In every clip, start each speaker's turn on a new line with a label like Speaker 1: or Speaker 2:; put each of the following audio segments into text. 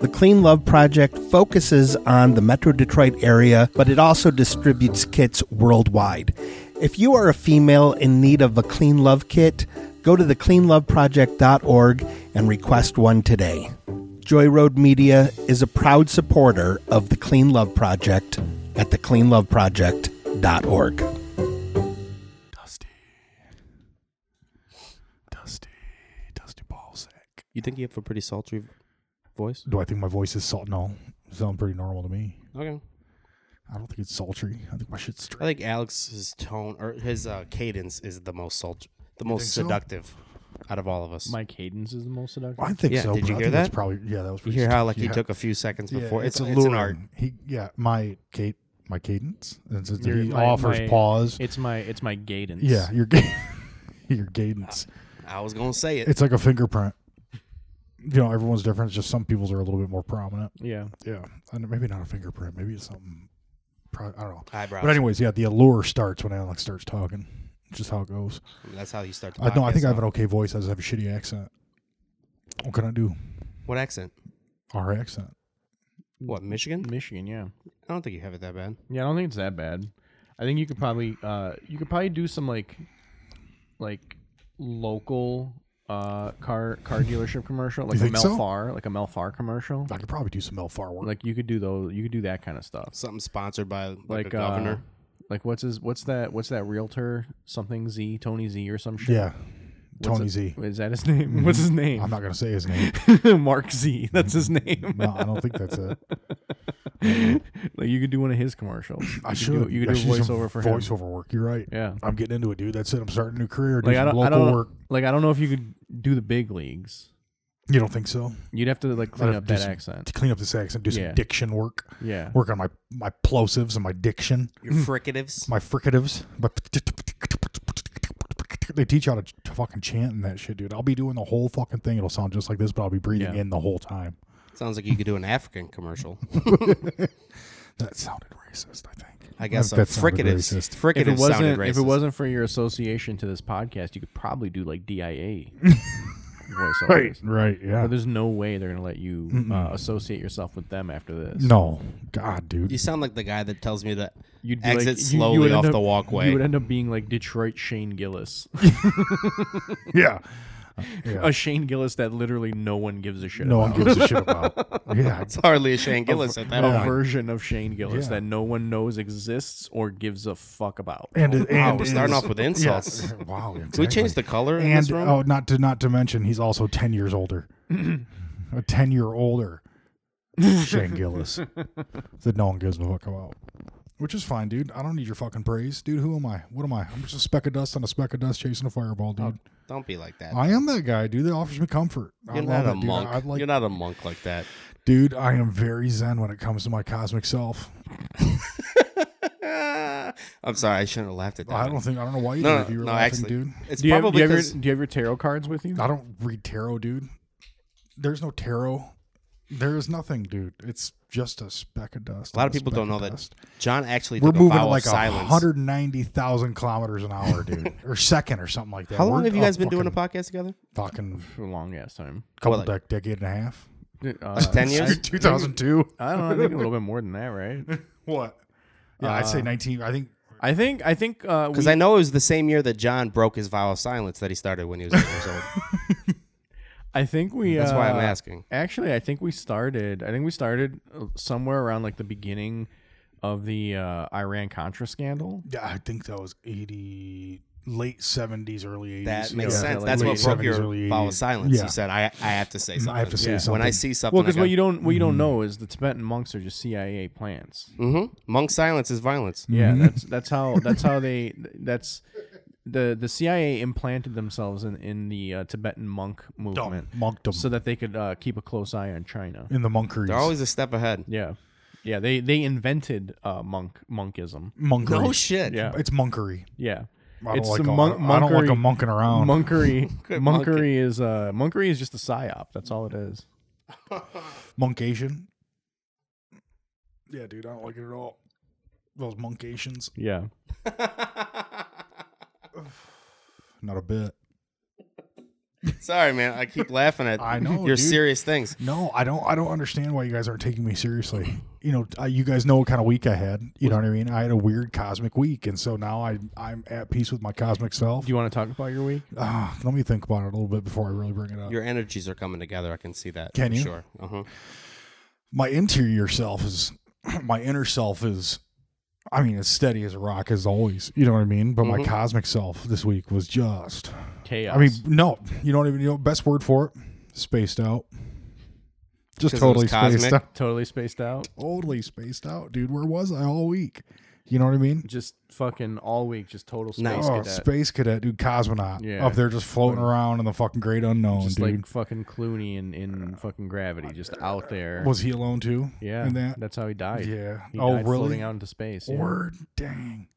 Speaker 1: The Clean Love Project focuses on the Metro Detroit area, but it also distributes kits worldwide. If you are a female in need of a Clean Love kit, go to thecleanloveproject.org and request one today. Joy Road Media is a proud supporter of the Clean Love Project at thecleanloveproject.org.
Speaker 2: Dusty. Dusty. Dusty Ballsack.
Speaker 3: You think you have a pretty sultry voice?
Speaker 2: Do I think my voice is salt? No. It sounds pretty normal to me.
Speaker 3: Okay.
Speaker 2: I don't think it's sultry. I think my shit's straight.
Speaker 3: I think Alex's tone or his uh, cadence is the most sultry, the
Speaker 2: think
Speaker 3: most
Speaker 2: so?
Speaker 3: seductive out of all of us.
Speaker 4: My cadence is the most seductive.
Speaker 2: I think
Speaker 3: Yeah,
Speaker 2: so.
Speaker 3: did
Speaker 2: but
Speaker 3: you
Speaker 2: I
Speaker 3: hear
Speaker 2: think that's
Speaker 3: that?
Speaker 2: Probably. Yeah, that was.
Speaker 3: you
Speaker 2: pretty
Speaker 3: hear how like he
Speaker 2: yeah.
Speaker 3: took a few seconds
Speaker 2: Yeah,
Speaker 3: before? It's,
Speaker 2: a
Speaker 3: it's an art.
Speaker 2: He yeah. My Kate. My cadence. It's, it's,
Speaker 4: Your-
Speaker 2: he
Speaker 4: my-
Speaker 2: offers
Speaker 4: my-
Speaker 2: pause.
Speaker 4: It's my it's my cadence.
Speaker 2: yeah. Your ga- your
Speaker 3: Uh,
Speaker 2: cadence.
Speaker 3: I was gonna say it.
Speaker 2: It's like a fingerprint. You know, everyone's different. It's just some people's are a little bit more prominent.
Speaker 4: yeah.
Speaker 2: Yeah, and maybe not a fingerprint. Maybe it's something. Probably, I don't know.
Speaker 3: Eyebrows.
Speaker 2: But anyways, yeah, the allure starts when Alex starts talking. It's Just how it goes.
Speaker 3: I mean, that's how you start. The
Speaker 2: I know. I think
Speaker 3: podcast
Speaker 2: I have an
Speaker 3: off.
Speaker 2: okay voice. I just have a shitty accent. What can I do?
Speaker 3: What accent?
Speaker 2: Our accent.
Speaker 3: What Michigan?
Speaker 4: Michigan, yeah.
Speaker 3: I don't think you have it that bad.
Speaker 4: Yeah, I don't think it's that bad. I think you could probably uh you could probably do some like like local uh car car dealership commercial, like a
Speaker 2: think so?
Speaker 4: Melfar, like a Melfar commercial.
Speaker 2: I could probably do some Melfar work.
Speaker 4: Like you could do those you could do that kind of stuff.
Speaker 3: Something sponsored by like,
Speaker 4: Like
Speaker 3: a governor.
Speaker 4: Uh, like what's his what's that what's that realtor something Z, Tony Z or some shit?
Speaker 2: yeah,
Speaker 4: What's
Speaker 2: Tony
Speaker 4: it-
Speaker 2: Z. Mm-hmm.
Speaker 4: Is that his name? What's his name?
Speaker 2: I'm not Mm-hmm. gonna say his name.
Speaker 4: Mark Z. That's his name.
Speaker 2: No, I don't think that's it.
Speaker 4: like you could do one of his commercials.
Speaker 2: I
Speaker 4: you
Speaker 2: should.
Speaker 4: Could do, you could
Speaker 2: I
Speaker 4: do a
Speaker 2: should some
Speaker 4: voiceover for him.
Speaker 2: voiceover work. You're right.
Speaker 4: Yeah.
Speaker 2: I'm getting into it, dude. That's it. I'm starting a new career. Do
Speaker 4: Like I
Speaker 2: some
Speaker 4: don't, I
Speaker 2: local
Speaker 4: don't,
Speaker 2: work.
Speaker 4: like I don't know if you could do the big leagues.
Speaker 2: You don't think so?
Speaker 4: You'd have to like clean
Speaker 2: have to
Speaker 4: up
Speaker 2: do
Speaker 4: that
Speaker 2: some-
Speaker 4: accent.
Speaker 2: To clean up this accent, do some
Speaker 4: Yeah.
Speaker 2: diction work.
Speaker 4: Yeah.
Speaker 2: Work on my my plosives and my diction.
Speaker 3: Your fricatives.
Speaker 2: my fricatives. My they teach you how to ch- fucking chant and that shit, dude. I'll be doing the whole fucking thing. It'll sound just like this, but I'll be breathing
Speaker 4: Yeah.
Speaker 2: in the whole time.
Speaker 3: Sounds like you could do an African commercial.
Speaker 2: That sounded racist, I think.
Speaker 3: I guess so.
Speaker 2: That sounded
Speaker 3: fricatives.
Speaker 2: racist.
Speaker 3: Fricatives
Speaker 4: If
Speaker 3: sounded
Speaker 4: it wasn't
Speaker 3: racist.
Speaker 4: if it wasn't for your association to this podcast, you could probably do like DIA voiceovers.
Speaker 2: Right, yeah.
Speaker 4: But there's no way they're gonna let you uh, associate yourself with them after this.
Speaker 2: No. God,
Speaker 3: You
Speaker 2: dude.
Speaker 3: sound like the guy that tells me that
Speaker 4: You'd be
Speaker 3: exit
Speaker 4: like, you- you
Speaker 3: slowly
Speaker 4: would end
Speaker 3: off
Speaker 4: up-
Speaker 3: the walkway.
Speaker 4: You would end up being like Detroit Shane Gillis,
Speaker 2: Yeah.
Speaker 4: a Shane Gillis that literally no one gives a shit.
Speaker 2: No
Speaker 4: about.
Speaker 2: one gives a shit about. Yeah.
Speaker 3: it's hardly a Shane Gillis at that
Speaker 4: a
Speaker 2: Yeah.
Speaker 3: point.
Speaker 4: version of Shane Gillis
Speaker 2: Yeah.
Speaker 4: that no one knows exists or gives a fuck about.
Speaker 2: And, it-
Speaker 3: Wow,
Speaker 2: and
Speaker 3: we're starting
Speaker 2: is-
Speaker 3: off with insults.
Speaker 2: Yes. Wow.
Speaker 3: Can we change
Speaker 2: exactly.
Speaker 3: the color in
Speaker 2: and
Speaker 3: this room?
Speaker 2: oh, not to not to mention, he's also ten years older. a ten year older Shane Gillis that no one gives a fuck about. Which is fine, dude. I don't need your fucking praise, dude. Who am I? What am I? I'm just a speck of dust on a speck of dust chasing a fireball, dude.
Speaker 3: Don't be like that.
Speaker 2: I am that guy, dude. That offers me comfort. I
Speaker 3: Oh, You're
Speaker 2: love
Speaker 3: not a
Speaker 2: it, dude.
Speaker 3: monk.
Speaker 2: I, I like,
Speaker 3: You're not a monk like that.
Speaker 2: dude. I am very zen when it comes to my cosmic self.
Speaker 3: Ah, I'm sorry. I shouldn't have laughed at that.
Speaker 2: I
Speaker 3: one.
Speaker 2: don't think I don't know why you
Speaker 3: No,
Speaker 2: did.
Speaker 3: no,
Speaker 2: if you were
Speaker 3: no,
Speaker 2: laughing,
Speaker 3: actually.
Speaker 2: dude.
Speaker 3: It's
Speaker 4: Do you, have, do,
Speaker 3: probably
Speaker 4: you have your,
Speaker 3: because
Speaker 4: do you have your tarot cards with you?
Speaker 2: I don't read tarot, dude. There's no tarot. There is nothing, dude. It's just a speck of dust.
Speaker 3: a lot
Speaker 2: and
Speaker 3: of people
Speaker 2: speck
Speaker 3: don't know
Speaker 2: of
Speaker 3: that
Speaker 2: dust.
Speaker 3: John actually
Speaker 2: We're
Speaker 3: took
Speaker 2: moving
Speaker 3: a
Speaker 2: at
Speaker 3: vow
Speaker 2: like
Speaker 3: of silence.
Speaker 2: 190,000 kilometers an hour, dude, or second or something like that.
Speaker 3: How long
Speaker 2: We're
Speaker 3: have you
Speaker 2: a
Speaker 3: guys been doing a
Speaker 2: fucking-
Speaker 3: podcast together?
Speaker 2: Fucking
Speaker 4: for a long ass time.
Speaker 2: couple
Speaker 3: like-
Speaker 2: dec- decade and a half.
Speaker 4: Uh,
Speaker 3: Ten years?
Speaker 2: 2002.
Speaker 4: I don't know. I think a little bit more than that, right?
Speaker 2: What? Yeah, I'd
Speaker 3: Uh,
Speaker 2: say 19. I think
Speaker 4: I think. I think. Uh,
Speaker 3: Because
Speaker 4: we,
Speaker 3: I know it was the same year that John broke his vow of silence that he started when he was eight years old.
Speaker 4: I think we.
Speaker 3: That's why I'm
Speaker 4: uh,
Speaker 3: asking.
Speaker 4: Actually, I think we started. I think we started uh, somewhere around like the beginning of the uh, Iran Contra scandal.
Speaker 2: yeah, I think that was 80 late 70s, early 80s.
Speaker 3: That
Speaker 2: Yeah,
Speaker 3: makes
Speaker 2: yeah,
Speaker 3: sense.
Speaker 2: like
Speaker 3: That's
Speaker 2: late
Speaker 3: what broke
Speaker 2: 70s,
Speaker 3: your
Speaker 2: early
Speaker 3: vow
Speaker 2: 80s.
Speaker 3: of silence.
Speaker 2: Yeah. Mm,
Speaker 3: You said, I, I have to say something.
Speaker 2: I have to say
Speaker 4: Yeah.
Speaker 2: something.
Speaker 3: When I see something,
Speaker 4: Well, because what you don't what you don't know is that Tibetan monks are just CIA plants.
Speaker 3: hmm monk "Mm-hmm. silence is violence.
Speaker 2: Mm-hmm.
Speaker 4: Yeah, that's that's how that's how they that's the the CIA implanted themselves in in the uh, Tibetan monk movement
Speaker 2: monkdom
Speaker 4: so that they could uh, keep a close eye on China.
Speaker 2: in the monkeries.
Speaker 3: They're always a step ahead.
Speaker 4: Yeah, yeah. They they invented uh, monk monkism.
Speaker 2: monkery.
Speaker 3: No shit.
Speaker 4: Yeah,
Speaker 2: it's monkery.
Speaker 4: yeah.
Speaker 2: I don't,
Speaker 4: It's
Speaker 2: like
Speaker 4: the
Speaker 2: a,
Speaker 4: monk-
Speaker 2: I don't like
Speaker 4: monkery-
Speaker 2: a monking around.
Speaker 4: Monkery,
Speaker 3: Good
Speaker 4: monkery is uh, monkery is just a psyop. That's all it is.
Speaker 2: Monkation. Yeah, dude, I don't like it at all. Those monkations.
Speaker 4: Yeah.
Speaker 2: Not a bit.
Speaker 3: Sorry, man. I keep laughing at
Speaker 2: I know,
Speaker 3: your
Speaker 2: dude.
Speaker 3: serious things.
Speaker 2: No, I don't. I don't understand why you guys aren't taking me seriously. You know, I, you guys know what kind of week I had. You know what I mean? I had a weird cosmic week, and so now I I'm at peace with my cosmic self.
Speaker 4: Do you want to talk about your week?
Speaker 2: Ah, let me think about it a little bit before I really bring it up.
Speaker 3: Your energies are coming together. I can see that.
Speaker 2: Can
Speaker 3: for
Speaker 2: you?
Speaker 3: Sure. Uh-huh.
Speaker 2: my interior self is my inner self is I mean as steady as a rock as always. You know what I mean? But my cosmic self this week was just
Speaker 4: Chaos.
Speaker 2: I mean, no, you don't even you know best word for it? Spaced out. Just
Speaker 3: 'Cause it was
Speaker 2: totally spaced
Speaker 3: cosmic?
Speaker 2: out.
Speaker 4: totally spaced out.
Speaker 2: Totally spaced out, dude. Where was I all week? You know what I mean?
Speaker 4: Just fucking all week, just total space
Speaker 3: No.
Speaker 2: Oh,
Speaker 4: cadet.
Speaker 2: space cadet, dude, cosmonaut
Speaker 4: Yeah.
Speaker 2: up there just floating around in the fucking great unknown,
Speaker 4: just
Speaker 2: dude.
Speaker 4: like fucking Clooney in, in fucking gravity, just out there.
Speaker 2: was he alone too?
Speaker 4: yeah,
Speaker 2: in that.
Speaker 4: that's how he died.
Speaker 2: Yeah.
Speaker 4: He
Speaker 2: oh,
Speaker 4: died
Speaker 2: really?
Speaker 4: floating out into space. yeah.
Speaker 2: Word, dang.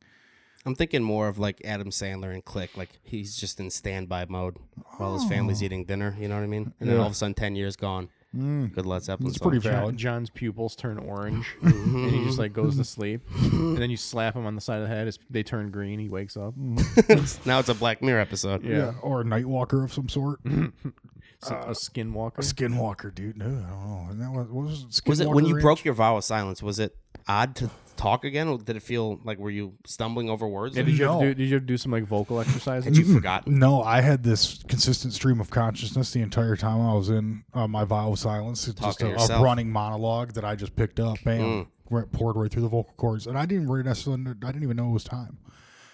Speaker 3: I'm thinking more of like Adam Sandler and Click. Like he's just in standby mode while his
Speaker 2: Oh.
Speaker 3: family's eating dinner. You know what I mean? And then all of a sudden, ten years gone. Good Led Zeppelin.
Speaker 2: Mm. It's pretty
Speaker 3: song.
Speaker 2: valid.
Speaker 4: John, John's pupils turn orange, and he just like goes to sleep. And then you slap him on the side of the head; it's, they turn green. He wakes up.
Speaker 3: now it's a Black Mirror episode.
Speaker 4: Yeah, Mm-hmm.
Speaker 2: Yeah, or a Nightwalker of some sort.
Speaker 4: So-
Speaker 2: Uh,
Speaker 4: a skinwalker.
Speaker 2: Skinwalker, dude. No, I don't know. Isn't that what, what was it?
Speaker 3: Was it when
Speaker 2: Skinwalker
Speaker 3: you
Speaker 2: Ranch?
Speaker 3: broke your vow of silence? Was it odd to talk again, or did it feel like were you stumbling over words?
Speaker 4: Yeah, did you have
Speaker 2: No.
Speaker 4: to do, did you have to do some like vocal exercises?
Speaker 3: Had you forgotten?
Speaker 2: No, I had this consistent stream of consciousness the entire time I was in uh, my vow of silence. It's just
Speaker 3: Talking to
Speaker 2: a, a
Speaker 3: yourself. Hmm.
Speaker 2: running monologue that I just picked up, bam, right, poured right through the vocal cords, and I didn't really necessarily. I didn't even know it was time.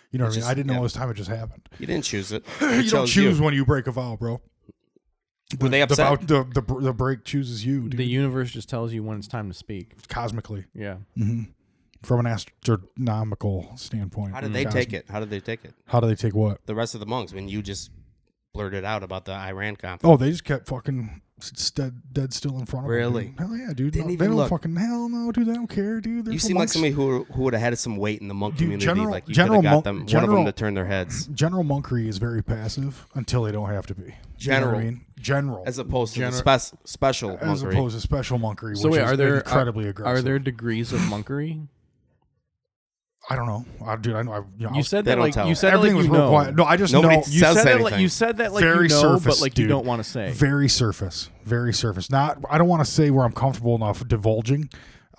Speaker 2: You know what I mean? I didn't know it was time. It just happened.
Speaker 3: You didn't choose it.
Speaker 2: You
Speaker 3: It
Speaker 2: don't
Speaker 3: chose
Speaker 2: choose when you break a vow, bro.
Speaker 3: Were they
Speaker 2: The, vow,
Speaker 3: upset?
Speaker 2: the, the, br- the break chooses you, dude.
Speaker 4: the universe just tells you when it's time to speak.
Speaker 2: cosmically,
Speaker 4: Yeah,
Speaker 2: from an astronomical standpoint.
Speaker 3: How did they take it? How did they take it?
Speaker 2: How do they take what?
Speaker 3: The rest of the monks when you just blurted out about the Iran conflict.
Speaker 2: Oh, they just kept fucking s- dead, dead still in front of 'em,
Speaker 3: Really?
Speaker 2: dude. Hell yeah, dude.
Speaker 3: Didn't
Speaker 2: No, they
Speaker 3: even
Speaker 2: don't
Speaker 3: look.
Speaker 2: fucking hell no, dude. They don't care, dude. They're
Speaker 3: you
Speaker 2: from
Speaker 3: seem like
Speaker 2: Lex-
Speaker 3: somebody who who would have had some weight in the monk
Speaker 2: Dude,
Speaker 3: community.
Speaker 2: General-
Speaker 3: like you could
Speaker 2: General
Speaker 3: have got
Speaker 2: monk-
Speaker 3: them one of
Speaker 2: General-
Speaker 3: them to turn their heads,
Speaker 2: General Monkery is very passive until they don't have to be. You know what
Speaker 3: General.
Speaker 2: I mean? General.
Speaker 3: as opposed to the
Speaker 4: Gener-
Speaker 3: spec- special
Speaker 2: As
Speaker 3: monkery.
Speaker 2: opposed to special monkery,
Speaker 4: So
Speaker 2: which
Speaker 4: wait,
Speaker 2: is
Speaker 4: are there uh,
Speaker 2: incredibly
Speaker 4: are,
Speaker 2: aggressive.
Speaker 4: Are there degrees of monkery?
Speaker 2: I don't know, I, dude. I know. I, you know, I
Speaker 4: You
Speaker 2: was-
Speaker 4: said
Speaker 3: They
Speaker 4: that
Speaker 3: don't
Speaker 4: like
Speaker 3: tell.
Speaker 4: you said
Speaker 2: everything
Speaker 4: like
Speaker 2: was
Speaker 4: you
Speaker 2: real
Speaker 4: know.
Speaker 2: quiet. No, I just
Speaker 3: Nobody
Speaker 2: know.
Speaker 3: says
Speaker 4: You
Speaker 3: Says
Speaker 4: said that like
Speaker 3: anything.
Speaker 4: you said that like
Speaker 2: very
Speaker 4: you know,
Speaker 2: surface,
Speaker 4: but like
Speaker 2: dude.
Speaker 4: you don't want to say.
Speaker 2: Very surface, very surface. Not. I don't want to say where I'm comfortable enough divulging.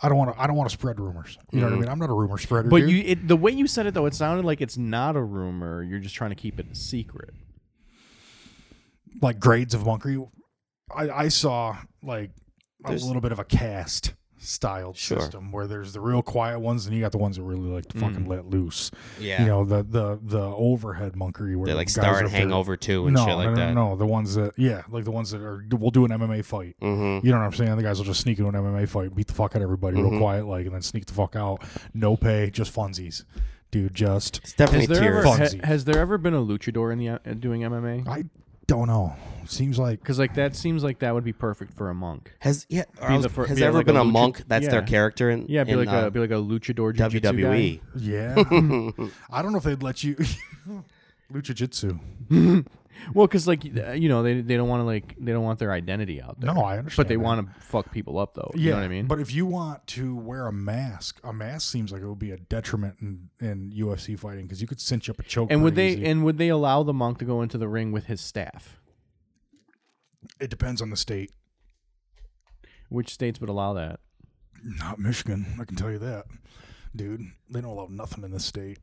Speaker 2: I don't want to. I don't want to spread rumors. You
Speaker 3: Mm.
Speaker 2: know what I mean? I'm not a rumor spreader.
Speaker 4: But
Speaker 2: dude.
Speaker 4: you, it, the way you said it though, it sounded like it's not a rumor. You're just trying to keep it a secret.
Speaker 2: like grades of monkery. I, I saw like a
Speaker 3: There's-
Speaker 2: little bit of a cast style
Speaker 3: Sure.
Speaker 2: system where there's the real quiet ones and you got the ones that really like to fucking let loose.
Speaker 3: Mm. yeah,
Speaker 2: You know, the the the overhead monkery where
Speaker 3: they
Speaker 2: the
Speaker 3: like
Speaker 2: guys
Speaker 3: star
Speaker 2: up
Speaker 3: and
Speaker 2: there-
Speaker 3: Hangover too and
Speaker 2: No,
Speaker 3: shit like
Speaker 2: no, no,
Speaker 3: that.
Speaker 2: no, the ones that yeah, like the ones that are we'll do an MMA fight.
Speaker 3: Mm-hmm.
Speaker 2: You know what I'm saying? The guys will just sneak into an MMA fight, beat the fuck out of everybody real quiet like, and then sneak the fuck out. No pay, just funsies, dude. Just
Speaker 3: It's definitely
Speaker 4: Has there,
Speaker 3: tears.
Speaker 4: ever, ha-
Speaker 2: Fonzie.
Speaker 4: has there ever been a luchador in the uh, doing MMA?
Speaker 2: I don't know. Seems like
Speaker 4: Because like that seems like that would be perfect for a monk.
Speaker 3: Has yeah? or
Speaker 4: Be
Speaker 3: I was-
Speaker 4: the fir-
Speaker 3: has
Speaker 4: be
Speaker 3: there ever
Speaker 4: like a
Speaker 3: been a
Speaker 4: lucha-
Speaker 3: monk that's their
Speaker 4: yeah.
Speaker 3: character in
Speaker 4: Yeah, be
Speaker 3: in,
Speaker 4: like
Speaker 3: uh, E.
Speaker 4: a be like a luchador jiu-jitsu guy.
Speaker 3: WWE?
Speaker 2: Yeah. I don't know if they'd let you. Lucha Jitsu.
Speaker 4: Well, because like uh, you know they, they don't want to like they don't want their identity out there.
Speaker 2: No, I understand.
Speaker 4: but they
Speaker 2: that.
Speaker 4: want to fuck people up though.
Speaker 2: Yeah,
Speaker 4: you know what I mean.
Speaker 2: But if you want to wear a mask, a mask seems like it would be a detriment in, in UFC fighting because you could cinch up a choke.
Speaker 4: and would
Speaker 2: pretty
Speaker 4: they
Speaker 2: easy.
Speaker 4: and would they allow the monk to go into the ring with his staff?
Speaker 2: it depends on the state.
Speaker 4: Which states would allow that?
Speaker 2: Not Michigan, I can tell you that, dude. They don't allow nothing in this state.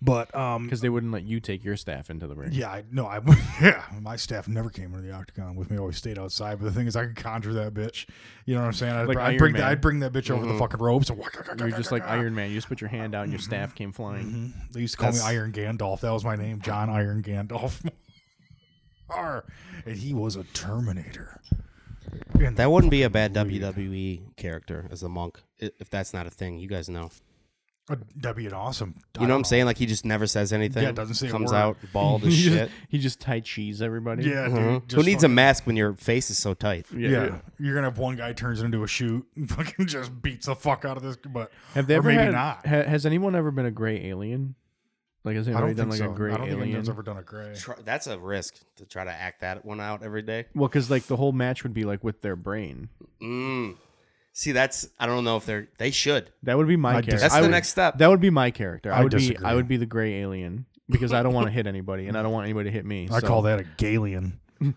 Speaker 2: But um,
Speaker 4: Because they wouldn't let you take your staff into the ring.
Speaker 2: Yeah, I no, I yeah, my staff never came into the octagon with me. Always stayed outside. But the thing is, I could conjure that bitch. You know what I'm saying? I'd,
Speaker 4: Like
Speaker 2: br-
Speaker 4: Iron
Speaker 2: I'd bring that.
Speaker 4: Man. Mm-hmm.
Speaker 2: I'd bring that bitch over the fucking ropes. And
Speaker 4: You're just like Iron Man. You just put your hand out and your staff came flying.
Speaker 2: They used to call
Speaker 3: That's-
Speaker 2: me Iron Gandalf. That was my name, John Iron Gandalf. Arr. and he was a Terminator. And
Speaker 3: E That wouldn't be a bad WWE character as a monk i- if that's not a thing. You guys know.
Speaker 2: Uh, that'd be an awesome. I
Speaker 3: You know what
Speaker 2: don't
Speaker 3: I'm saying? Like he just never says anything.
Speaker 2: Yeah, doesn't say a
Speaker 3: Comes
Speaker 2: word.
Speaker 3: out bald as
Speaker 4: he
Speaker 3: shit.
Speaker 4: Just, he just tai cheese everybody.
Speaker 2: Yeah, dude.
Speaker 3: Mhm. Who
Speaker 2: just
Speaker 3: needs a mask when your face is so tight?
Speaker 4: yeah.
Speaker 2: fucking- Yeah. you're gonna have one guy turns into a shoot and fucking just beats the fuck out of this. But
Speaker 4: Have they
Speaker 2: or
Speaker 4: ever
Speaker 2: maybe
Speaker 4: had-
Speaker 2: not.
Speaker 4: ha- has anyone ever been a gray alien? Like has
Speaker 2: I
Speaker 4: anybody
Speaker 2: don't
Speaker 4: done
Speaker 2: think
Speaker 4: like
Speaker 2: so.
Speaker 4: a gray
Speaker 2: I don't think
Speaker 4: alien?
Speaker 2: anyone's ever done a gray.
Speaker 3: Tr- That's a risk to try to act that one out every day.
Speaker 4: Well, because like the whole match would be like with their brain.
Speaker 3: Mm. See, that's I don't know if they're they should.
Speaker 4: That would be my
Speaker 2: I
Speaker 4: character.
Speaker 2: dis-
Speaker 3: That's
Speaker 4: I
Speaker 3: the
Speaker 4: would-
Speaker 3: next step.
Speaker 4: That would be my character. I,
Speaker 2: I
Speaker 4: would be
Speaker 2: disagree.
Speaker 4: I would be the gray alien because I don't want to hit anybody and I don't want anybody to hit me.
Speaker 2: I
Speaker 4: so-
Speaker 2: call that a Galian.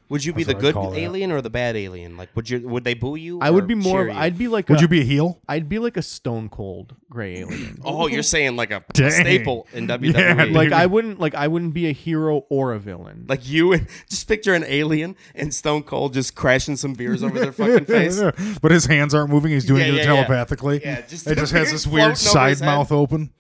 Speaker 3: would you be
Speaker 2: That's what
Speaker 3: the
Speaker 2: I
Speaker 3: good
Speaker 2: call that.
Speaker 3: alien or the bad alien? Like, would you would they boo you?
Speaker 4: I
Speaker 3: or
Speaker 4: would be more.
Speaker 3: cheer
Speaker 4: Of,
Speaker 3: you?
Speaker 4: I'd be like.
Speaker 2: Would
Speaker 4: a,
Speaker 2: you be a heel?
Speaker 4: I'd be like a stone cold gray alien.
Speaker 3: Oh, you're saying like a
Speaker 2: Dang.
Speaker 3: staple in WWE.
Speaker 2: Yeah,
Speaker 3: like,
Speaker 4: like I wouldn't like I wouldn't be a hero or a villain.
Speaker 3: like you and just picture an alien and Stone Cold just crashing some beers over their fucking face.
Speaker 2: but his hands aren't moving. He's doing
Speaker 3: Yeah,
Speaker 2: it
Speaker 3: yeah, yeah.
Speaker 2: telepathically.
Speaker 3: Yeah, just-
Speaker 2: it just has this
Speaker 3: floating over
Speaker 2: weird
Speaker 3: his
Speaker 2: side
Speaker 3: head.
Speaker 2: mouth open,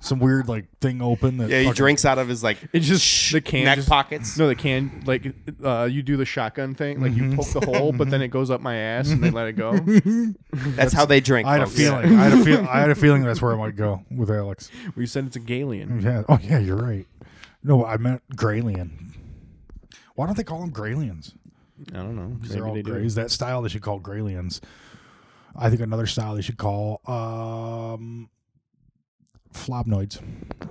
Speaker 2: some weird like thing open. That
Speaker 3: Yeah, he
Speaker 2: fucking-
Speaker 3: drinks out of his like
Speaker 4: It just the can
Speaker 3: neck
Speaker 4: just-
Speaker 3: pockets.
Speaker 4: No, the can like uh, you do the shotgun thing, like
Speaker 2: Mm-hmm.
Speaker 4: you poke the hole, but then it goes up my ass and they let it go. Where
Speaker 3: That's how they drink.
Speaker 2: I had a
Speaker 3: folks.
Speaker 2: feeling. I had a feel. I had a feeling that's where I might go with Alex.
Speaker 4: you said it's a Galian.
Speaker 2: Yeah. Oh yeah, you're right. No, I meant Graylian. Why don't they call them Graylians?
Speaker 4: I don't know.
Speaker 2: Because they're
Speaker 4: Maybe
Speaker 2: all
Speaker 4: they do.
Speaker 2: grays. That style they should call Graylians. I think another style they should call um Flobnoids.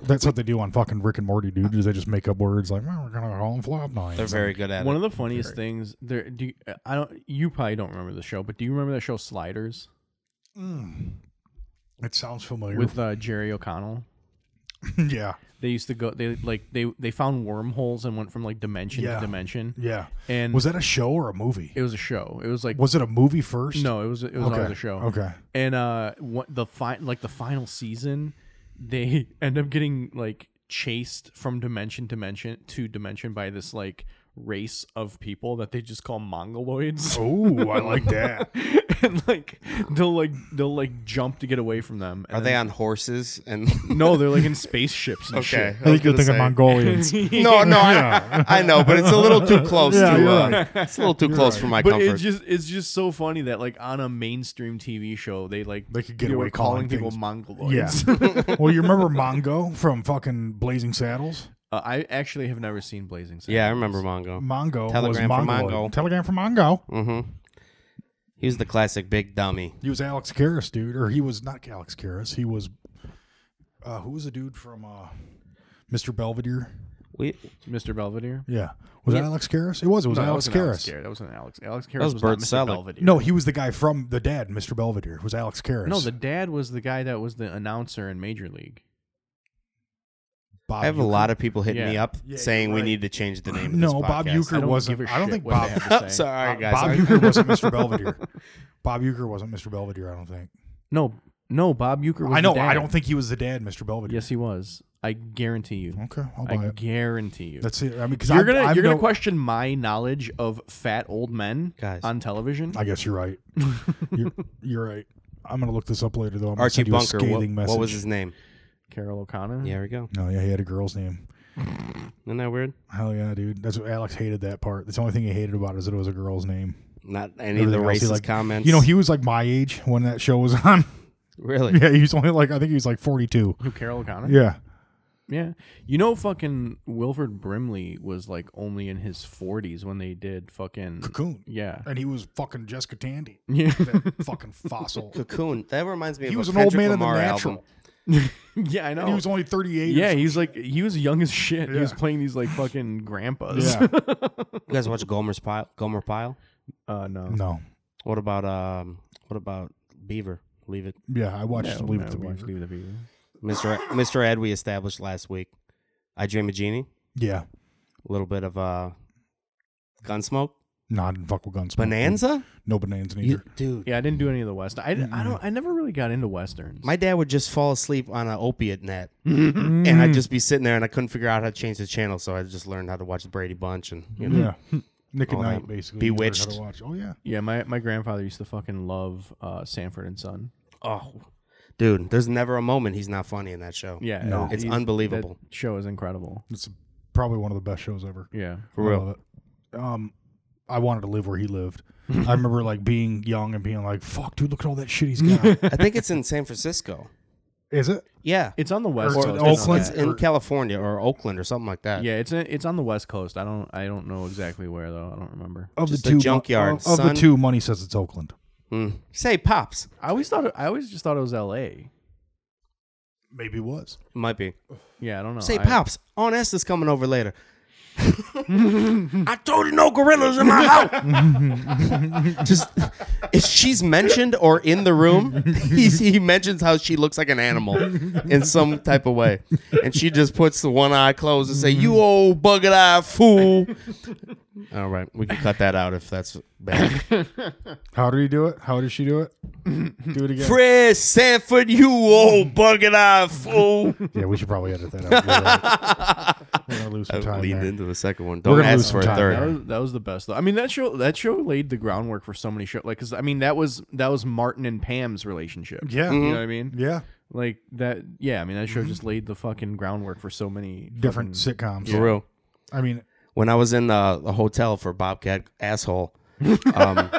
Speaker 2: That's what they do on fucking Rick and Morty, dude. Is they just make up words like, well, we're gonna call them Flobnoids.
Speaker 3: They're very good at
Speaker 4: One
Speaker 3: it.
Speaker 4: of the funniest things there. Do you, I don't. You probably don't remember the show, but do you remember that show Sliders
Speaker 2: it sounds familiar.
Speaker 4: with uh, Jerry O'Connell?
Speaker 2: yeah,
Speaker 4: They used to go. They like they they found wormholes and went from like dimension
Speaker 2: Yeah.
Speaker 4: to dimension.
Speaker 2: yeah.
Speaker 4: And
Speaker 2: Was that a show or a movie?
Speaker 4: it was a show. It was like
Speaker 2: was it a movie first?
Speaker 4: no. It was it was
Speaker 2: Okay.
Speaker 4: always a show.
Speaker 2: Okay.
Speaker 4: And uh, what the fi- like the final season, they end up getting like chased from dimension to dimension to dimension by this like race of people that they just call mongoloids.
Speaker 2: Oh, I like that.
Speaker 4: and like they'll like they'll like jump to get away from them.
Speaker 3: Are they on horses and
Speaker 4: No, they're like in spaceships. And
Speaker 3: Okay.
Speaker 4: shit.
Speaker 2: I think you're
Speaker 3: gonna
Speaker 2: thinking
Speaker 3: say-
Speaker 2: Mongolians.
Speaker 3: No, no, I, I know, but it's a little too close.
Speaker 2: Yeah,
Speaker 3: to,
Speaker 2: you're
Speaker 3: uh,
Speaker 2: right.
Speaker 3: It's a little too close for my
Speaker 4: But
Speaker 3: comfort.
Speaker 4: it's just it's just so funny that like on a mainstream TV show they like
Speaker 2: They could get
Speaker 4: were
Speaker 2: away calling
Speaker 4: calling people
Speaker 2: things. Yeah.
Speaker 4: mongoloids.
Speaker 2: well, you remember Mongo from fucking Blazing Saddles?
Speaker 4: uh, I actually have never seen Blazing. Saddles.
Speaker 3: yeah, I remember Mongo.
Speaker 2: Mongo
Speaker 3: Telegram
Speaker 2: was
Speaker 3: from
Speaker 2: Mongo.
Speaker 3: Mongo.
Speaker 2: Telegram from Mongo.
Speaker 3: Mm-hmm. He was the classic big dummy.
Speaker 2: He was Alex Karras, dude, or he was not Alex Karras. He was uh, who was the dude from uh, Mr. Belvedere?
Speaker 3: We
Speaker 4: Mr. Belvedere.
Speaker 2: Yeah, was that Alex Karras? It was. It was
Speaker 4: that
Speaker 2: Alex
Speaker 4: wasn't Alex
Speaker 2: Karras.
Speaker 4: Garrett. That wasn't Alex. Alex Karras
Speaker 3: was
Speaker 4: was,
Speaker 3: Bert
Speaker 4: not Mr.
Speaker 3: Selleck.
Speaker 4: Belvedere.
Speaker 2: No, he was the guy from the dad, Mr. Belvedere. Was Alex Karras?
Speaker 4: no, the dad was the guy that was the announcer in Major League.
Speaker 2: Bob
Speaker 3: I have a
Speaker 2: Uecker.
Speaker 3: lot of people hitting
Speaker 4: Yeah.
Speaker 3: me up
Speaker 2: Yeah,
Speaker 3: saying
Speaker 2: you're
Speaker 3: we
Speaker 2: right.
Speaker 3: need to change the name. Of
Speaker 2: No,
Speaker 3: this
Speaker 2: Bob
Speaker 3: podcast.
Speaker 4: I
Speaker 2: Uecker
Speaker 4: don't
Speaker 2: wasn't.
Speaker 4: give a
Speaker 2: I don't
Speaker 4: shit
Speaker 2: think
Speaker 4: what they
Speaker 2: Bob.
Speaker 4: have to
Speaker 3: I'm
Speaker 4: say.
Speaker 3: sorry, guys.
Speaker 2: Bob
Speaker 3: I-
Speaker 2: Uecker wasn't Mr. Belvedere. Bob Uecker wasn't Mr. Belvedere. I don't think.
Speaker 4: No, no, Bob Euchre. Was
Speaker 2: I know.
Speaker 4: The dad.
Speaker 2: I don't think he was the dad, Mr. Belvedere.
Speaker 4: Yes, he was. I guarantee you.
Speaker 2: Okay, I'll buy
Speaker 4: I
Speaker 2: it.
Speaker 4: guarantee you.
Speaker 2: That's it. I mean, because
Speaker 4: you're gonna
Speaker 2: I'm
Speaker 4: you're
Speaker 2: no-
Speaker 4: gonna question my knowledge of fat old men
Speaker 3: Guys.
Speaker 4: on television.
Speaker 2: I guess you're right. you're, you're right. I'm gonna look this up later though. I'm gonna
Speaker 3: Archie
Speaker 2: send you a
Speaker 3: Bunker. What,
Speaker 2: scathing
Speaker 3: what was
Speaker 2: message.
Speaker 3: his name?
Speaker 4: Carol O'Connor.
Speaker 3: Yeah, we go.
Speaker 2: No, yeah, he had a girl's name.
Speaker 3: Isn't that weird?
Speaker 2: Hell yeah, dude. That's what Alex hated that part. That's the only thing he hated about it is that it was a girl's name.
Speaker 3: Not any of the
Speaker 2: Everything else, he
Speaker 3: racist
Speaker 2: like-
Speaker 3: comments.
Speaker 2: You know, he was like my age when that show was on.
Speaker 3: really.
Speaker 2: yeah, he was only like I think he was like 42.
Speaker 4: Who Carol O'Connor?
Speaker 2: Yeah.
Speaker 4: Yeah. You know, fucking Wilford Brimley was like only in his 40s when they did fucking.
Speaker 2: Cocoon.
Speaker 4: Yeah.
Speaker 2: And he was fucking Jessica Tandy.
Speaker 4: Yeah.
Speaker 2: That fucking fossil.
Speaker 3: Cocoon. That reminds me
Speaker 2: He
Speaker 3: of
Speaker 2: was
Speaker 3: a
Speaker 2: an old
Speaker 3: Kendrick
Speaker 2: man in the
Speaker 3: Lamar
Speaker 2: natural.
Speaker 3: album.
Speaker 4: yeah, I know.
Speaker 2: And he was only 38.
Speaker 4: yeah, he was like, he was young as shit. He was
Speaker 2: Yeah.
Speaker 4: playing these like fucking grandpas.
Speaker 2: Yeah.
Speaker 3: You guys watch Gomer's Pile? Gomer Pyle.
Speaker 4: Uh, no.
Speaker 2: no.
Speaker 3: What about um? What about Beaver? Leave it.
Speaker 2: Yeah, I watched
Speaker 4: No,
Speaker 2: Believe
Speaker 4: no,
Speaker 2: It to
Speaker 4: watch
Speaker 2: Believe.
Speaker 4: Leave It to Beaver.
Speaker 3: Mr. Mr. Ed, we established last week. I Dream a Genie,
Speaker 2: Yeah.
Speaker 3: a little bit of uh, Gunsmoke,
Speaker 2: Not in fuck with guns.
Speaker 3: Bonanza,
Speaker 2: No bananas
Speaker 3: You-
Speaker 2: either.
Speaker 3: dude.
Speaker 4: Yeah, I didn't do any of the West. I, I don't. I never really got into westerns.
Speaker 3: My dad would just fall asleep on an opiate net, and
Speaker 4: Mm-hmm.
Speaker 3: I'd just be sitting there, and I couldn't figure out how to change the channel, so I just learned how to watch the Brady Bunch and you know,
Speaker 2: Yeah. Nick at
Speaker 3: All
Speaker 2: Night,
Speaker 3: that.
Speaker 2: basically.
Speaker 3: Bewitched.
Speaker 2: You learned how to watch. Oh, yeah.
Speaker 4: yeah, my, my grandfather used to fucking love uh, Sanford and Son.
Speaker 3: oh, dude, there's never a moment he's not funny in that show.
Speaker 4: Mm-hmm. Yeah,
Speaker 2: No.
Speaker 4: uh,
Speaker 3: It's
Speaker 4: he's-
Speaker 3: unbelievable.
Speaker 4: That show is incredible.
Speaker 2: It's probably one of the best shows ever.
Speaker 4: Yeah,
Speaker 3: for
Speaker 2: I
Speaker 3: real.
Speaker 2: love it. Um, I wanted to live where he lived. I remember like being young and being like, "Fuck, dude, look at all that shit he's got."
Speaker 3: I think it's in San Francisco.
Speaker 2: Is it?
Speaker 3: Yeah.
Speaker 4: It's on the west
Speaker 2: Or
Speaker 4: coast.
Speaker 2: in
Speaker 4: I know
Speaker 2: Oakland.
Speaker 4: that.
Speaker 3: It's in
Speaker 2: Or-
Speaker 3: California or Oakland or something like that.
Speaker 4: Yeah, it's in, it's on the west coast. I don't I don't know exactly where though. I don't remember.
Speaker 2: Of
Speaker 3: Just
Speaker 2: the
Speaker 3: a
Speaker 2: two,
Speaker 3: junkyard,
Speaker 2: of- Of, the
Speaker 3: son.
Speaker 2: two, money says it's Oakland.
Speaker 3: Mm. Say pops.
Speaker 4: I always thought it, I always just thought it was L.A.
Speaker 2: Maybe it was.
Speaker 3: It might be.
Speaker 4: Yeah, I don't know.
Speaker 3: Say
Speaker 4: I-
Speaker 3: pops. On S is coming over later. I told you no gorillas in my house. Just if she's mentioned or in the room, he, he mentions how she looks like an animal in some type of way, and she just puts the one eye closed and say, "You old bugger eye fool." All right, we can cut that out if that's bad.
Speaker 2: How did he do it? How did she do it? do it again.
Speaker 3: Fred Sanford, you old bugger eye fool.
Speaker 2: yeah, we should probably edit that out. You're right. We're gonna lose some time.
Speaker 3: Leaned
Speaker 2: there.
Speaker 3: into the second one.
Speaker 2: We're
Speaker 3: Don't
Speaker 2: gonna lose
Speaker 3: ask for
Speaker 2: some
Speaker 3: a
Speaker 2: time.
Speaker 4: That
Speaker 3: third.
Speaker 4: was, that was the best though. I mean that show that show laid the groundwork for so many shows. Like, cause I mean that was that was Martin and Pam's relationship.
Speaker 2: Yeah.
Speaker 4: you know
Speaker 3: Mm-hmm.
Speaker 4: what I mean.
Speaker 2: Yeah.
Speaker 4: Like that. Yeah, I mean that show just laid the fucking groundwork for so many
Speaker 2: Different
Speaker 4: fucking-
Speaker 2: sitcoms.
Speaker 3: For real.
Speaker 2: I mean,
Speaker 3: when I was in uh, the hotel for Bobcat Asshole, um,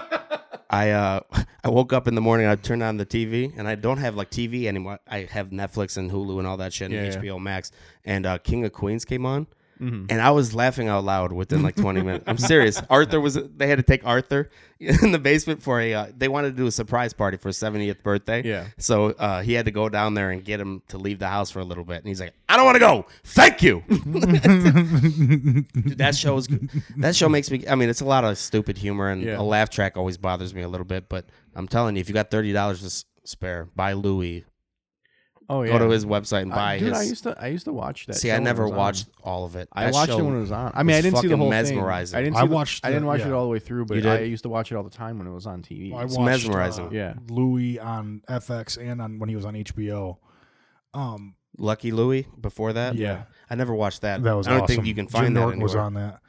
Speaker 3: I uh, I woke up in the morning. I turned on the TV, and I don't have like TV anymore. I have Netflix and Hulu and all that shit, and
Speaker 4: Yeah, Mm-hmm. yeah.
Speaker 3: HBO Max. And uh, King of Queens came on, and I was laughing out loud within like 20 minutes. I'm serious. Arthur was. They had to take Arthur in the basement for a. Uh, they wanted to do a surprise party for his 70th birthday.
Speaker 4: Yeah.
Speaker 3: So uh, he had to go down there and get him to leave the house for a little bit, and he's like, "I don't want to go. Thank you." Dude, that show is that show makes me. I mean, it's a lot of stupid humor, and
Speaker 4: Yeah.
Speaker 3: a laugh track always bothers me a little bit. But I'm telling you, if you got thirty dollars to s- spare, buy Louis.
Speaker 4: Oh yeah.
Speaker 3: Go to his website and
Speaker 4: I-
Speaker 3: buy
Speaker 4: dude, I
Speaker 3: his.
Speaker 4: used to I used to watch that.
Speaker 3: see,
Speaker 4: show
Speaker 3: I
Speaker 4: when it
Speaker 3: never
Speaker 4: was on.
Speaker 3: watched all of it.
Speaker 4: I
Speaker 3: That
Speaker 4: watched it
Speaker 3: show-
Speaker 4: when it was on. I mean, I
Speaker 3: was
Speaker 4: didn't see the
Speaker 3: fucking
Speaker 4: whole
Speaker 3: mesmerizing.
Speaker 4: thing. I didn't. See
Speaker 2: I
Speaker 4: the-
Speaker 2: watched
Speaker 4: I didn't
Speaker 2: the-
Speaker 4: watch it
Speaker 2: yeah.
Speaker 4: all the way through,
Speaker 3: You
Speaker 4: but
Speaker 3: did?
Speaker 4: I used to watch it all the time when it was on TV.
Speaker 2: I
Speaker 3: It's
Speaker 2: watched
Speaker 3: mesmerizing.
Speaker 2: uh,
Speaker 4: Yeah.
Speaker 2: Louis on FX and on when he was on HBO. Um,
Speaker 3: Lucky Louis. Before that,
Speaker 2: yeah,
Speaker 3: I never watched that.
Speaker 2: that was.
Speaker 3: I don't
Speaker 2: awesome.
Speaker 3: think you can find
Speaker 2: Jim
Speaker 3: that
Speaker 2: Norton was
Speaker 3: anywhere.
Speaker 2: on that.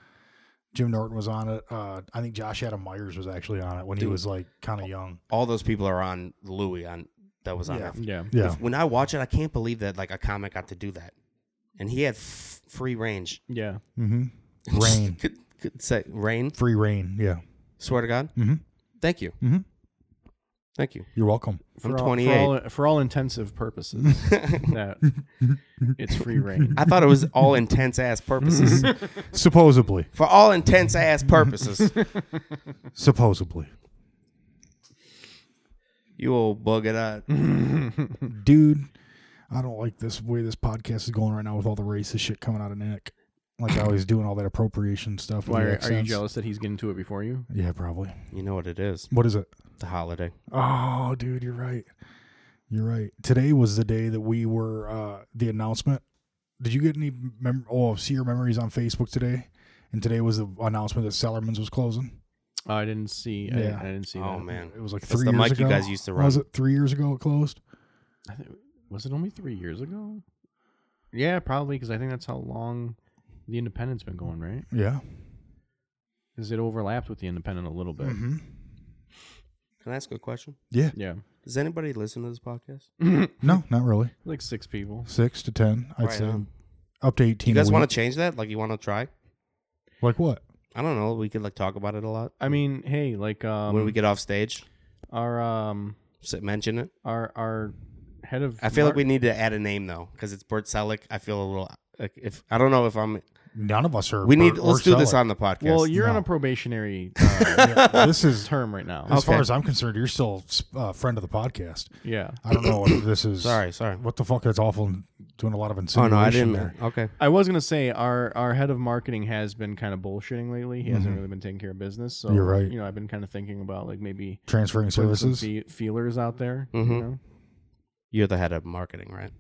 Speaker 2: Jim Norton was on it. Uh, I think Josh Adam Myers was actually on it when
Speaker 3: Dude.
Speaker 2: he was like kind of young.
Speaker 3: All those people are on Louis on that was on.
Speaker 2: Yeah.
Speaker 3: Netflix.
Speaker 4: Yeah.
Speaker 2: Yeah,
Speaker 3: When I watch it, I can't believe that like a comic got to do that, and he had f- free range.
Speaker 4: Yeah.
Speaker 2: mm-hmm. rain,
Speaker 3: could, could say rain.
Speaker 2: free rain. Yeah,
Speaker 3: Swear to God.
Speaker 2: mm-hmm.
Speaker 3: Thank you.
Speaker 2: Mhm.
Speaker 3: Thank you.
Speaker 2: you're welcome.
Speaker 3: I'm
Speaker 4: all-
Speaker 3: 28.
Speaker 4: For all, for all intensive purposes, that it's free reign.
Speaker 3: I thought it was all intense ass purposes.
Speaker 2: Supposedly,
Speaker 3: For all intense ass purposes.
Speaker 2: supposedly,
Speaker 3: You old bugged out.
Speaker 2: dude. I don't like this way this podcast is going right now with all the racist shit coming out of Nick. Like I was doing all that appropriation stuff. with the
Speaker 4: Why are, are you
Speaker 2: accents.
Speaker 4: jealous that he's getting to it before you?
Speaker 2: Yeah, probably.
Speaker 3: You know what it is.
Speaker 2: What is it?
Speaker 3: The holiday.
Speaker 2: Oh, dude, you're right. You're right. Today was the day that we were uh the announcement. Did you get any mem- oh see your memories on Facebook today? And today was the announcement that Sellerman's was closing.
Speaker 4: Oh, I didn't see. I,
Speaker 2: Yeah.
Speaker 4: didn't, I didn't see.
Speaker 3: Oh
Speaker 4: that.
Speaker 3: man.
Speaker 2: It was like
Speaker 3: That's
Speaker 2: three
Speaker 3: the
Speaker 2: years
Speaker 3: mic
Speaker 2: ago.
Speaker 3: you guys used to
Speaker 2: Was
Speaker 3: run.
Speaker 2: it three years ago it closed?
Speaker 4: I thi- was it only three years ago? Yeah, probably because I think that's how long the independent's been going, right?
Speaker 2: Yeah.
Speaker 4: Because it overlapped with the independent a little bit.
Speaker 2: Mm-hmm.
Speaker 3: Can I ask a question?
Speaker 2: Yeah.
Speaker 4: Yeah,
Speaker 3: Does anybody listen to this podcast?
Speaker 2: No, not really.
Speaker 4: like six people.
Speaker 2: Six to ten, I'd
Speaker 3: Right
Speaker 2: say.
Speaker 3: on.
Speaker 2: Up to eighteen.
Speaker 3: You guys
Speaker 2: a
Speaker 3: want
Speaker 2: week.
Speaker 3: to change that? Like you want to try?
Speaker 2: like what?
Speaker 3: I don't know. We could like talk about it a lot.
Speaker 4: I mean, hey, like um,
Speaker 3: when we get off stage,
Speaker 4: our um,
Speaker 3: s- mention it.
Speaker 4: our our head of.
Speaker 3: I feel like
Speaker 4: mar-
Speaker 3: we need to add a name though, because it's Bert Selick. I feel a little like if I don't know if I'm.
Speaker 2: None of us are.
Speaker 3: We need.
Speaker 2: or-
Speaker 3: Let's
Speaker 2: or
Speaker 3: do this
Speaker 2: Selleck.
Speaker 3: on the podcast.
Speaker 4: Well, you're on
Speaker 2: No.
Speaker 4: a probationary uh,
Speaker 2: Yeah, this is
Speaker 4: term right now.
Speaker 2: as far
Speaker 3: Okay.
Speaker 2: as I'm concerned, you're still a uh, friend of the podcast.
Speaker 4: Yeah,
Speaker 2: I don't know if this is
Speaker 3: sorry, sorry.
Speaker 2: What the fuck? That's awful. Doing a lot of
Speaker 3: Oh
Speaker 2: insinuation
Speaker 3: no, I didn't.
Speaker 2: there.
Speaker 3: Okay.
Speaker 4: I was gonna say our our head of marketing has been kind of bullshitting lately. He hasn't really been taking care of business. So
Speaker 2: Mm-hmm. You're right.
Speaker 4: You know, I've been kind of thinking about like maybe
Speaker 2: Transferring
Speaker 4: putting some
Speaker 2: services.
Speaker 4: fe- feelers out there.
Speaker 3: Mhm.
Speaker 4: You know?
Speaker 3: You're the head of marketing, right?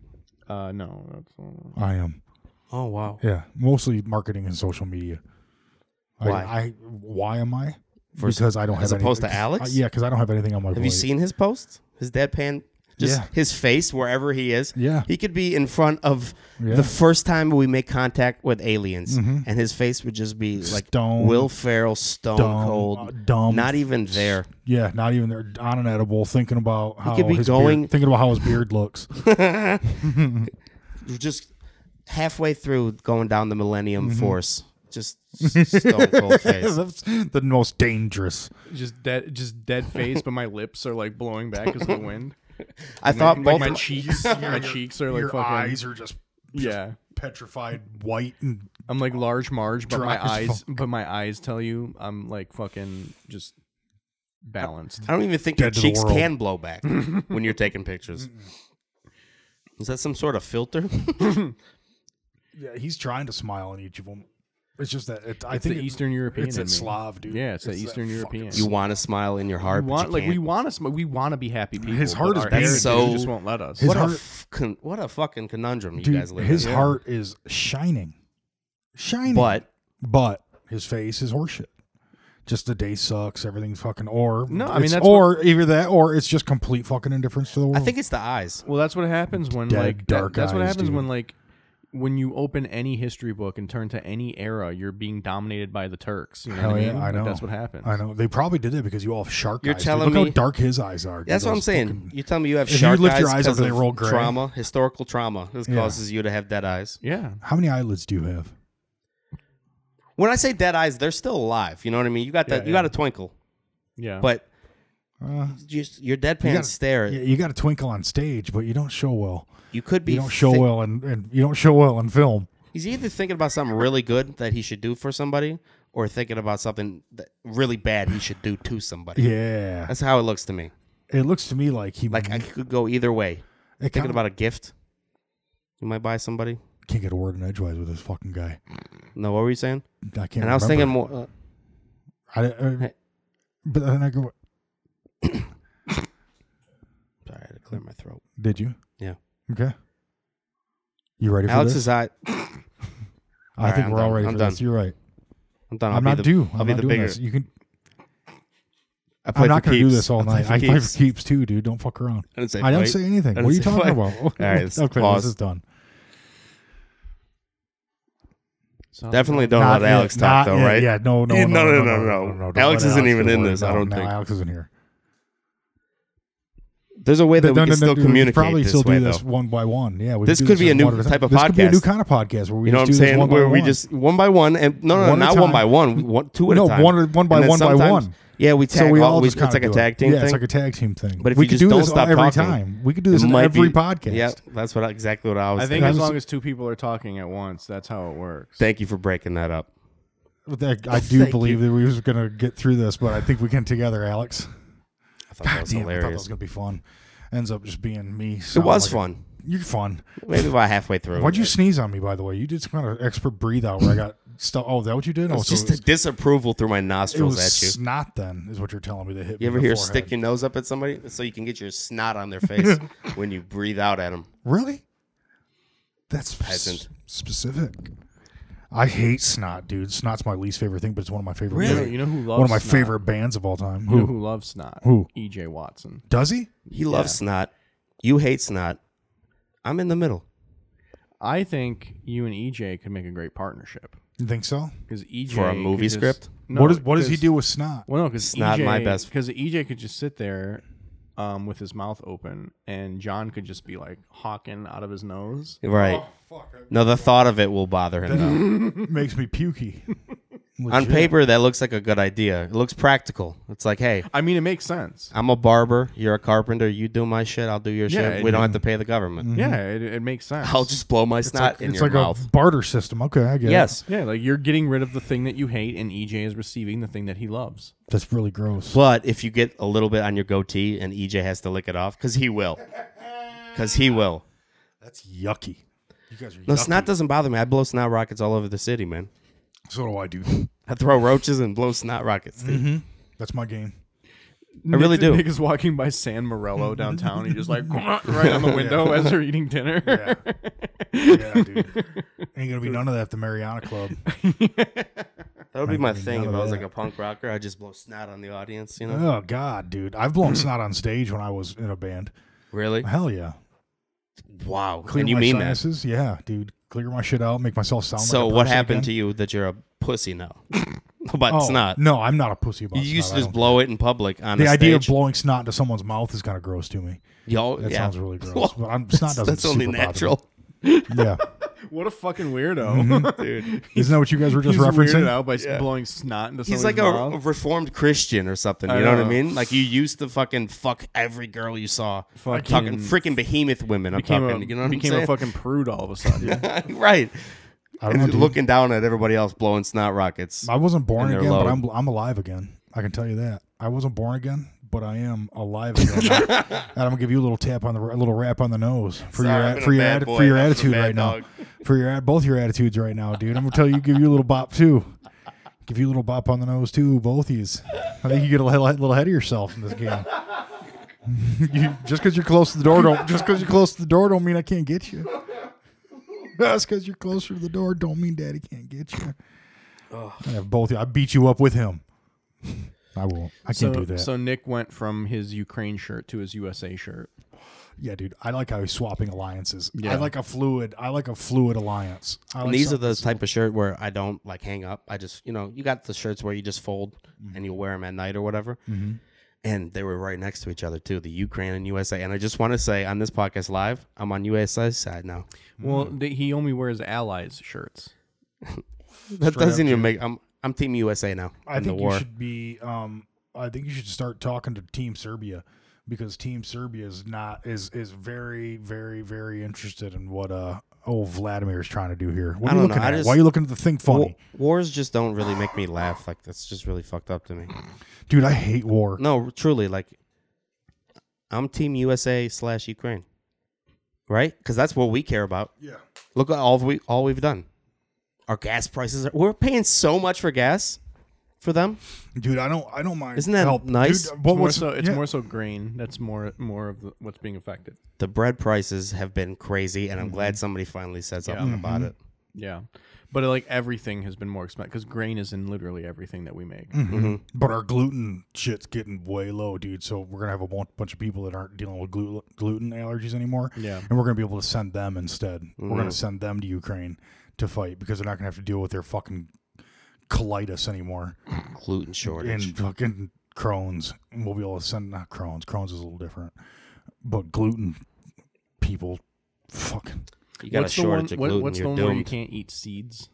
Speaker 4: Uh, no, that's all.
Speaker 2: I am.
Speaker 3: Oh wow.
Speaker 2: Yeah, mostly marketing and social media. I-
Speaker 3: Why?
Speaker 2: I, why am I?
Speaker 3: For-
Speaker 2: because I don't have
Speaker 3: as opposed
Speaker 2: anything-
Speaker 3: to Alex?
Speaker 2: Uh, yeah, because I don't have anything on my.
Speaker 3: Have you
Speaker 2: plate.
Speaker 3: seen his posts? His deadpan, just
Speaker 2: Yeah.
Speaker 3: his face wherever he is.
Speaker 2: Yeah.
Speaker 3: He could be in front of
Speaker 2: Yeah. Mm-hmm.
Speaker 3: the first time we make contact with aliens, and his face would just be like
Speaker 2: Stone.
Speaker 3: Will Ferrell, stone
Speaker 2: Dumb,
Speaker 3: cold,
Speaker 2: uh, dumb.
Speaker 3: not e even there.
Speaker 2: Yeah, not even there on an edible. Thinking about how
Speaker 3: could be
Speaker 2: his
Speaker 3: going-
Speaker 2: beard, thinking about how his beard looks.
Speaker 3: Just halfway through going down the Millennium
Speaker 2: Mm-hmm.
Speaker 3: Force, just s- stone cold face.
Speaker 2: That's the most dangerous.
Speaker 4: Just dead, just dead face, but my lips are like blowing back as the wind.
Speaker 3: I thought
Speaker 4: Like
Speaker 3: both.
Speaker 4: my cheeks, my cheeks are like
Speaker 2: your
Speaker 4: fucking.
Speaker 2: eyes are just
Speaker 4: yeah,
Speaker 2: petrified white and
Speaker 4: I'm like large Marge, but
Speaker 2: Dry
Speaker 4: my
Speaker 2: as
Speaker 4: eyes,
Speaker 2: fuck.
Speaker 4: but my eyes tell you I'm like fucking just balanced.
Speaker 3: I don't even think your
Speaker 2: Dead to the
Speaker 3: cheeks
Speaker 2: world.
Speaker 3: can blow back when you're taking pictures. Is that some sort of filter?
Speaker 2: yeah, he's trying to smile in each of them. It's just that it, I
Speaker 4: It's
Speaker 2: think
Speaker 4: the
Speaker 2: it-
Speaker 4: Eastern European
Speaker 2: It's
Speaker 4: in
Speaker 2: that
Speaker 4: me.
Speaker 2: Slav dude.
Speaker 4: Yeah, it's that Eastern
Speaker 2: fucking
Speaker 4: European.
Speaker 3: you want to smile in your heart,
Speaker 4: we
Speaker 3: but
Speaker 4: want
Speaker 3: you
Speaker 4: like
Speaker 3: can't.
Speaker 4: we want to sm- we want to be happy people.
Speaker 2: His heart
Speaker 4: but
Speaker 2: is
Speaker 4: our
Speaker 2: being
Speaker 4: parents
Speaker 3: so-
Speaker 4: just won't let us.
Speaker 2: His
Speaker 3: what a
Speaker 2: heart-
Speaker 3: f- con- what a fucking conundrum you
Speaker 2: dude,
Speaker 3: guys live
Speaker 2: his
Speaker 3: in.
Speaker 2: heart is shining, shining.
Speaker 3: But
Speaker 2: but his face is horseshit. Just the day sucks. Everything's fucking or
Speaker 4: No, I
Speaker 2: it's-
Speaker 4: mean, that's
Speaker 2: or either that or it's just complete fucking indifference to the world.
Speaker 3: I think it's the eyes.
Speaker 4: Well, that's what happens when
Speaker 2: Dead,
Speaker 4: like that-
Speaker 2: dark
Speaker 4: that's what
Speaker 2: eyes,
Speaker 4: happens
Speaker 2: dude.
Speaker 4: when like when you open any history book and turn to any era, you're being dominated by the Turks. You know
Speaker 2: Hell
Speaker 4: what I
Speaker 2: yeah,
Speaker 4: mean?
Speaker 2: I
Speaker 4: Like,
Speaker 2: know.
Speaker 4: that's what happens.
Speaker 2: I know they probably did it because you all have shark
Speaker 3: You're
Speaker 2: eyes. dude.
Speaker 3: telling
Speaker 2: Look
Speaker 3: me-
Speaker 2: how dark his eyes are. dude.
Speaker 3: That's what I'm
Speaker 2: Those
Speaker 3: saying.
Speaker 2: fucking-
Speaker 3: You tell me you have
Speaker 2: If you
Speaker 3: shark
Speaker 2: lift your eyes
Speaker 3: eyes
Speaker 2: up,
Speaker 3: because
Speaker 2: they
Speaker 3: of
Speaker 2: roll gray.
Speaker 3: trauma, historical trauma. This
Speaker 2: Yeah.
Speaker 3: causes you to have dead eyes.
Speaker 4: Yeah,
Speaker 2: How many eyelids do you have?
Speaker 3: When I say dead eyes, they're still alive. You know what I mean? You got that.
Speaker 4: Yeah,
Speaker 3: You
Speaker 4: yeah.
Speaker 3: got a twinkle,
Speaker 4: yeah.
Speaker 3: but
Speaker 2: Uh,
Speaker 3: just your deadpan
Speaker 2: you gotta-
Speaker 3: stare.
Speaker 2: Yeah, you got a twinkle on stage, but you don't show well.
Speaker 3: You could be.
Speaker 2: You don't show
Speaker 3: thi-
Speaker 2: well, and, and you don't show well in film.
Speaker 3: He's either thinking about something really good that he should do for somebody, or thinking about something that really bad he should do to somebody.
Speaker 2: Yeah,
Speaker 3: That's how it looks to me.
Speaker 2: it looks to me like he
Speaker 3: Like I could go either way.
Speaker 2: it
Speaker 3: Thinking
Speaker 2: kinda-
Speaker 3: about a gift you might buy somebody.
Speaker 2: can't get a word in edgewise with this fucking guy.
Speaker 3: No, what were you saying?
Speaker 2: I can't.
Speaker 3: and I was
Speaker 2: remember.
Speaker 3: thinking more. Uh,
Speaker 2: I, I, but then I go,
Speaker 3: sorry, I had to clear my throat.
Speaker 2: did you?
Speaker 3: Yeah.
Speaker 2: Okay. You ready for this?
Speaker 3: Alex's eye.
Speaker 2: I think
Speaker 3: Alright, I'm
Speaker 2: we're all
Speaker 3: done.
Speaker 2: ready
Speaker 3: I'm
Speaker 2: for this.
Speaker 3: done.
Speaker 2: You're right.
Speaker 3: I'm done.
Speaker 2: i
Speaker 3: I'll
Speaker 2: am
Speaker 3: be
Speaker 2: not
Speaker 3: the,
Speaker 2: due.
Speaker 3: I'll
Speaker 2: I'm
Speaker 3: be
Speaker 2: not
Speaker 3: the
Speaker 2: doing
Speaker 3: bigger.
Speaker 2: this. You can.
Speaker 3: I play
Speaker 2: I'm not
Speaker 3: for
Speaker 2: going to do
Speaker 3: keeps.
Speaker 2: this all
Speaker 3: I play
Speaker 2: night.
Speaker 3: for
Speaker 2: I play
Speaker 3: keeps.
Speaker 2: for keeps too, dude. Don't fuck around.
Speaker 3: I didn't say.
Speaker 2: I didn't
Speaker 3: play.
Speaker 2: say anything.
Speaker 3: I
Speaker 2: What are you
Speaker 3: didn't say
Speaker 2: talking
Speaker 3: play.
Speaker 2: about?
Speaker 3: All right, this-
Speaker 2: okay,
Speaker 3: pause.
Speaker 2: this is done.
Speaker 4: So-
Speaker 3: Definitely don't
Speaker 2: Not
Speaker 3: let
Speaker 2: yet,
Speaker 3: Alex
Speaker 2: not
Speaker 3: talk though,
Speaker 2: yet.
Speaker 3: right?
Speaker 2: Yeah, no, no,
Speaker 3: Yeah,
Speaker 2: no, no, no, no, no, no. Don't
Speaker 3: Alex
Speaker 2: let
Speaker 3: isn't even
Speaker 2: do
Speaker 3: in
Speaker 2: it.
Speaker 3: this, I
Speaker 2: No,
Speaker 3: don't
Speaker 2: no,
Speaker 3: think.
Speaker 2: Alex isn't here.
Speaker 3: There's a way that
Speaker 2: No,
Speaker 3: we
Speaker 2: no,
Speaker 3: can
Speaker 2: no,
Speaker 3: still
Speaker 2: dude, we could
Speaker 3: communicate
Speaker 2: Probably
Speaker 3: this
Speaker 2: still
Speaker 3: way
Speaker 2: do this
Speaker 3: though.
Speaker 2: one by one. Yeah, we
Speaker 3: This
Speaker 2: do
Speaker 3: could be a
Speaker 2: as
Speaker 3: new
Speaker 2: one at
Speaker 3: type of
Speaker 2: This could be a new
Speaker 3: podcast.
Speaker 2: kind of podcast where we
Speaker 3: You know
Speaker 2: just do
Speaker 3: what I'm
Speaker 2: this
Speaker 3: saying?
Speaker 2: one
Speaker 3: Where
Speaker 2: by
Speaker 3: we
Speaker 2: one.
Speaker 3: just one by one, and no, no,
Speaker 2: One at
Speaker 3: not
Speaker 2: a
Speaker 3: one
Speaker 2: time.
Speaker 3: by one, we- one two at
Speaker 2: No,
Speaker 3: a time.
Speaker 2: one or- one by
Speaker 3: And then
Speaker 2: one by
Speaker 3: sometimes-
Speaker 2: one.
Speaker 3: Yeah, we tag.
Speaker 2: so we all,
Speaker 3: we,
Speaker 2: just
Speaker 3: it's
Speaker 2: kinda
Speaker 3: like a
Speaker 2: do
Speaker 3: tag
Speaker 2: it.
Speaker 3: team
Speaker 2: Yeah,
Speaker 3: thing.
Speaker 2: it's like a tag team thing.
Speaker 3: But if
Speaker 2: we
Speaker 3: you
Speaker 2: could
Speaker 3: just
Speaker 2: do
Speaker 3: don't
Speaker 2: this
Speaker 3: stop
Speaker 2: every
Speaker 3: talking,
Speaker 2: time. We could do this
Speaker 3: It
Speaker 2: in
Speaker 3: might
Speaker 2: every
Speaker 3: be-
Speaker 2: podcast.
Speaker 3: Yeah, that's what I- exactly what I was.
Speaker 4: I think
Speaker 2: I
Speaker 4: as
Speaker 2: was-
Speaker 4: long as two people are talking at once, that's how it works.
Speaker 3: Thank you for breaking that up.
Speaker 2: With that, I do
Speaker 3: Thank
Speaker 2: believe that we was going to get through this, but I think we can together, Alex.
Speaker 3: I thought that was
Speaker 2: Damn, I thought that
Speaker 3: hilarious.
Speaker 2: was going to be fun. Ends up just being me.
Speaker 3: it was
Speaker 2: like
Speaker 3: fun.
Speaker 2: A, you're fun.
Speaker 3: Maybe about halfway through.
Speaker 2: Why'd you sneeze on me, by the way? You did some kind of expert breathe out where I got stuff. Oh, is that what you did? Oh,
Speaker 3: It's
Speaker 2: so
Speaker 3: just
Speaker 2: it
Speaker 3: a
Speaker 2: was,
Speaker 3: disapproval through my
Speaker 2: it
Speaker 3: nostrils
Speaker 2: was
Speaker 3: at you.
Speaker 2: snot, then, is what you're telling me that hit me.
Speaker 3: You ever
Speaker 2: in the
Speaker 3: hear
Speaker 2: forehead.
Speaker 3: stick your nose up at somebody so you can get your snot on their face when you breathe out at them?
Speaker 2: Really? That's sp-
Speaker 3: Peasant.
Speaker 2: specific. I hate snot, dude. Snot's my least favorite thing, but it's one of my favorite.
Speaker 4: You know,
Speaker 2: bands-
Speaker 4: you know who loves
Speaker 2: one of my
Speaker 4: snot?
Speaker 2: favorite bands of all time.
Speaker 4: You
Speaker 2: Who
Speaker 4: know who loves snot?
Speaker 2: Who?
Speaker 4: EJ Watson.
Speaker 2: does he?
Speaker 3: He loves snot. You hate snot. I'm in the middle.
Speaker 4: I think you and EJ could make a great partnership
Speaker 2: You think so?
Speaker 4: because EJ
Speaker 3: For a
Speaker 4: could
Speaker 3: movie
Speaker 4: just-
Speaker 3: script?
Speaker 4: No,
Speaker 2: what is what does he
Speaker 4: 'cause-
Speaker 2: do with snot?
Speaker 4: Well, no, because
Speaker 3: Snot my best-
Speaker 4: Because EJ E could just sit there, um, with his mouth open, and John could just be like hawking out of his nose.
Speaker 3: Right.
Speaker 2: Oh, Fuck,
Speaker 3: No, the thought of it will bother him. though.
Speaker 2: it makes me pukey.
Speaker 3: On
Speaker 2: Legit.
Speaker 3: paper, that looks like a good idea. It looks practical. It's like, hey,
Speaker 4: I mean, it makes sense.
Speaker 3: I'm a barber. You're a carpenter. You do my shit. I'll do your
Speaker 4: Yeah,
Speaker 3: shit.
Speaker 4: it-
Speaker 3: We don't have to pay the government.
Speaker 4: Yeah, it, it makes sense.
Speaker 3: Mm-hmm. I'll just blow my snot in
Speaker 2: Mm-hmm. it's
Speaker 3: your
Speaker 2: like
Speaker 3: mouth.
Speaker 2: a barter system. Okay, I get it.
Speaker 3: Yes.
Speaker 4: yeah, like you're getting rid of the thing that you hate, and EJ is receiving the thing that he loves.
Speaker 2: that's really gross.
Speaker 3: But if you get a little bit on your goatee and EJ has to lick it off, because he will. Because he will.
Speaker 2: That's yucky. You guys are
Speaker 3: No,
Speaker 2: yucky.
Speaker 3: snot doesn't bother me. I blow snot rockets all over the city, man.
Speaker 2: so do I do.
Speaker 3: I throw roaches and blow snot rockets. dude.
Speaker 2: Mm-hmm. That's my game.
Speaker 4: I
Speaker 3: really do.
Speaker 4: Nick is walking by San Morello downtown. He just like right on the window as they're eating dinner.
Speaker 2: Yeah. yeah, dude. Ain't gonna be none of that at the Mariana Club.
Speaker 3: That would be my
Speaker 2: None
Speaker 3: thing if
Speaker 2: of
Speaker 3: I was
Speaker 2: that.
Speaker 3: like a punk rocker. I'd just blow snot on the audience, you know?
Speaker 2: Oh God, dude! I've blown snot on stage when I was in a band.
Speaker 3: Really?
Speaker 2: Hell yeah!
Speaker 3: Wow.
Speaker 2: Clear
Speaker 3: and you
Speaker 2: my
Speaker 3: mean that.
Speaker 2: sinuses. Yeah, dude. Clear my shit out. Make myself sound.
Speaker 3: So
Speaker 2: like a
Speaker 3: what
Speaker 2: person
Speaker 3: happened
Speaker 2: again.
Speaker 3: to you that you're a pussy now? but
Speaker 2: Oh,
Speaker 3: snot.
Speaker 2: No, I'm not a pussy about.
Speaker 3: You
Speaker 2: snot.
Speaker 3: used to
Speaker 2: I
Speaker 3: just
Speaker 2: don't-
Speaker 3: blow it in public on
Speaker 2: The
Speaker 3: a
Speaker 2: idea of
Speaker 3: stage.
Speaker 2: blowing snot into someone's mouth is kind of gross to me.
Speaker 3: Yo,
Speaker 2: That
Speaker 3: yeah.
Speaker 2: sounds really gross.
Speaker 3: Well,
Speaker 2: but I'm, snot doesn't.
Speaker 3: That's only
Speaker 2: super bother me.
Speaker 3: natural.
Speaker 2: Yeah.
Speaker 4: what a fucking weirdo, dude.
Speaker 2: Isn't that what you guys were just
Speaker 4: He's weirded
Speaker 2: referencing?
Speaker 4: out by s- blowing snot into
Speaker 3: He's
Speaker 4: somebody's
Speaker 3: like a,
Speaker 4: mouth.
Speaker 3: a reformed Christian or something. You
Speaker 4: I
Speaker 3: know, what I
Speaker 4: know.
Speaker 3: mean? Like you used to fucking fuck every girl you saw. I'm talking
Speaker 4: Fucking-
Speaker 3: freaking behemoth women. I'm
Speaker 4: became
Speaker 3: talking.
Speaker 4: a
Speaker 3: you know what I'm
Speaker 4: became
Speaker 3: saying?
Speaker 4: a fucking prude all of a sudden.
Speaker 3: right.
Speaker 2: I don't know.
Speaker 3: And
Speaker 2: dude.
Speaker 3: looking down at everybody else blowing snot rockets.
Speaker 2: I wasn't born
Speaker 3: And they're
Speaker 2: again, but
Speaker 3: low.
Speaker 2: I'm I'm alive again. I can tell you that. I wasn't born again, but I am alive again. and I'm gonna give you a little tap on the a little rap on the nose for
Speaker 3: Sorry, I've
Speaker 2: your
Speaker 3: been
Speaker 2: for
Speaker 3: a
Speaker 2: your
Speaker 3: bad
Speaker 2: atti-
Speaker 3: boy.
Speaker 2: for your
Speaker 3: I've been a
Speaker 2: attitude
Speaker 3: bad
Speaker 2: right
Speaker 3: dog.
Speaker 2: now. For your both your attitudes right now, dude. I'm gonna tell you, give you a little bop too. Give you a little bop on the nose too, both of yous. I think you get a little, little ahead of yourself in this game. you, just because you're close to the door, don't just because you're close to the door, don't mean I can't get you. That's because you're closer to the door, don't mean Daddy can't get you. I have both. I beat you up with him. I won't. I
Speaker 4: so,
Speaker 2: can't do that.
Speaker 4: so Nick went from his Ukraine shirt to his USA shirt.
Speaker 2: yeah, dude. I like how he's swapping alliances. I like a fluid. I like a fluid alliance. I like
Speaker 3: And these are
Speaker 2: some-
Speaker 3: the type of shirt where I don't like hang up. I just, you know, you got the shirts where you just fold and you wear them at night or whatever. And they were right next to each other too, the Ukraine and USA. And I just want to say on this podcast live, I'm on USA's side now.
Speaker 4: Well, th- he only wears allies shirts.
Speaker 3: That doesn't even make. I'm I'm Team USA now
Speaker 2: I
Speaker 3: in the
Speaker 2: think
Speaker 3: war.
Speaker 2: you should be. Um, I think you should start talking to Team Serbia because Team Serbia is not is is very very very interested in what uh old Vladimir is trying to do here. What are
Speaker 3: I
Speaker 2: you
Speaker 3: don't
Speaker 2: looking
Speaker 3: know, I
Speaker 2: at?
Speaker 3: just-
Speaker 2: Why are you looking at the thing funny,
Speaker 3: Wa- Wars just don't really make me laugh. Like that's just really fucked up to me.
Speaker 2: dude? I hate war.
Speaker 3: No, truly, like I'm Team USA slash Ukraine, right? Because that's what we care about. Yeah. Look at all we all we've done. Our gas prices are. We're paying so much for gas for them.
Speaker 2: Dude, I don't I don't mind.
Speaker 3: Isn't that
Speaker 2: help.
Speaker 3: nice?
Speaker 2: Dude, what
Speaker 4: More
Speaker 2: was
Speaker 4: so, it's
Speaker 2: yeah.
Speaker 4: more so grain. That's more more of the, what's being affected.
Speaker 3: The bread prices have been crazy, and I'm glad
Speaker 4: Mm-hmm.
Speaker 3: somebody finally said something about it.
Speaker 4: Yeah, but like everything has been more expensive because grain is in literally everything that we make.
Speaker 2: Mm-hmm. But our gluten shit's getting way low, dude. So we're gonna have a bu- bunch of people that aren't dealing with glu- gluten allergies anymore.
Speaker 4: Yeah.
Speaker 2: and we're gonna be able to send them instead. We're
Speaker 3: Mm.
Speaker 2: gonna send them to Ukraine to fight because they're not gonna have to deal with their fucking colitis anymore
Speaker 3: Gluten shortage.
Speaker 2: and fucking Crohn's. And we'll be able to send not Crohn's. Crohn's is a little different, but gluten people, fucking
Speaker 3: you got
Speaker 4: what's
Speaker 3: a shortage
Speaker 4: the
Speaker 3: of
Speaker 4: one, what-
Speaker 3: gluten. you're
Speaker 4: What's the one where you
Speaker 3: doomed.
Speaker 4: can't eat seeds?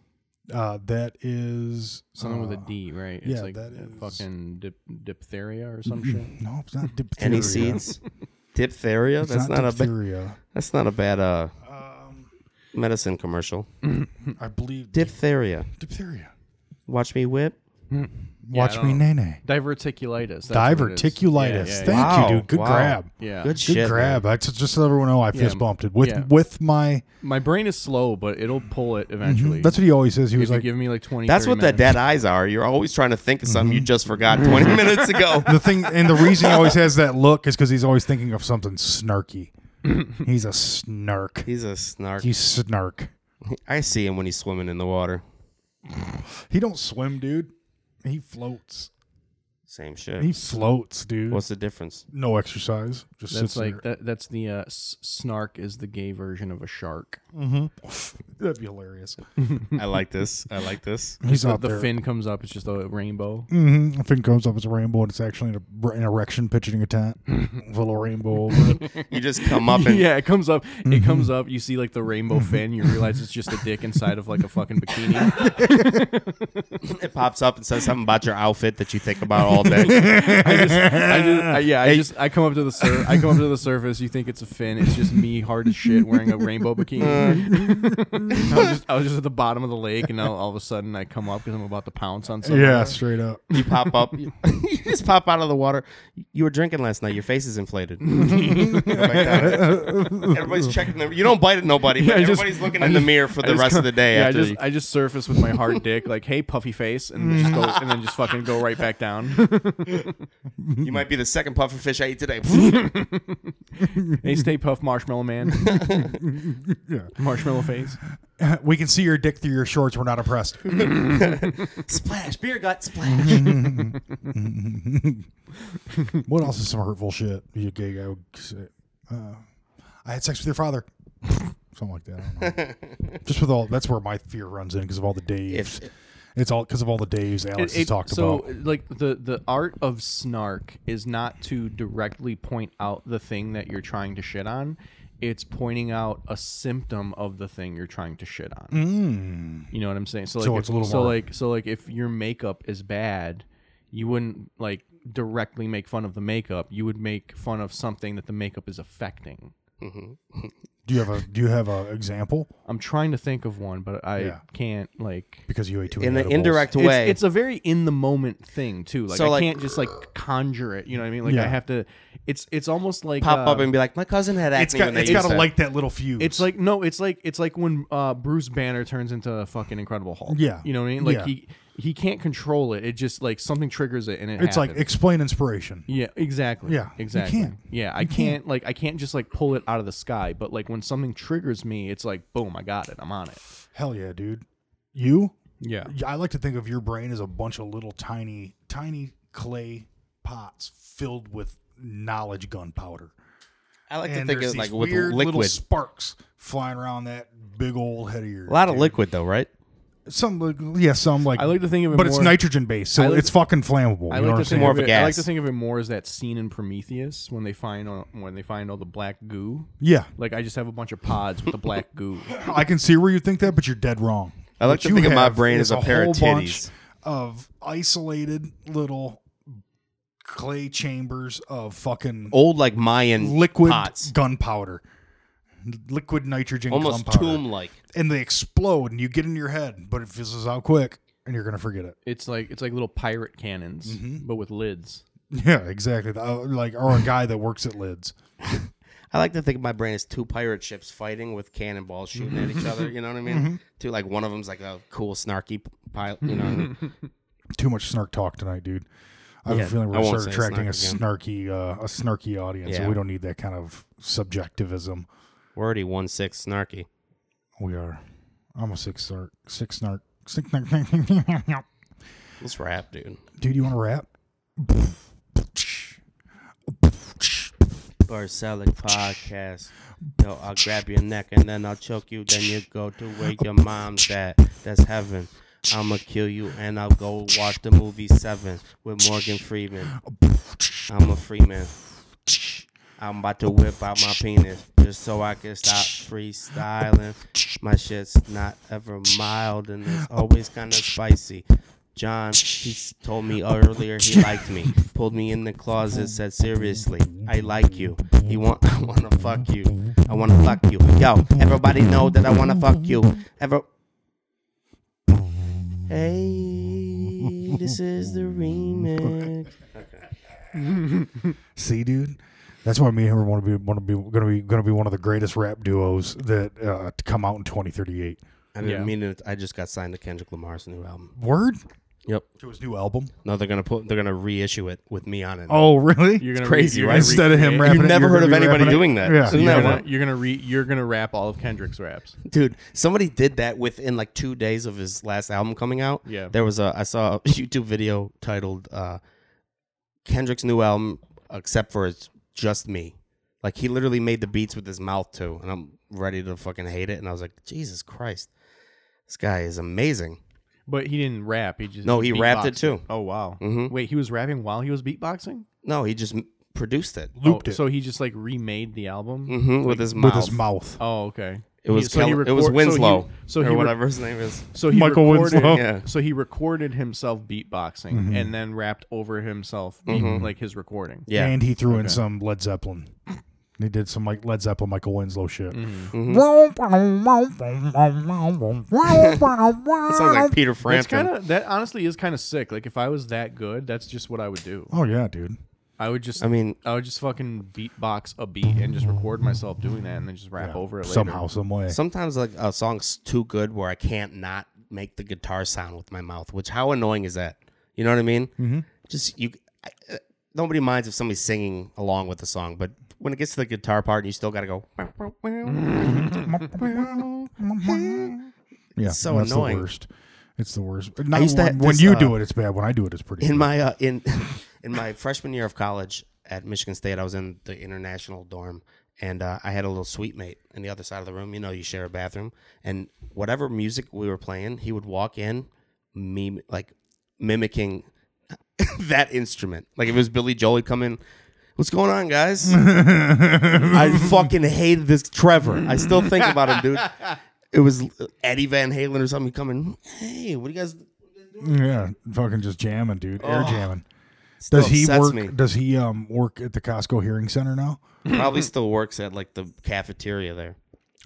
Speaker 2: uh, that is
Speaker 4: Something with
Speaker 2: uh,
Speaker 4: a D, right?
Speaker 2: yeah,
Speaker 4: it's like
Speaker 2: that
Speaker 4: uh,
Speaker 2: is- Mm-hmm.
Speaker 4: fucking dip, diphtheria or some shit.
Speaker 2: No, it's not diphtheria.
Speaker 3: Any seeds? Diphtheria.
Speaker 2: It's
Speaker 3: that's
Speaker 2: not,
Speaker 3: not, a bad.
Speaker 2: diphtheria.
Speaker 3: That's not a bad uh,
Speaker 2: Um,
Speaker 3: medicine commercial.
Speaker 2: I believe
Speaker 3: Diphtheria.
Speaker 2: diphtheria.
Speaker 3: Watch me whip.
Speaker 2: Watch
Speaker 4: I
Speaker 2: me
Speaker 4: don't
Speaker 2: nay nay.
Speaker 4: Diverticulitis. that's what it is.
Speaker 2: Diverticulitis.
Speaker 4: Yeah, yeah,
Speaker 2: Thank
Speaker 3: yeah.
Speaker 2: you,
Speaker 3: Wow,
Speaker 2: dude. Good
Speaker 3: wow.
Speaker 2: grab.
Speaker 4: yeah.
Speaker 3: Good
Speaker 2: Good
Speaker 3: shit. man.
Speaker 2: grab. I just, just so everyone know, I fist bumped it with
Speaker 4: Yeah.
Speaker 2: with my.
Speaker 4: My brain is slow, but it'll pull it eventually.
Speaker 2: That's what he always says. He
Speaker 4: if
Speaker 2: was
Speaker 4: you
Speaker 2: like,
Speaker 4: give me like twenty.
Speaker 3: That's
Speaker 4: 30
Speaker 3: what that
Speaker 4: minutes.
Speaker 3: dead eyes are. You're always trying to think of something you just forgot 20 minutes ago.
Speaker 2: the thing, and the reason he always has that look is because he's always thinking of something snarky. he's a snark.
Speaker 3: He's a snark.
Speaker 2: He's snark.
Speaker 3: I see him when he's swimming in the water.
Speaker 2: He don't swim, dude. He floats.
Speaker 3: Same shit.
Speaker 2: He floats, dude.
Speaker 3: What's the difference?
Speaker 2: no exercise. Just sits
Speaker 4: That's like
Speaker 2: there.
Speaker 4: that, that's the uh, s- snark is the gay version of a shark.
Speaker 2: That'd be hilarious.
Speaker 3: I like this. I like this.
Speaker 2: He's
Speaker 4: the
Speaker 2: out
Speaker 4: the
Speaker 2: there.
Speaker 4: fin comes up. It's just a rainbow.
Speaker 2: Mm-hmm. The fin comes up as a rainbow, and it's actually an, er, an erection pitching a tent with a little rainbow over it.
Speaker 3: You just come up and
Speaker 4: yeah, it comes up. It
Speaker 2: Mm-hmm.
Speaker 4: comes up. You see like the rainbow fin. You realize it's just a dick inside of like a fucking bikini.
Speaker 3: it pops up and says something about your outfit that you think about all day.
Speaker 4: I just, I just, I, yeah, I just, I come up to the sur- I come up to the surface. You think it's a fin. It's just me, hard as shit, wearing a rainbow bikini.
Speaker 2: Uh.
Speaker 4: I, was just, I was just at the bottom of the lake, and now all of a sudden I come up because I'm about to pounce on something.
Speaker 2: Yeah, straight up.
Speaker 3: You pop up. You, you just pop out of the water. You were drinking last night. Your face is inflated. Everybody's checking them. You don't bite at nobody, but
Speaker 4: I just-
Speaker 3: everybody's looking
Speaker 4: I
Speaker 3: in the
Speaker 4: just-
Speaker 3: mirror for
Speaker 4: I
Speaker 3: the
Speaker 4: just
Speaker 3: rest
Speaker 4: come-
Speaker 3: of the day.
Speaker 4: Yeah,
Speaker 3: after
Speaker 4: I just
Speaker 3: you-
Speaker 4: I just surface with my hard dick, like, "Hey, puffy face," and just go, and then just fucking go right back down.
Speaker 3: You might be the second puffer fish I ate today.
Speaker 4: hey, stay puff, marshmallow man. Marshmallow face.
Speaker 2: We can see your dick through your shorts. We're not impressed.
Speaker 3: splash, beer gut, splash.
Speaker 2: what else is some hurtful shit? You gay guy would say, uh, I had sex with your father. Something like that. I don't know. Just with all that's where my fear runs in because of all the Daves.
Speaker 3: If-
Speaker 2: it's all because of all the Daves Alex has
Speaker 4: It-
Speaker 2: talked
Speaker 4: so,
Speaker 2: about.
Speaker 4: like the the art of snark is not to directly point out the thing that you're trying to shit on. It's pointing out a symptom of the thing you're trying to shit on.
Speaker 2: Mm.
Speaker 4: You know what I'm saying? So like,
Speaker 2: So
Speaker 4: if,
Speaker 2: it's a little
Speaker 4: so
Speaker 2: more-
Speaker 4: like, so like, if your makeup is bad, you wouldn't like directly make fun of the makeup. You would make fun of something that the makeup is affecting.
Speaker 2: Do you have a Do you have a example?
Speaker 4: I'm trying to think of one, but I
Speaker 2: Yeah.
Speaker 4: can't like.
Speaker 2: Because you ate too
Speaker 3: in
Speaker 2: many
Speaker 3: an
Speaker 2: edibles.
Speaker 3: indirect
Speaker 4: It's,
Speaker 3: way.
Speaker 4: it's a very in the moment thing too. Like
Speaker 3: So,
Speaker 4: I
Speaker 3: like-
Speaker 4: can't just like conjure it. You know what I mean? Like I
Speaker 2: Yeah.
Speaker 4: have to. It's it's almost like
Speaker 3: pop
Speaker 4: uh,
Speaker 3: up and be like, my cousin had
Speaker 2: It's
Speaker 3: acne
Speaker 2: got
Speaker 3: when they
Speaker 2: It's got
Speaker 3: used
Speaker 2: to
Speaker 3: to
Speaker 2: like that little fuse.
Speaker 4: It's like no, it's like it's like when uh, Bruce Banner turns into fucking Incredible Hulk.
Speaker 2: Yeah.
Speaker 4: you know what I mean. Like
Speaker 2: Yeah.
Speaker 4: he he can't control it. It just like something triggers it and it.
Speaker 2: It's like
Speaker 4: happens.
Speaker 2: explain inspiration.
Speaker 4: yeah, exactly.
Speaker 2: Yeah, you
Speaker 4: exactly.
Speaker 2: can't.
Speaker 4: Yeah, I can't, like I can't just like pull it out of the sky. But like when something triggers me, it's like boom, I got it. I'm on it.
Speaker 2: Hell yeah, dude. You?
Speaker 4: Yeah,
Speaker 2: I like to think of your brain as a bunch of little tiny, tiny clay pots filled with knowledge gunpowder.
Speaker 3: I like to
Speaker 2: and
Speaker 3: think
Speaker 2: there's
Speaker 3: of like
Speaker 2: these
Speaker 3: with
Speaker 2: weird little
Speaker 3: liquid.
Speaker 2: sparks flying around that big old head of yours.
Speaker 3: A lot of liquid though, right?
Speaker 2: Some, like, yeah, some like.
Speaker 4: I like to think of it.
Speaker 2: but
Speaker 4: more,
Speaker 2: it's nitrogen based, so
Speaker 4: I like-
Speaker 2: it's fucking flammable.
Speaker 4: I
Speaker 2: you know what
Speaker 4: like to
Speaker 2: I'm
Speaker 4: think
Speaker 2: saying?
Speaker 3: More
Speaker 4: of
Speaker 3: of a
Speaker 4: it, I like
Speaker 3: gas.
Speaker 4: to think of it more as that scene in Prometheus when they find uh, when they find all the black goo.
Speaker 2: yeah,
Speaker 4: Like I just have a bunch of pods with the black goo.
Speaker 2: I can see where you think that, but you're dead wrong.
Speaker 3: I like
Speaker 2: What
Speaker 3: to
Speaker 2: you
Speaker 3: think of my
Speaker 2: have
Speaker 3: brain
Speaker 2: is
Speaker 3: as a pair of
Speaker 2: whole bunch
Speaker 3: titties.
Speaker 2: of isolated little clay chambers of fucking
Speaker 3: Old like Mayan
Speaker 2: liquid
Speaker 3: pots,
Speaker 2: gunpowder, liquid nitrogen,
Speaker 3: almost
Speaker 2: gunpowder.
Speaker 3: tomb like.
Speaker 2: and they explode, and you get in your head, but it fizzles out quick, and you're gonna forget it.
Speaker 4: It's like it's like little pirate cannons,
Speaker 3: Mm-hmm.
Speaker 4: but with lids.
Speaker 2: Yeah, exactly. Uh, Like or a guy that works at lids.
Speaker 3: I like to think of my brain as two pirate ships fighting with cannonballs shooting at each other. You know what I mean? Two like one of them's like a cool snarky p- pilot. You know, what I mean?
Speaker 2: Too much snark talk tonight, dude. I have
Speaker 3: Yeah,
Speaker 2: a feeling
Speaker 3: I
Speaker 2: we're
Speaker 3: won't
Speaker 2: start
Speaker 3: say
Speaker 2: attracting a
Speaker 3: snark
Speaker 2: snarky, uh, a snarky audience.
Speaker 3: Yeah.
Speaker 2: and we don't need that kind of subjectivism.
Speaker 3: we're already one six snarky.
Speaker 2: We are. I'm a six snark, six snark, six snark.
Speaker 3: Let's rap, dude.
Speaker 2: Dude, you want to rap?
Speaker 3: Barcelic podcast. Yo, I'll grab your neck and then I'll choke you. Then you go to where your mom's at. That's heaven. I'ma kill you and I'll go watch the movie Seven with Morgan Freeman. I'm a free man. I'm about to whip out my penis just so I can stop freestyling. My shit's not ever mild and it's always kind of spicy. John, he s- told me earlier he liked me. Pulled me in the closet, said seriously, I like you. You want? I wanna fuck you. I wanna fuck you. Yo, everybody know that I wanna fuck you. Ever. Hey, this is the remix.
Speaker 2: See, dude, that's why me and him want to be want to be gonna be gonna be one of the greatest rap duos that uh, to come out in 2038.
Speaker 3: I didn't
Speaker 4: Yeah.
Speaker 3: mean it. I just got signed to Kendrick Lamar's new album.
Speaker 2: Word
Speaker 3: Yep.
Speaker 2: to his new album.
Speaker 3: No, they're gonna put. They're gonna reissue it with me on it.
Speaker 2: Oh, really?
Speaker 4: You're gonna
Speaker 3: crazy,
Speaker 4: you're
Speaker 3: right?
Speaker 4: gonna
Speaker 2: Instead of him
Speaker 4: recreate-
Speaker 2: rapping,
Speaker 3: You've
Speaker 2: it,
Speaker 3: never
Speaker 2: you're
Speaker 3: heard
Speaker 2: gonna
Speaker 3: of
Speaker 2: be
Speaker 3: anybody
Speaker 2: rapping it?
Speaker 3: doing that.
Speaker 2: Yeah,
Speaker 3: Isn't
Speaker 2: yeah.
Speaker 4: You're
Speaker 3: that
Speaker 4: gonna,
Speaker 3: one?
Speaker 4: you're gonna re you're gonna rap all of Kendrick's raps.
Speaker 3: dude, somebody did that within like two days of his last album coming out.
Speaker 4: Yeah.
Speaker 3: there was a. I saw a YouTube video titled uh, Kendrick's new album, except for it's just me. Like he literally made the beats with his mouth too, and I'm ready to fucking hate it. And I was like, Jesus Christ, this guy is amazing.
Speaker 4: But he didn't rap. He just
Speaker 3: No, he rapped it, too.
Speaker 4: beatboxed Oh wow!
Speaker 3: Mhm.
Speaker 4: Wait, he was rapping while he was beatboxing.
Speaker 3: No, he just m- produced it
Speaker 2: Looped
Speaker 4: Oh,
Speaker 2: it
Speaker 4: So he just like remade the album.
Speaker 3: hmm with his
Speaker 2: with
Speaker 3: mouth.
Speaker 2: his mouth.
Speaker 4: Oh okay.
Speaker 3: It was
Speaker 4: so he
Speaker 3: Kel- it
Speaker 4: record-
Speaker 3: was
Speaker 4: so he-
Speaker 3: Winslow
Speaker 4: So he,
Speaker 3: or
Speaker 4: re-
Speaker 3: whatever his name is.
Speaker 4: So he
Speaker 2: Michael
Speaker 4: recorded,
Speaker 2: Winslow. Mm-hmm.
Speaker 3: Yeah.
Speaker 4: So he recorded himself beatboxing and then rapped over himself beat- like his recording.
Speaker 3: Mm-hmm. Yeah.
Speaker 2: and he threw in some Led Zeppelin. He did some like Led Zeppelin, Michael Winslow shit.
Speaker 4: Mm-hmm.
Speaker 3: Mm-hmm. That sounds like Peter
Speaker 4: That's
Speaker 3: Frampton.
Speaker 4: kind of that. Honestly, is kind of sick. Like if I was that good, that's just what I would do.
Speaker 2: Oh yeah, dude.
Speaker 4: I would just.
Speaker 3: I mean,
Speaker 4: I would just fucking beatbox a beat and just record myself doing that and then just rap over it later.
Speaker 2: Somehow, some way.
Speaker 3: sometimes like a song's too good where I can't not make the guitar sound with my mouth. Which how annoying is that? You know what I mean? Mm-hmm. Just you. I, uh, nobody minds if somebody's singing along with the song, but when it gets to the guitar part, and you still got to go.
Speaker 2: yeah,
Speaker 3: so
Speaker 2: that's
Speaker 3: annoying.
Speaker 2: The worst. It's the worst. Not
Speaker 3: used to
Speaker 2: when,
Speaker 3: have
Speaker 2: when
Speaker 3: this,
Speaker 2: you
Speaker 3: uh,
Speaker 2: do it, it's bad. When I do it, it's pretty.
Speaker 3: in
Speaker 2: good.
Speaker 3: my uh, in in my freshman year of college at Michigan State, I was in the international dorm, and uh, I had a little suite mate in the other side of the room. You know, you share a bathroom, and whatever music we were playing, he would walk in, mim- like mimicking that instrument. Like if it was Billy Joel, he'd come in. What's going on, guys? I I fucking hated this Trevor. I still think about him, dude. It was Eddie Van Halen or something coming. Hey, what do you guys?
Speaker 2: Yeah, fucking just jamming, dude. Air jamming.
Speaker 3: Still
Speaker 2: Does he
Speaker 3: upsets
Speaker 2: work?
Speaker 3: me.
Speaker 2: Does he um work at the Costco Hearing Center now?
Speaker 3: Probably still works at like the cafeteria there.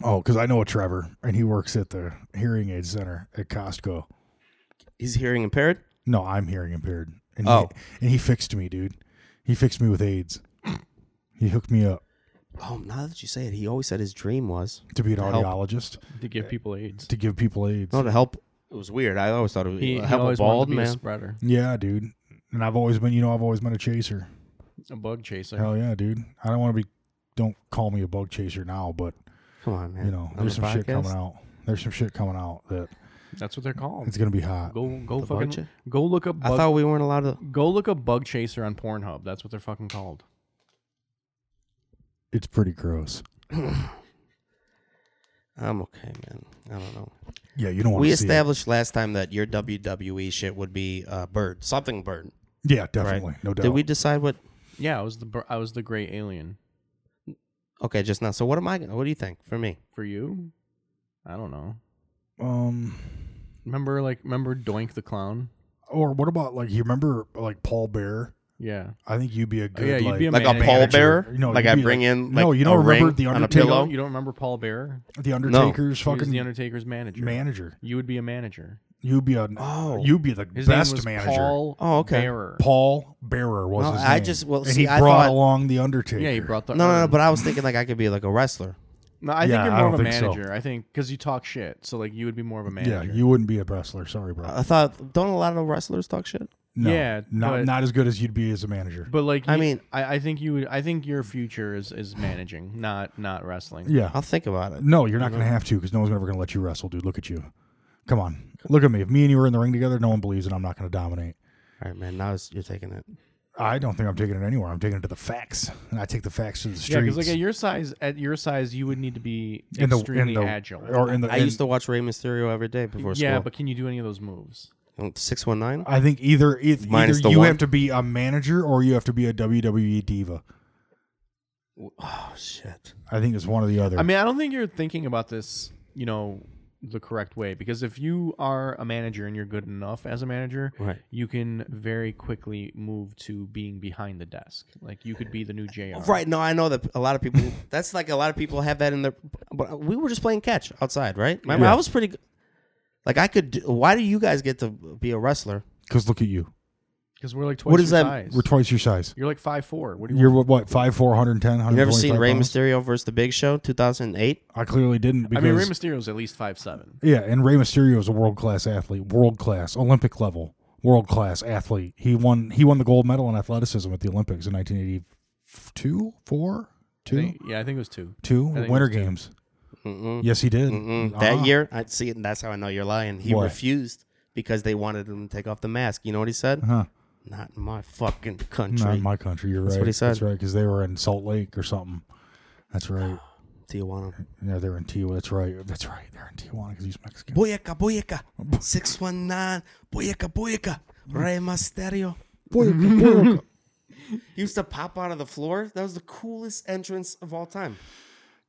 Speaker 2: Oh, because I know a Trevor, and he works at the hearing aid center at Costco.
Speaker 3: He's hearing impaired.
Speaker 2: No, I'm hearing impaired. And
Speaker 3: Oh.
Speaker 2: he, and he fixed me, dude. He fixed me with AIDS. He hooked me up
Speaker 3: Oh, now that you say it, he always said his dream was
Speaker 2: to be an
Speaker 3: help. Oh.
Speaker 2: audiologist
Speaker 4: to give people AIDS.
Speaker 2: to give people AIDS.
Speaker 3: no to help. It was weird. I always thought it was
Speaker 4: He, he
Speaker 3: help a
Speaker 4: always wanted
Speaker 3: bald
Speaker 4: to be a
Speaker 3: man.
Speaker 4: spreader,
Speaker 2: Yeah, dude. And I've always been, you know, I've always been a chaser.
Speaker 4: a bug chaser.
Speaker 2: Hell yeah, dude. I don't want to be. Don't call me a bug chaser now, but
Speaker 3: Come on, man.
Speaker 2: you know,
Speaker 3: On
Speaker 2: there's
Speaker 3: the
Speaker 2: some shit coming
Speaker 3: podcast? Oh.
Speaker 2: out. There's some shit coming out that
Speaker 4: That's what they're called.
Speaker 2: it's gonna be hot.
Speaker 4: Go go
Speaker 3: The bug
Speaker 4: fucking
Speaker 3: cha-
Speaker 4: go look up.
Speaker 3: I
Speaker 4: Bug,
Speaker 3: thought we weren't allowed to.
Speaker 4: go look up bug chaser on Pornhub. That's what they're fucking called.
Speaker 2: It's pretty gross.
Speaker 3: I'm okay, man. I don't know.
Speaker 2: Yeah, you don't want
Speaker 3: We
Speaker 2: to see. It.
Speaker 3: established last time that your WWE shit would be uh, bird, something bird.
Speaker 2: Yeah, definitely, no doubt.
Speaker 3: Did we decide what?
Speaker 4: Yeah, I was the br- I was the gray alien
Speaker 3: Okay, just now. So what am I? gonna What do you think for me?
Speaker 4: for you. I don't know.
Speaker 2: um,
Speaker 4: Remember like remember Doink the clown?
Speaker 2: or what about like you remember like Paul Bear?
Speaker 4: Yeah.
Speaker 2: I think you'd be a good
Speaker 4: Oh, yeah, you'd
Speaker 2: like,
Speaker 4: be a
Speaker 3: Like
Speaker 4: Man,
Speaker 3: a
Speaker 4: yeah,
Speaker 3: pallbearer?
Speaker 2: sure. No,
Speaker 3: like
Speaker 2: you'd
Speaker 3: I
Speaker 2: be
Speaker 3: bring
Speaker 2: like-
Speaker 3: in like
Speaker 2: No, you
Speaker 3: a
Speaker 2: don't
Speaker 3: ring
Speaker 2: remember the
Speaker 3: on a
Speaker 2: Undertaker?
Speaker 4: You
Speaker 3: pillow.
Speaker 4: don't- you don't remember Paul Bear?
Speaker 2: the Undertaker's
Speaker 4: He was
Speaker 2: fucking
Speaker 4: the Undertaker's manager.
Speaker 2: manager.
Speaker 4: You would be a manager.
Speaker 2: You'd be a
Speaker 3: Oh.
Speaker 2: you'd be the
Speaker 4: His
Speaker 2: best
Speaker 4: name was
Speaker 2: manager.
Speaker 4: Paul
Speaker 3: Oh, okay.
Speaker 4: Bearer.
Speaker 2: Paul Bearer was
Speaker 3: No,
Speaker 2: his name.
Speaker 3: I just- well,
Speaker 2: and
Speaker 3: see,
Speaker 2: he
Speaker 3: I
Speaker 2: brought
Speaker 3: thought-
Speaker 2: along the Undertaker.
Speaker 4: yeah, he brought the.
Speaker 3: No, no, no.
Speaker 4: um,
Speaker 3: But I was thinking like I could be like a wrestler.
Speaker 4: no, I think
Speaker 2: Yeah,
Speaker 4: you're
Speaker 2: I
Speaker 4: more of
Speaker 2: don't
Speaker 4: a
Speaker 2: think so.
Speaker 4: manager. I think because you talk shit, so like you would be more of a manager.
Speaker 2: Yeah, you wouldn't be a wrestler. Sorry, bro.
Speaker 3: I thought don't a lot of wrestlers talk shit.
Speaker 2: no,
Speaker 4: yeah,
Speaker 2: not
Speaker 4: but-
Speaker 2: not as good as you'd be as a manager.
Speaker 4: But like,
Speaker 3: I
Speaker 4: you-
Speaker 3: mean-
Speaker 4: I, I think you would. I think your future is is managing, not not wrestling.
Speaker 2: yeah,
Speaker 3: I'll think about it.
Speaker 2: no, you're not going to have to because no one's ever going to let you wrestle, dude. Look at you. Come on, look at me. If me and you were in the ring together, no one believes that I'm not going to dominate.
Speaker 3: All right, man. Now it's- you're taking it.
Speaker 2: I don't think I'm taking it anywhere. I'm taking it to the facts, and I take the facts to the
Speaker 4: Yeah,
Speaker 2: streets.
Speaker 4: because like at your size, at your size, you would need to be
Speaker 2: in the, in
Speaker 4: extremely
Speaker 2: the-
Speaker 4: agile.
Speaker 2: Or in the,
Speaker 3: I
Speaker 2: in-
Speaker 3: used to watch Rey Mysterio every day before school.
Speaker 4: yeah, but can you do any of those moves?
Speaker 3: six one nine.
Speaker 2: I think either e, either,
Speaker 3: Minus
Speaker 2: either
Speaker 3: the
Speaker 2: you
Speaker 3: one.
Speaker 2: have to be a manager or you have to be a WWE diva.
Speaker 3: Oh shit.
Speaker 2: I think it's one or the other.
Speaker 4: I mean, I don't think you're thinking about this, you know, the correct way because if you are a manager and you're good enough as a manager,
Speaker 3: Right.
Speaker 4: you can very quickly move to being behind the desk. Like you could be the new JR.
Speaker 3: Right. No, I know that a lot of people. That's like a lot of people have that in their. But we were just playing catch outside, right? Remember, I was pretty. good. Like I could. Do, why do you guys get to be a wrestler?
Speaker 2: because look at you,
Speaker 4: Because we're like twice
Speaker 3: What
Speaker 4: your
Speaker 3: is that-
Speaker 4: size.
Speaker 2: we're twice your size.
Speaker 4: you're like five four. What do you
Speaker 2: You're what, what five four hundred ten
Speaker 3: You
Speaker 2: hundred.
Speaker 3: never seen Rey Mysterio versus The Big Show, two thousand eight?
Speaker 2: I clearly didn't.
Speaker 4: want?
Speaker 2: Because,
Speaker 4: I mean, Rey Mysterio's at least five seven.
Speaker 2: yeah, and Rey Mysterio is a world class athlete, world class Olympic level, world class athlete. He won he won the gold medal in athleticism at the Olympics in 1982, four,
Speaker 4: I
Speaker 3: Hmm?
Speaker 2: two,
Speaker 4: think- Yeah, I think it was two.
Speaker 2: two
Speaker 4: think it
Speaker 2: Winter
Speaker 4: was two.
Speaker 2: Games.
Speaker 3: Mm-mm.
Speaker 2: Yes, he did
Speaker 3: Mm-mm.
Speaker 2: Uh-huh.
Speaker 3: Mm-hmm. That year, I'd see it, and that's how I know you're lying. He
Speaker 2: What?
Speaker 3: refused because they wanted him to take off the mask. You know what he said?
Speaker 2: Huh.
Speaker 3: Not in my fucking country.
Speaker 2: Not in Uh-huh. my country. You're
Speaker 3: That's
Speaker 2: right.
Speaker 3: what he said.
Speaker 2: That's right. Because they were in Salt Lake or something. That's
Speaker 3: Oh.
Speaker 2: right.
Speaker 3: Tijuana.
Speaker 2: Yeah, they're in Tijuana. That's right. That's right. They're in Tijuana because he's Mexican.
Speaker 3: Boyaca, Boyaca, six one nine. Boyaca, Boyaca, Rey Mysterio. He used to pop out of the floor. That was the coolest entrance of all time.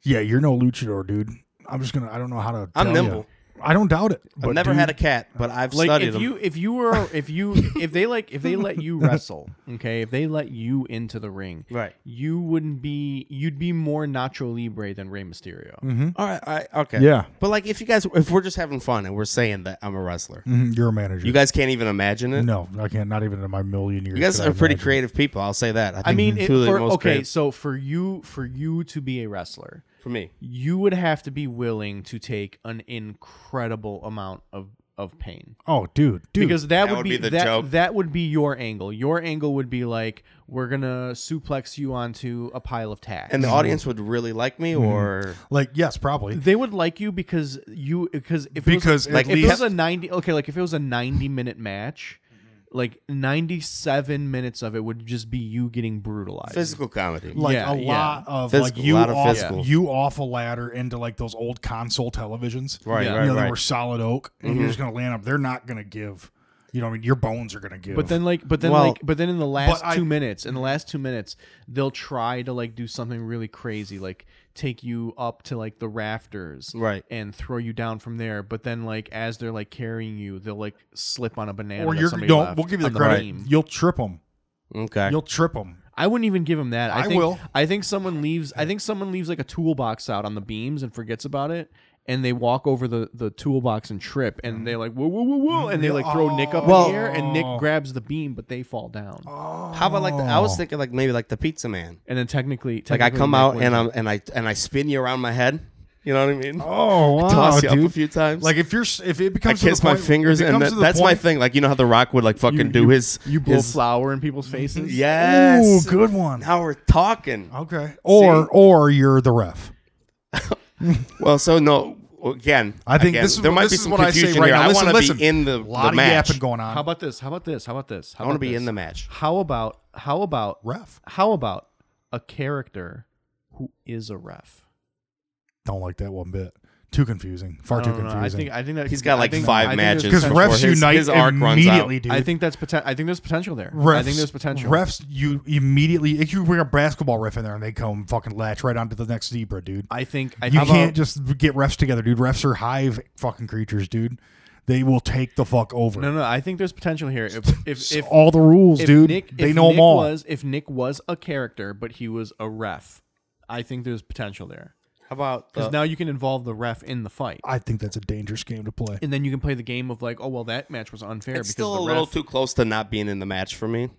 Speaker 2: Yeah, you're no luchador, dude. I'm just gonna. I don't know how to.
Speaker 3: I'm
Speaker 2: tell
Speaker 3: nimble.
Speaker 2: ya. I don't doubt it.
Speaker 3: I've
Speaker 2: but
Speaker 3: never
Speaker 2: dude,
Speaker 3: had a cat, but I've
Speaker 4: Like
Speaker 3: studied
Speaker 4: if
Speaker 3: them.
Speaker 4: you if you were if you if they like if they let you wrestle, okay, if they let you into the ring,
Speaker 3: Right.
Speaker 4: you wouldn't be you'd be more Nacho Libre than Rey Mysterio.
Speaker 3: all right, all right, okay.
Speaker 2: Yeah.
Speaker 3: But like, if you guys, if we're just having fun and we're saying that I'm a wrestler,
Speaker 2: Mhm, You're a manager.
Speaker 3: you guys can't even imagine it.
Speaker 2: no, I can't. Not even in my million years.
Speaker 3: You guys
Speaker 2: could I
Speaker 3: are pretty
Speaker 2: imagine.
Speaker 3: creative people. I'll say that. I, think
Speaker 4: I mean, it,
Speaker 3: two of the
Speaker 4: for,
Speaker 3: Mm-hmm. most
Speaker 4: okay,
Speaker 3: creative
Speaker 4: so for you for you to be a wrestler,
Speaker 3: for me.
Speaker 4: you would have to be willing to take an incredible amount of of pain.
Speaker 2: Oh, dude, dude.
Speaker 4: because that,
Speaker 3: That
Speaker 4: would
Speaker 3: would
Speaker 4: be,
Speaker 3: be the
Speaker 4: that,
Speaker 3: joke.
Speaker 4: that would be your angle. Your angle would be like we're gonna suplex you onto a pile of tacks,
Speaker 3: And the audience would really like
Speaker 2: Mm-hmm.
Speaker 3: me, or
Speaker 2: like, yes, probably.
Speaker 4: they would like you because you because if
Speaker 2: Because
Speaker 4: it was, like
Speaker 2: at
Speaker 4: if it was
Speaker 2: least-
Speaker 4: a ninety okay like if it was a ninety minute match, like ninety seven minutes of it would just be you getting brutalized.
Speaker 3: physical comedy.
Speaker 2: Like
Speaker 4: Yeah,
Speaker 2: a
Speaker 4: yeah.
Speaker 2: lot of
Speaker 3: Physical,
Speaker 2: like you
Speaker 3: lot of
Speaker 2: off,
Speaker 3: physical.
Speaker 2: you off a ladder into like those old console televisions.
Speaker 3: Right,
Speaker 4: Yeah.
Speaker 2: you
Speaker 3: right, Mm-hmm.
Speaker 2: know, they
Speaker 3: right.
Speaker 2: were solid oak, and you're just gonna land up. They're not gonna give. You know what I mean? Your bones are gonna give.
Speaker 4: But then like but then
Speaker 3: Well,
Speaker 4: like but then in the last
Speaker 2: I-
Speaker 4: 2 minutes, in the last 2 minutes, they'll try to like do something really crazy like take you up to like the rafters
Speaker 3: Right.
Speaker 4: and throw you down from there, but then like as they're like carrying you, they'll like slip on a banana
Speaker 2: or
Speaker 4: that
Speaker 2: you're
Speaker 4: somebody
Speaker 2: don't.
Speaker 4: left
Speaker 2: We'll give you
Speaker 4: on
Speaker 2: the credit.
Speaker 4: beam.
Speaker 2: You'll trip them.
Speaker 3: Okay.
Speaker 2: You'll trip them.
Speaker 4: I wouldn't even give him that. I,
Speaker 2: I
Speaker 4: think,
Speaker 2: will.
Speaker 4: I think someone leaves. I think someone leaves like a toolbox out on the beams and forgets about it, and they walk over the the toolbox and trip,
Speaker 2: Mm.
Speaker 4: and they like whoa whoa whoa whoa, and they like throw Nick up
Speaker 3: Well-
Speaker 4: in the air, and Nick grabs the beam, but they fall down,
Speaker 3: How about like the, I
Speaker 2: Oh.
Speaker 3: was thinking like maybe like the pizza man.
Speaker 4: and then technically,
Speaker 3: Like I
Speaker 4: technically
Speaker 3: come
Speaker 4: Nick
Speaker 3: out
Speaker 4: wins
Speaker 3: and
Speaker 4: it.
Speaker 3: I'm and I and I spin you around my head. You know what I mean?
Speaker 2: Oh wow,
Speaker 3: Toss you
Speaker 2: dude.
Speaker 3: up a few times.
Speaker 2: Like if you're s- if it
Speaker 3: I
Speaker 2: becomes to the
Speaker 3: kiss my
Speaker 2: point-
Speaker 3: fingers
Speaker 2: if it
Speaker 3: and
Speaker 2: comes
Speaker 3: that,
Speaker 2: to the
Speaker 3: that's my
Speaker 2: point-
Speaker 3: thing. Like you know how The Rock would like fucking do his
Speaker 4: you blow
Speaker 3: his-
Speaker 4: flour in people's faces.
Speaker 3: Yes.
Speaker 2: Ooh, good one.
Speaker 3: Now we're talking.
Speaker 2: Okay. Or or you're the ref.
Speaker 3: Well, so no. Again,
Speaker 2: I think
Speaker 3: again,
Speaker 2: this is
Speaker 3: there
Speaker 2: what-
Speaker 3: might
Speaker 2: this
Speaker 3: be
Speaker 2: is
Speaker 3: some
Speaker 2: what I say
Speaker 3: confusion
Speaker 2: right
Speaker 3: here.
Speaker 2: now.
Speaker 3: I
Speaker 2: Listen,
Speaker 3: want to
Speaker 2: listen.
Speaker 3: be in the,
Speaker 2: A lot
Speaker 3: the
Speaker 2: of
Speaker 3: match.
Speaker 2: yapping going on.
Speaker 4: How about this? How about this? How about this? How
Speaker 3: I want to
Speaker 4: about
Speaker 3: be in
Speaker 4: this?
Speaker 3: the match.
Speaker 4: How about how about
Speaker 2: ref?
Speaker 4: how about a character who is a ref?
Speaker 2: Don't like that one bit. Too confusing. Far
Speaker 4: I
Speaker 2: too
Speaker 4: don't know.
Speaker 2: confusing.
Speaker 4: I think I think that
Speaker 3: He's
Speaker 4: could-
Speaker 3: got
Speaker 4: I
Speaker 3: like
Speaker 4: think- I
Speaker 3: five
Speaker 4: think there's
Speaker 3: matches
Speaker 2: because
Speaker 4: potential-
Speaker 3: before
Speaker 2: refs
Speaker 3: his,
Speaker 2: unite
Speaker 3: his arc runs out.
Speaker 2: immediately, dude.
Speaker 4: I think that's poten- I think there's potential there. I think there's potential.
Speaker 2: Refs, you immediately if you bring a basketball ref in there and they come fucking latch right onto the next zebra, dude.
Speaker 4: I think I
Speaker 2: you
Speaker 4: think
Speaker 2: can't just get refs together, dude. Refs are hive fucking creatures, dude. They will take the fuck over.
Speaker 4: No, no. I think there's potential here. If if
Speaker 2: It's
Speaker 4: if,
Speaker 2: all the rules,
Speaker 4: if
Speaker 2: dude.
Speaker 4: Nick,
Speaker 2: they
Speaker 4: if
Speaker 2: know
Speaker 4: Nick
Speaker 2: them all.
Speaker 4: Was, if Nick was a character, but he was a ref, I think there's potential there
Speaker 3: How about
Speaker 4: because
Speaker 3: the,
Speaker 4: now you can involve the ref in the fight,
Speaker 2: I think that's a dangerous game to play.
Speaker 4: and then you can play the game of like, oh well, that match was unfair
Speaker 3: it's
Speaker 4: because
Speaker 3: still
Speaker 4: the
Speaker 3: a
Speaker 4: ref.
Speaker 3: little too close to not being in the match for me.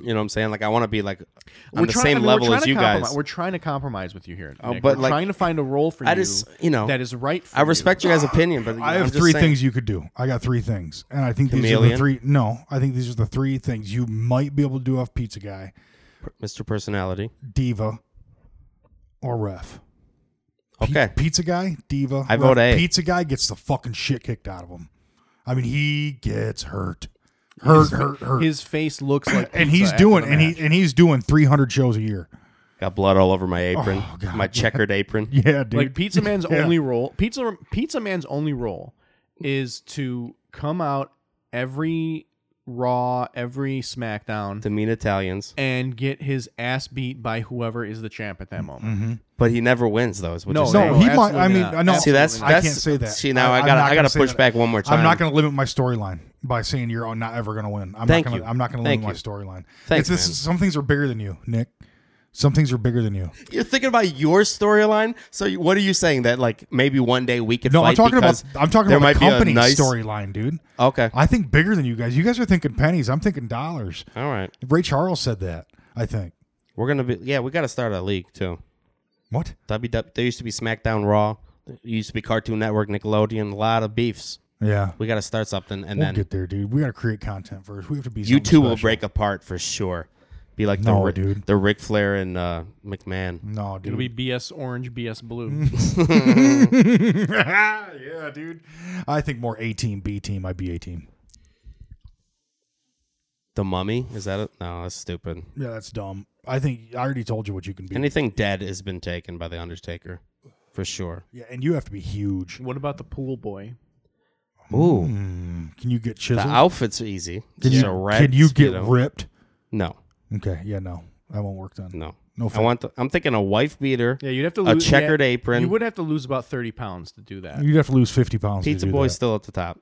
Speaker 3: You know what I'm saying? Like I want to be like on
Speaker 4: we're
Speaker 3: the
Speaker 4: trying-
Speaker 3: same
Speaker 4: I mean, we're
Speaker 3: level
Speaker 4: trying
Speaker 3: as
Speaker 4: to
Speaker 3: you
Speaker 4: compromi-
Speaker 3: guys.
Speaker 4: We're trying to compromise with you here,
Speaker 3: Oh,
Speaker 4: Nick.
Speaker 3: but,
Speaker 4: we're
Speaker 3: like,
Speaker 4: trying to find a role for
Speaker 3: I
Speaker 4: you.
Speaker 3: just- you know,
Speaker 4: that is right. For
Speaker 3: I
Speaker 4: you.
Speaker 3: respect your guys' opinion, but
Speaker 2: I have three things you could do. I got three things, and I think these are the
Speaker 3: Chameleon?
Speaker 2: three. No, I think these are the three things you might be able to do off Pizza Guy,
Speaker 3: Mr. Personality.
Speaker 2: Diva, or Ref. Pi-
Speaker 3: Okay.
Speaker 2: Pizza Guy, Diva.
Speaker 3: I
Speaker 2: Ref.
Speaker 3: vote A.
Speaker 2: Pizza Guy gets the fucking shit kicked out of him. I mean, he gets hurt, hurt, hurt, hurt,
Speaker 4: His face looks like,
Speaker 2: and
Speaker 4: pizza
Speaker 2: he's
Speaker 4: after
Speaker 2: doing,
Speaker 4: the
Speaker 2: and
Speaker 4: match.
Speaker 2: he and he's doing three hundred shows a year.
Speaker 3: Got blood all over my apron,
Speaker 2: Oh, God.
Speaker 3: my checkered apron.
Speaker 2: Yeah, dude.
Speaker 4: Like Pizza Man's
Speaker 2: Yeah.
Speaker 4: only role, Pizza Pizza Man's only role is to come out every Raw, every SmackDown,
Speaker 3: To mean Italians,
Speaker 4: and get his ass beat by whoever is the champ at that moment.
Speaker 3: but he never wins though. Is what
Speaker 4: No,
Speaker 3: you're
Speaker 2: Mm-hmm. no,
Speaker 3: saying.
Speaker 2: he might. I
Speaker 4: absolutely
Speaker 2: mean,
Speaker 4: not.
Speaker 2: I know.
Speaker 4: See,
Speaker 3: that's-
Speaker 2: I can't
Speaker 3: that's-
Speaker 2: say that.
Speaker 3: see, now I
Speaker 2: I'm
Speaker 3: gotta-
Speaker 2: not
Speaker 3: I gotta
Speaker 2: gonna say
Speaker 3: push
Speaker 2: that.
Speaker 3: back one more
Speaker 2: I'm
Speaker 3: time.
Speaker 2: not going to limit my storyline by saying you're not ever going to win. I'm
Speaker 3: Thank
Speaker 2: not gonna,
Speaker 3: you.
Speaker 2: I'm not going to
Speaker 3: Thank
Speaker 2: limit my
Speaker 3: you.
Speaker 2: storyline. It's-
Speaker 3: Thanks,
Speaker 2: this
Speaker 3: man.
Speaker 2: is- some things are bigger than you, Nick. Some things are bigger than you.
Speaker 3: You're thinking about your storyline. So you- what are you saying that like maybe one day we could?
Speaker 2: No,
Speaker 3: fight
Speaker 2: I'm talking
Speaker 3: because
Speaker 2: about. I'm talking
Speaker 3: there
Speaker 2: about the
Speaker 3: might be a
Speaker 2: company
Speaker 3: nice-
Speaker 2: storyline, dude.
Speaker 3: Okay,
Speaker 2: I think bigger than you guys. You guys are thinking pennies. I'm thinking dollars.
Speaker 3: all right.
Speaker 2: Ray Charles said that. I think.
Speaker 3: We're gonna be yeah. We got to start a league too.
Speaker 2: What?
Speaker 3: WW. There used to be SmackDown, Raw. There used to be Cartoon Network, Nickelodeon. A lot of beefs.
Speaker 2: Yeah.
Speaker 3: We got to start something, and
Speaker 2: We'll
Speaker 3: then
Speaker 2: get there, dude. We got to create content first. We have to be.
Speaker 3: you
Speaker 2: something
Speaker 3: two will
Speaker 2: special.
Speaker 3: break apart for sure. Be like
Speaker 2: No,
Speaker 3: the Ric-
Speaker 2: dude. Mm.
Speaker 3: the Ric Flair and uh, McMahon.
Speaker 2: No, dude.
Speaker 4: It'll be BS orange, BS blue.
Speaker 2: yeah, dude. I think more A team, B team. I'd be A team.
Speaker 3: The Mummy is that it? No, that's stupid.
Speaker 2: Yeah, that's dumb. I think I already told you what you can be.
Speaker 3: Anything dead has been taken by the Undertaker, for sure.
Speaker 2: yeah, and you have to be huge.
Speaker 4: what about the pool boy?
Speaker 3: Ooh,
Speaker 2: Can you get
Speaker 3: the
Speaker 2: chiseled?
Speaker 3: outfit's easy. Did
Speaker 2: you, Mm, can you get ripped?
Speaker 3: No,
Speaker 2: Okay, yeah, no, that won't work then.
Speaker 3: no,
Speaker 2: No
Speaker 3: I want. The, I'm thinking a wife beater.
Speaker 4: Yeah, you'd have to
Speaker 3: A
Speaker 4: lose
Speaker 3: checkered
Speaker 4: yeah,
Speaker 3: apron.
Speaker 4: You would have to lose about thirty pounds to do that.
Speaker 2: You'd have to lose fifty pounds. to
Speaker 3: Pizza
Speaker 2: do
Speaker 3: Boy's
Speaker 2: that.
Speaker 3: still at the top.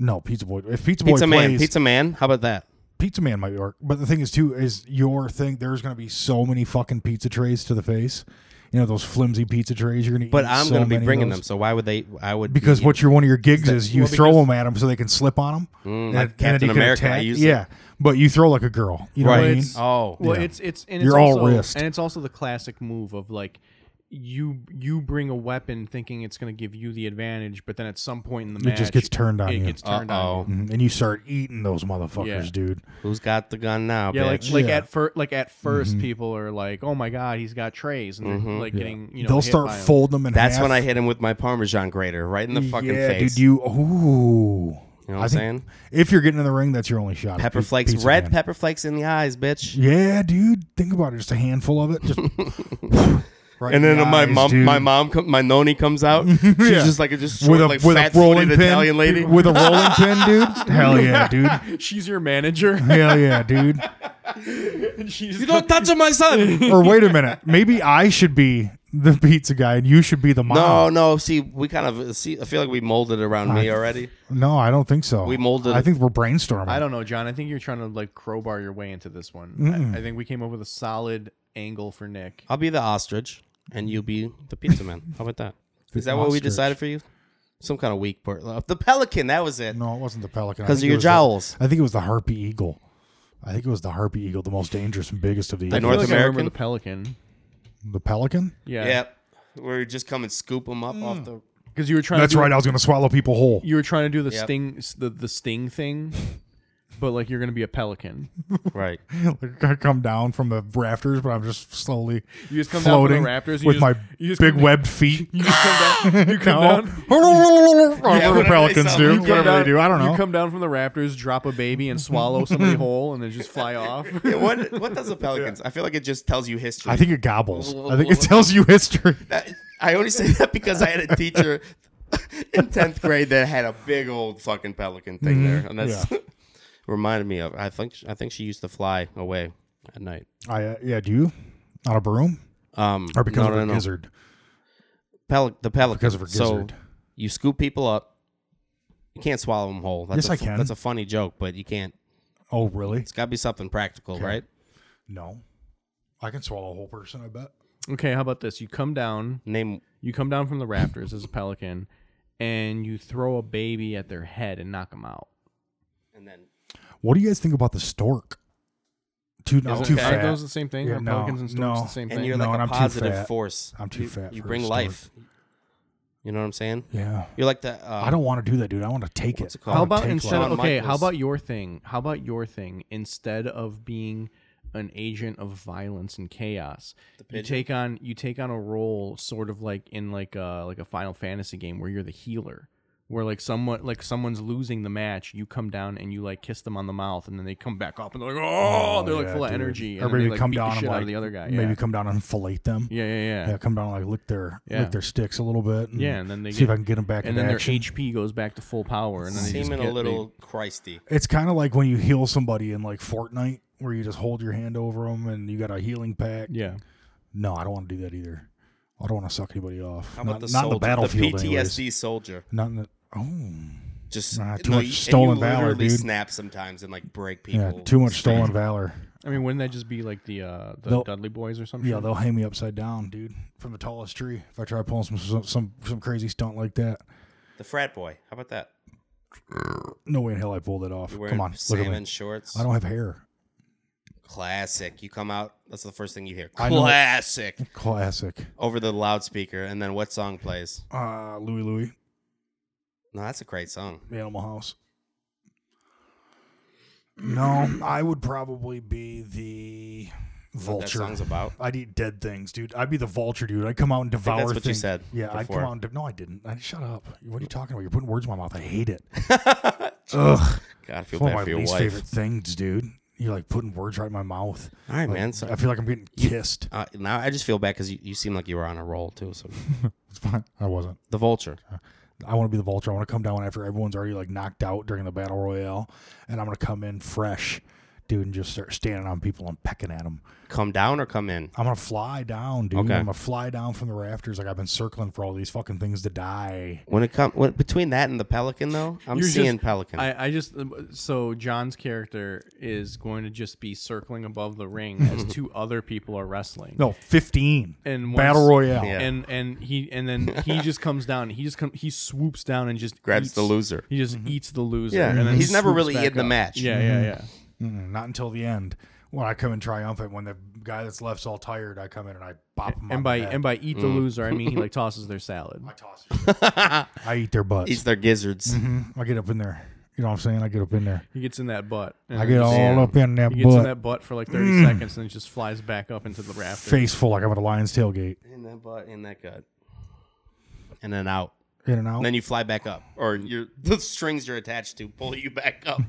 Speaker 2: No, Pizza Boy. If Pizza Boy
Speaker 3: Pizza Man.
Speaker 2: plays,
Speaker 3: Pizza Man. How about that?
Speaker 2: Pizza Man might work. But the thing is, too, is your thing. There's going to be so many fucking pizza trays to the face. You know those flimsy pizza trays. You're going to.
Speaker 3: But I'm
Speaker 2: so
Speaker 3: going to
Speaker 2: many
Speaker 3: be
Speaker 2: of
Speaker 3: bringing
Speaker 2: those.
Speaker 3: them. So why would they? I would
Speaker 2: Because
Speaker 3: be-
Speaker 2: what your one of your gigs is, you
Speaker 4: well,
Speaker 2: throw
Speaker 4: because-
Speaker 2: them at them so they can slip on them.
Speaker 3: Mm, like Captain America, I use it.
Speaker 2: yeah, but you throw like a girl. You know
Speaker 3: Right.
Speaker 2: what I mean?
Speaker 4: It's-
Speaker 3: Oh,
Speaker 4: Well,
Speaker 2: Yeah.
Speaker 4: it's it's and
Speaker 2: You're
Speaker 4: it's
Speaker 2: all
Speaker 4: also,
Speaker 2: wrist.
Speaker 4: and it's also the classic move of like you you bring a weapon thinking it's going to give you the advantage, but then at some point in the
Speaker 2: It
Speaker 4: match,
Speaker 2: just gets turned on
Speaker 4: It
Speaker 2: you.
Speaker 4: gets turned
Speaker 3: Uh-oh.
Speaker 4: on. you.
Speaker 2: Mhm. And you start eating those motherfuckers,
Speaker 4: Yeah.
Speaker 2: dude.
Speaker 3: who's got the gun now?
Speaker 4: Yeah, like
Speaker 3: bitch?
Speaker 4: like
Speaker 2: Yeah. Mm-hmm.
Speaker 4: at first, like at 1st people are like, "Oh my god, he's got trays," and they're like getting you know.
Speaker 2: They'll
Speaker 4: hit
Speaker 2: start
Speaker 4: by 'em.
Speaker 2: folding them in
Speaker 3: that's
Speaker 2: half.
Speaker 3: when I hit him with my Parmesan grater right in the fucking
Speaker 2: yeah,
Speaker 3: face.
Speaker 2: dude. You ooh.
Speaker 3: You know
Speaker 2: I
Speaker 3: what I'm
Speaker 2: think
Speaker 3: saying?
Speaker 2: If you're getting in the ring, that's your only shot.
Speaker 3: Pepper
Speaker 2: Pi-
Speaker 3: flakes,
Speaker 2: Pizza
Speaker 3: red
Speaker 2: Man.
Speaker 3: pepper flakes in the eyes, bitch.
Speaker 2: Yeah, dude. Think about it. Just a handful of it. Just Right
Speaker 3: and
Speaker 2: in
Speaker 3: then
Speaker 2: the
Speaker 3: my
Speaker 2: eyes,
Speaker 3: mom,
Speaker 2: dude.
Speaker 3: my mom, com- my noni comes out. She's just like a just short,
Speaker 2: with a
Speaker 3: like
Speaker 2: with a
Speaker 3: fat
Speaker 2: rolling pin,
Speaker 3: Italian lady.
Speaker 2: with a rolling pin, dude. Hell yeah, dude.
Speaker 4: She's your manager.
Speaker 2: Hell yeah, dude.
Speaker 4: and she's
Speaker 3: you don't touch my son.
Speaker 2: Or wait a minute, maybe I should be the pizza guy and you should be the
Speaker 3: no,
Speaker 2: mom.
Speaker 3: no. See, we kind of see. I feel like we molded around me already.
Speaker 2: No, no, I don't think so.
Speaker 3: We molded
Speaker 2: I
Speaker 3: it.
Speaker 2: think we're brainstorming.
Speaker 4: I don't know, John. I think you're trying to like crowbar your way into this one. I, I think we came up with a solid angle for Nick.
Speaker 3: I'll be the ostrich, and you'll be the pizza man. How about that? Is that what we
Speaker 2: ostrich.
Speaker 3: decided for you? Some kind of weak part. The pelican. That was it.
Speaker 2: No, it wasn't the pelican. I
Speaker 3: 'Cause of
Speaker 2: think it
Speaker 3: your
Speaker 2: was the-
Speaker 3: jowls.
Speaker 2: I think it was the harpy eagle. I think it was the harpy eagle, the most dangerous and biggest of the
Speaker 3: The
Speaker 2: eagles.
Speaker 4: I feel
Speaker 3: North
Speaker 4: like I remember
Speaker 3: American?
Speaker 4: the pelican.
Speaker 2: the pelican.
Speaker 4: Yeah,
Speaker 3: Yep. Where you just come and scoop them up off the.
Speaker 4: Because you were trying.
Speaker 2: That's
Speaker 4: to do,
Speaker 2: right. I was going to swallow people whole.
Speaker 4: You were trying to do the
Speaker 3: Yep.
Speaker 4: sting, the, the sting thing, but like you're gonna be a pelican.
Speaker 3: Right.
Speaker 2: Like, I come down from the rafters, but I'm just slowly
Speaker 4: You just come down
Speaker 2: floating
Speaker 4: from the raptors and you
Speaker 2: with
Speaker 4: just-
Speaker 2: my
Speaker 4: you just
Speaker 2: big
Speaker 4: come-
Speaker 2: webbed feet.
Speaker 4: You just come down. You come
Speaker 2: No.
Speaker 4: down.
Speaker 2: Whatever
Speaker 3: whatever they
Speaker 2: pelicans
Speaker 3: sound
Speaker 2: do,
Speaker 3: like. You come
Speaker 2: whatever they do, I don't know.
Speaker 4: You come down from the raptors, drop a baby, and swallow somebody whole, and then just fly off.
Speaker 3: Yeah, what What does the pelicans? I feel like it just tells you history.
Speaker 2: I think it gobbles. I think it tells you history.
Speaker 3: That- I only say that because I had a teacher in tenth grade that had a big old fucking pelican thing there,
Speaker 2: Mm-hmm.
Speaker 3: and that's reminded me of. I think I think she used to fly away at night.
Speaker 2: I uh, yeah, do you on a broom
Speaker 3: Um,
Speaker 2: or because
Speaker 3: no,
Speaker 2: of
Speaker 3: no,
Speaker 2: a
Speaker 3: no.
Speaker 2: gizzard?
Speaker 3: Pel- the pelican
Speaker 2: Because of her gizzard.
Speaker 3: So you scoop people up. You can't swallow them whole.
Speaker 2: Yes,
Speaker 3: That's a
Speaker 2: I
Speaker 3: fu-
Speaker 2: can.
Speaker 3: That's a funny joke, but you can't.
Speaker 2: Oh really?
Speaker 3: It's got to be something practical, right?
Speaker 2: No, I can swallow a whole person. I bet.
Speaker 4: Okay, how about this? You come down.
Speaker 3: Name
Speaker 4: You come down from the raptors as a pelican, and you throw a baby at their head and knock them out.
Speaker 3: and then
Speaker 2: What do you guys think about the stork? Too not
Speaker 4: Isn't-
Speaker 2: too
Speaker 4: Aren't
Speaker 2: fat.
Speaker 4: those the same thing?
Speaker 2: Yeah,
Speaker 4: Are
Speaker 2: no,
Speaker 4: pelicans and storks
Speaker 2: no.
Speaker 4: the same
Speaker 3: and
Speaker 4: thing?
Speaker 3: you're
Speaker 2: No, and
Speaker 3: like a
Speaker 2: I'm too
Speaker 3: positive
Speaker 2: fat.
Speaker 3: force.
Speaker 2: I'm too
Speaker 3: you,
Speaker 2: fat
Speaker 3: You
Speaker 2: for a
Speaker 3: bring
Speaker 2: stork.
Speaker 3: life. You know what I'm saying?
Speaker 2: yeah,
Speaker 3: You're like the. Uh,
Speaker 2: I don't want to do that, dude. I want to take it.
Speaker 3: it
Speaker 2: I
Speaker 3: called?
Speaker 4: how
Speaker 2: wanna
Speaker 4: about
Speaker 2: take
Speaker 4: instead
Speaker 2: life.
Speaker 4: of
Speaker 3: Lauren
Speaker 4: okay? How
Speaker 3: Michaels.
Speaker 4: about your thing? How about your thing instead of being an agent of violence and chaos? You
Speaker 3: pigeon?
Speaker 4: take on you take on a role sort of like in like a like a Final Fantasy game where you're the healer. Where like someone like someone's losing the match, you come down and you like kiss them on the mouth, and then they come back up and they're like, oh, they're like
Speaker 2: yeah,
Speaker 4: full of
Speaker 2: dude.
Speaker 4: energy, and
Speaker 2: Or
Speaker 4: then they,
Speaker 2: maybe
Speaker 4: like,
Speaker 2: come
Speaker 4: beat the
Speaker 2: down and
Speaker 4: shit out
Speaker 2: like
Speaker 4: of the other guy.
Speaker 2: Maybe
Speaker 4: yeah.
Speaker 2: come down and fillet them.
Speaker 4: yeah, yeah, yeah,
Speaker 2: Yeah, come down and like lick their
Speaker 4: Yeah.
Speaker 2: lick their sticks a little bit. And
Speaker 4: Yeah, and then they
Speaker 2: see
Speaker 4: get-
Speaker 2: if I can get them back.
Speaker 4: and
Speaker 2: into
Speaker 4: then their
Speaker 2: action.
Speaker 4: HP goes back to full power, and then they just
Speaker 3: seeming
Speaker 4: get,
Speaker 3: a
Speaker 4: they-
Speaker 3: little Christy.
Speaker 2: It's kind of like when you heal somebody in like Fortnite, where you just hold your hand over them and you got a healing pack.
Speaker 4: yeah.
Speaker 2: No, I don't want to do that either. I don't want to suck anybody off.
Speaker 3: How
Speaker 2: not,
Speaker 3: about the
Speaker 2: not in
Speaker 3: soldier?
Speaker 2: the battlefield.
Speaker 3: The PTSD
Speaker 2: anyways.
Speaker 3: soldier.
Speaker 2: Not in the. Oh,
Speaker 3: Just
Speaker 2: Nah, too much
Speaker 3: you- and
Speaker 2: stolen
Speaker 3: you
Speaker 2: valor,
Speaker 3: literally
Speaker 2: dude.
Speaker 3: Snap sometimes and like break
Speaker 2: yeah.
Speaker 3: people.
Speaker 2: Too much
Speaker 3: straight.
Speaker 2: stolen valor.
Speaker 4: I mean, wouldn't that just be like the uh, the
Speaker 2: They'll-
Speaker 4: Dudley Boys or something?
Speaker 2: Yeah, they'll hang me upside down, dude, from the tallest tree. If I try pulling some some some, some crazy stunt like that,
Speaker 3: The frat boy. How about that?
Speaker 2: no way in hell I pull that off.
Speaker 3: You're wearing
Speaker 2: Come on, look at
Speaker 3: salmon
Speaker 2: me.
Speaker 3: shorts.
Speaker 2: I don't have hair.
Speaker 3: Classic. You come out. That's the first thing you hear.
Speaker 2: I know-
Speaker 3: Classic.
Speaker 2: Classic.
Speaker 3: Over the loudspeaker, and then what song plays?
Speaker 2: Uh, Louis Louis,
Speaker 3: No, that's a great song.
Speaker 2: The Animal House. No, I would probably be the
Speaker 3: What that
Speaker 2: vulture.
Speaker 3: song's about.
Speaker 2: I'd eat dead things, dude. I'd be the vulture, dude. I'd come out and devour.
Speaker 3: that's what you
Speaker 2: things.
Speaker 3: said
Speaker 2: Yeah, I'd
Speaker 3: before.
Speaker 2: come out. And de- no, I didn't. I, shut up. What are you talking about? You're putting words in my mouth. I hate it. Ugh,
Speaker 3: God, I feel
Speaker 2: it's one of
Speaker 3: bad
Speaker 2: my
Speaker 3: for your
Speaker 2: least
Speaker 3: wife.
Speaker 2: favorite things, dude. You're like putting words right in my mouth.
Speaker 3: All right, man.
Speaker 2: I
Speaker 3: So,
Speaker 2: feel like I'm getting kissed.
Speaker 3: uh, now I just feel bad because you, you seem like you were on a roll too. So
Speaker 2: It's fine. I wasn't.
Speaker 3: the vulture.
Speaker 2: I want to be the vulture. I want to come down after everyone's already like knocked out during the battle royale, and I'm gonna come in fresh, dude, and just start standing on people and pecking at them.
Speaker 3: Come down or come in.
Speaker 2: I'm gonna fly down, dude.
Speaker 3: Okay.
Speaker 2: I'm gonna fly down from the rafters like I've been circling for all these fucking things to die.
Speaker 3: When it comes when, between that and the pelican, though, I'm
Speaker 4: You're just-
Speaker 3: seeing pelican.
Speaker 4: I, I just um, so John's character is going to just be circling above the ring as two other people are wrestling.
Speaker 2: No, 15
Speaker 4: And
Speaker 2: battle
Speaker 4: once-
Speaker 2: royale.
Speaker 3: Yeah.
Speaker 4: And and he and then he just comes down. He just come, he swoops down and just
Speaker 3: Grabs
Speaker 4: eats-
Speaker 3: the loser.
Speaker 4: He
Speaker 2: Mm-hmm.
Speaker 4: just eats the loser.
Speaker 3: Yeah,
Speaker 4: and then
Speaker 3: he's never
Speaker 4: swoops
Speaker 3: really
Speaker 4: back
Speaker 3: in the
Speaker 4: up.
Speaker 3: match.
Speaker 4: Yeah, yeah, yeah.
Speaker 2: Mm, not until the end when I come in triumphant. When the guy that's left's all tired, I come in and I bop him. on
Speaker 4: And by
Speaker 2: the head.
Speaker 4: and by eat
Speaker 3: Mm.
Speaker 4: the loser, I mean he like tosses their salad.
Speaker 2: I toss. their shit. I eat their butts.
Speaker 3: He's their gizzards.
Speaker 2: Mhm. I get up in there. You know what I'm saying? I get up in there.
Speaker 4: He gets in that butt. and
Speaker 2: I get all
Speaker 3: Damn.
Speaker 2: up in that
Speaker 4: He gets
Speaker 2: butt. Mm.
Speaker 4: in that butt for like thirty seconds and then just flies back up into the rafters.
Speaker 2: face full like I'm at a lion's tailgate.
Speaker 3: In that butt, in that gut, and then out.
Speaker 2: In and out.
Speaker 3: And then you fly back up, or your the strings you're attached to pull you back up,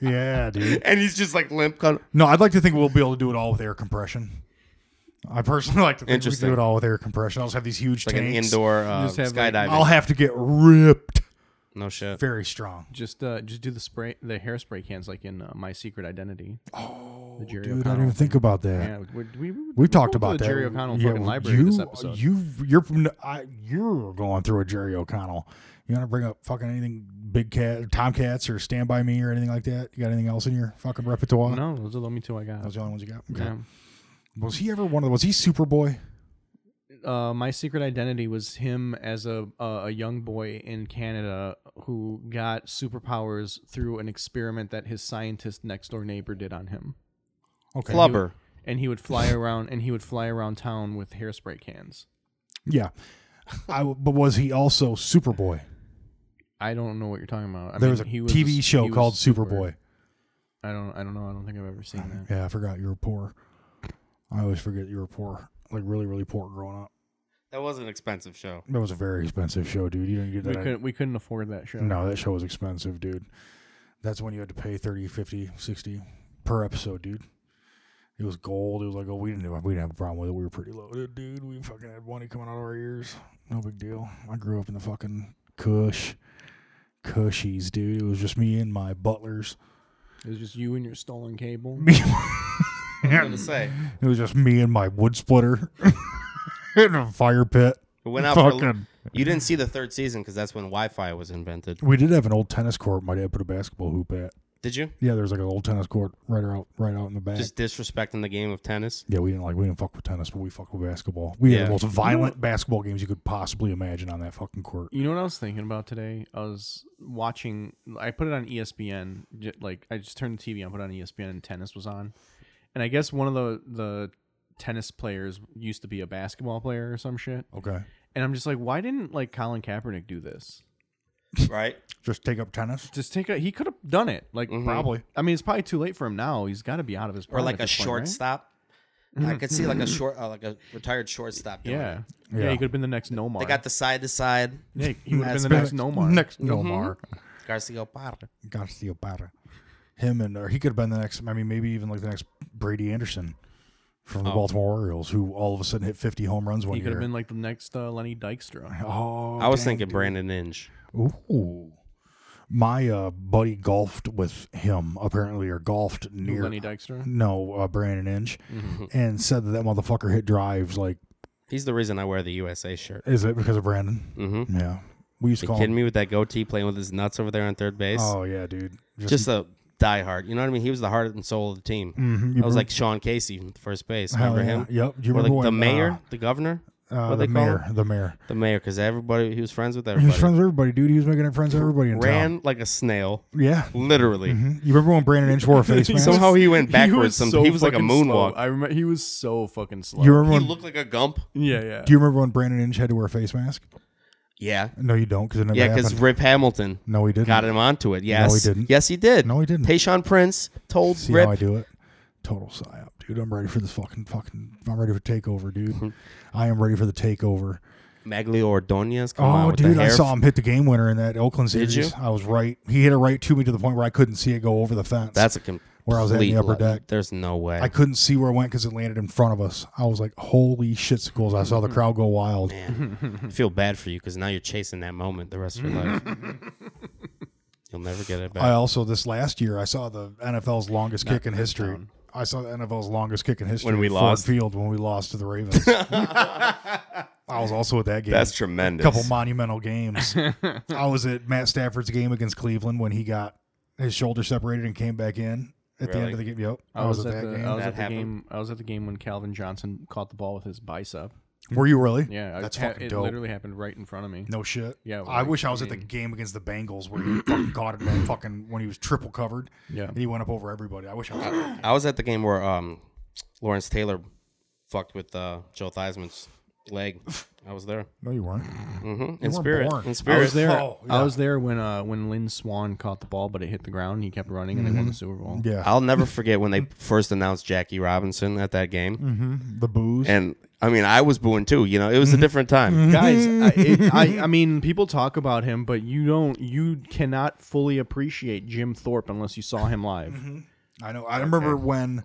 Speaker 2: yeah, dude.
Speaker 3: and he's just like limp. Kind of,
Speaker 2: No, I'd like to think we'll be able to do it all with air compression. I personally like to think we
Speaker 3: Interesting.
Speaker 2: do it all with air compression. I'll just have these huge
Speaker 3: Like an
Speaker 2: tanks.
Speaker 3: indoor uh,
Speaker 4: just have, like,
Speaker 3: skydiving.
Speaker 2: I'll have to get ripped
Speaker 3: no shit.
Speaker 2: very strong.
Speaker 4: Just uh, just do the spray, the hairspray cans, like in uh, My Secret Identity. Oh, the Jerry
Speaker 2: Dude, I didn't
Speaker 4: O'Connell.
Speaker 2: even think about that.
Speaker 4: Yeah, we, we,
Speaker 2: We've talked
Speaker 4: pulled
Speaker 2: about
Speaker 4: the
Speaker 2: that.
Speaker 4: Jerry O'Connell
Speaker 2: Yeah,
Speaker 4: fucking
Speaker 2: well,
Speaker 4: library
Speaker 2: you,
Speaker 4: this episode.
Speaker 2: You, you're, from- I, you're going through a Jerry O'Connell. You want to bring up fucking anything, Big Cat, Tomcats, or Stand By Me, or anything like that? You got anything else in your fucking repertoire?
Speaker 4: no, those are the only two I got.
Speaker 2: Those are the only ones you got. Okay.
Speaker 4: Yeah.
Speaker 2: Was he ever one of? the? Was he Superboy?
Speaker 4: uh, my secret identity was him as a uh, a young boy in Canada who got superpowers through an experiment that his scientist next door neighbor did on him.
Speaker 2: Okay.
Speaker 3: Flubber.
Speaker 4: And he would fly around and he would fly around town with hairspray cans.
Speaker 2: Yeah. I w but was he also Superboy?
Speaker 4: I don't know what you're talking about. I
Speaker 2: there
Speaker 4: mean,
Speaker 2: was a
Speaker 4: he
Speaker 2: TV
Speaker 4: he
Speaker 2: show
Speaker 4: was
Speaker 2: called
Speaker 4: super-
Speaker 2: Superboy.
Speaker 4: I don't I don't know. I don't think I've ever seen that.
Speaker 2: Yeah, I forgot you were poor. I always forget you were poor, like really, really poor growing up.
Speaker 3: That was an expensive show.
Speaker 2: That was a very expensive show, dude. You didn't get
Speaker 4: We
Speaker 2: that.
Speaker 4: couldn't we couldn't afford that show.
Speaker 2: No, that show was expensive, dude. That's when you had to pay 30, 50, 60 per episode, dude. It was gold. It was like, oh, we didn't have, we didn't have a problem with it. We were pretty loaded, dude. We fucking had money coming out of our ears. No big deal. I grew up in the fucking Cush, Cushies, dude. It was just me and my butlers.
Speaker 4: It was just you and your stolen cable.
Speaker 3: I was gonna say
Speaker 2: It was just me and my wood splitter in a fire pit.
Speaker 3: it went out for.
Speaker 2: Fucking.
Speaker 3: You didn't see the third season because that's when Wi-Fi was invented.
Speaker 2: We did have an old tennis court. My dad put a basketball hoop at.
Speaker 3: Did you?
Speaker 2: Yeah, there's like an old tennis court right out, right out in the back.
Speaker 3: Just disrespecting the game of tennis.
Speaker 2: Yeah, we didn't like we didn't fuck with tennis, but we fucked with basketball. We had
Speaker 3: Yeah.
Speaker 2: the most violent basketball games you could possibly imagine on that fucking court.
Speaker 4: You know what I was thinking about today? I was watching. I put it on E ESPN. j- Like I just turned the TV on, E put it on ESPN, and tennis was on. And I guess one of the the tennis players used to be a basketball player or some shit.
Speaker 2: Okay,
Speaker 4: And I'm just like, why didn't like Colin Kaepernick do this?
Speaker 3: Right?
Speaker 2: just take up tennis.
Speaker 4: Just take a. He could have done it. Like
Speaker 2: Probably.
Speaker 4: I mean, it's probably too late for him now. He's got to be out of his.
Speaker 3: Mm-hmm. Or
Speaker 4: prime
Speaker 3: like
Speaker 4: at
Speaker 3: a
Speaker 4: this point, right?
Speaker 3: shortstop. I could see like a short, uh, like a retired shortstop. Doing
Speaker 4: Yeah.
Speaker 3: it.
Speaker 4: yeah,
Speaker 2: Yeah.
Speaker 4: He could have been the next Nomar.
Speaker 3: They got the side to side.
Speaker 4: Yeah, he would have been the
Speaker 2: Next
Speaker 4: next Nomar. Mm-hmm.
Speaker 2: Next Nomar.
Speaker 3: Garcia Parra.
Speaker 2: Garcia Parra. Him and or he could have been the next. I mean, maybe even like the next Brady Anderson from the Baltimore Orioles, who all of a sudden hit 50 home runs one
Speaker 4: Oh. he could
Speaker 2: year.
Speaker 4: have been like the next uh, Lenny Dykstra.
Speaker 2: oh,
Speaker 3: I was
Speaker 2: dang,
Speaker 3: thinking Brandon Inge.
Speaker 2: Ooh. My uh, buddy golfed with him apparently, or golfed near
Speaker 4: Lenny Dykstra.
Speaker 2: no uh, Brandon Inge,
Speaker 3: Mm-hmm.
Speaker 2: and said that that motherfucker hit drives like
Speaker 3: He's the reason I wear the USA shirt.
Speaker 2: Is it because of Brandon?
Speaker 3: Mm-hmm.
Speaker 2: Yeah. We used to
Speaker 3: You
Speaker 2: call
Speaker 3: kidding
Speaker 2: him.
Speaker 3: me with that goatee playing with his nuts over there on third base?
Speaker 2: Oh yeah, dude.
Speaker 3: Just a diehard. You know what I mean? He was the heart and soul of the team.
Speaker 2: Mhm, you
Speaker 3: That was like Sean Casey in first base.
Speaker 2: hell
Speaker 3: Remember
Speaker 2: yeah.
Speaker 3: him?
Speaker 2: Yep. Do you
Speaker 3: Or
Speaker 2: remember
Speaker 3: like the
Speaker 2: when,
Speaker 3: mayor, the governor,
Speaker 2: Uh, uh,
Speaker 3: what
Speaker 2: the
Speaker 3: they call
Speaker 2: mayor. The mayor.
Speaker 3: the mayor, because everybody he was friends with
Speaker 2: He
Speaker 3: everybody
Speaker 2: was friends with everybody, dude. He was making friends with everybody in
Speaker 3: ran
Speaker 2: town.
Speaker 3: like a snail,
Speaker 2: Yeah.
Speaker 3: literally.
Speaker 2: Mhm. You remember when Brandon Inch wore a face mask?
Speaker 3: Somehow he Oh, went backwards. He was, some, he was like a
Speaker 4: fucking slow.
Speaker 3: moonwalk.
Speaker 4: I remember he was so fucking slow.
Speaker 2: you remember
Speaker 3: He
Speaker 2: when,
Speaker 3: looked like a gump.
Speaker 4: yeah, yeah.
Speaker 2: Do you remember when Brandon Inch had to wear a face mask?
Speaker 3: Yeah,
Speaker 2: No, you don't, because it never
Speaker 3: yeah, because
Speaker 2: happened. Mm-hmm.
Speaker 3: Rip Hamilton
Speaker 2: No, he didn't.
Speaker 3: got him onto it. Yes,
Speaker 2: didn't.
Speaker 3: Yes, he did.
Speaker 2: No, he didn't.
Speaker 3: Tayshawn Prince told
Speaker 2: See
Speaker 3: Rip
Speaker 2: how I do it? Total psyop, dude. I'm ready for this fucking fucking. I'm ready for takeover,
Speaker 3: Mm-hmm.
Speaker 2: dude. I am ready for the takeover.
Speaker 3: Maglio Ordonez. Come on,
Speaker 2: Oh,
Speaker 3: with the
Speaker 2: dude, I
Speaker 3: hair.
Speaker 2: saw him hit the game winner in that Oakland
Speaker 3: Did
Speaker 2: series.
Speaker 3: you?
Speaker 2: I was right. He hit it right to me to the point where I couldn't see it go over the fence.
Speaker 3: That's a complete.
Speaker 2: where I was at in the upper
Speaker 3: le-
Speaker 2: deck.
Speaker 3: There's no way.
Speaker 2: I couldn't see where it went because it landed in front of us. I was like, "Holy shitsikles!" I saw the crowd go wild.
Speaker 3: I feel bad for you because now you're chasing that moment the rest of your life. You'll never get it back.
Speaker 2: I also this last year I saw the NFL's longest kick in history. I saw the NFL's longest kick in history
Speaker 3: When we
Speaker 2: at Ford
Speaker 3: lost.
Speaker 2: Field when we lost to the Ravens. I was also at that game.
Speaker 3: That's tremendous.
Speaker 2: couple monumental games. I was at Matt Stafford's game against Cleveland when he got his shoulder separated and came back in at the end
Speaker 3: Really?
Speaker 2: of the game. Yep,
Speaker 4: I was, at, the,
Speaker 2: game.
Speaker 4: I was
Speaker 3: That
Speaker 4: at the
Speaker 3: happened?
Speaker 4: game. I was at the game when Calvin Johnson caught the ball with his bicep.
Speaker 2: Were you really?
Speaker 4: Yeah, I-
Speaker 2: that's
Speaker 4: ha-
Speaker 2: fucking
Speaker 4: it
Speaker 2: dope.
Speaker 4: literally happened right in front of me.
Speaker 2: No shit.
Speaker 4: Yeah,
Speaker 2: I
Speaker 4: like,
Speaker 2: wish I was
Speaker 4: I
Speaker 2: at the
Speaker 4: mean-
Speaker 2: game against the Bengals where he fucking caught it when fucking when he was triple covered.
Speaker 4: Yeah.
Speaker 2: and he went up over everybody. I wish I was. At that.
Speaker 3: I was at the game where um, Lawrence Taylor fucked with uh, Joe Theismann's leg. I was there.
Speaker 2: No, you weren't.
Speaker 3: hmm
Speaker 2: Mm-hmm. You
Speaker 3: In
Speaker 2: weren't
Speaker 3: spirit.
Speaker 2: born.
Speaker 3: In
Speaker 4: I
Speaker 3: spirit.
Speaker 4: was there.
Speaker 2: Oh, yeah.
Speaker 4: I was there when uh, when Lynn Swan caught the ball, but it hit the ground. and He kept running, and they
Speaker 3: Mm-hmm.
Speaker 4: won the Super Bowl.
Speaker 2: Yeah,
Speaker 3: I'll never forget when they first announced Jackie Robinson at that game.
Speaker 2: the booze.
Speaker 3: And I mean, I was booing too. You know, it was
Speaker 2: Mm-hmm.
Speaker 3: a different time.
Speaker 4: Guys, I, it, I I mean, people talk about him, but you don't. You cannot fully appreciate Jim Thorpe unless you saw him live.
Speaker 2: I know. I remember when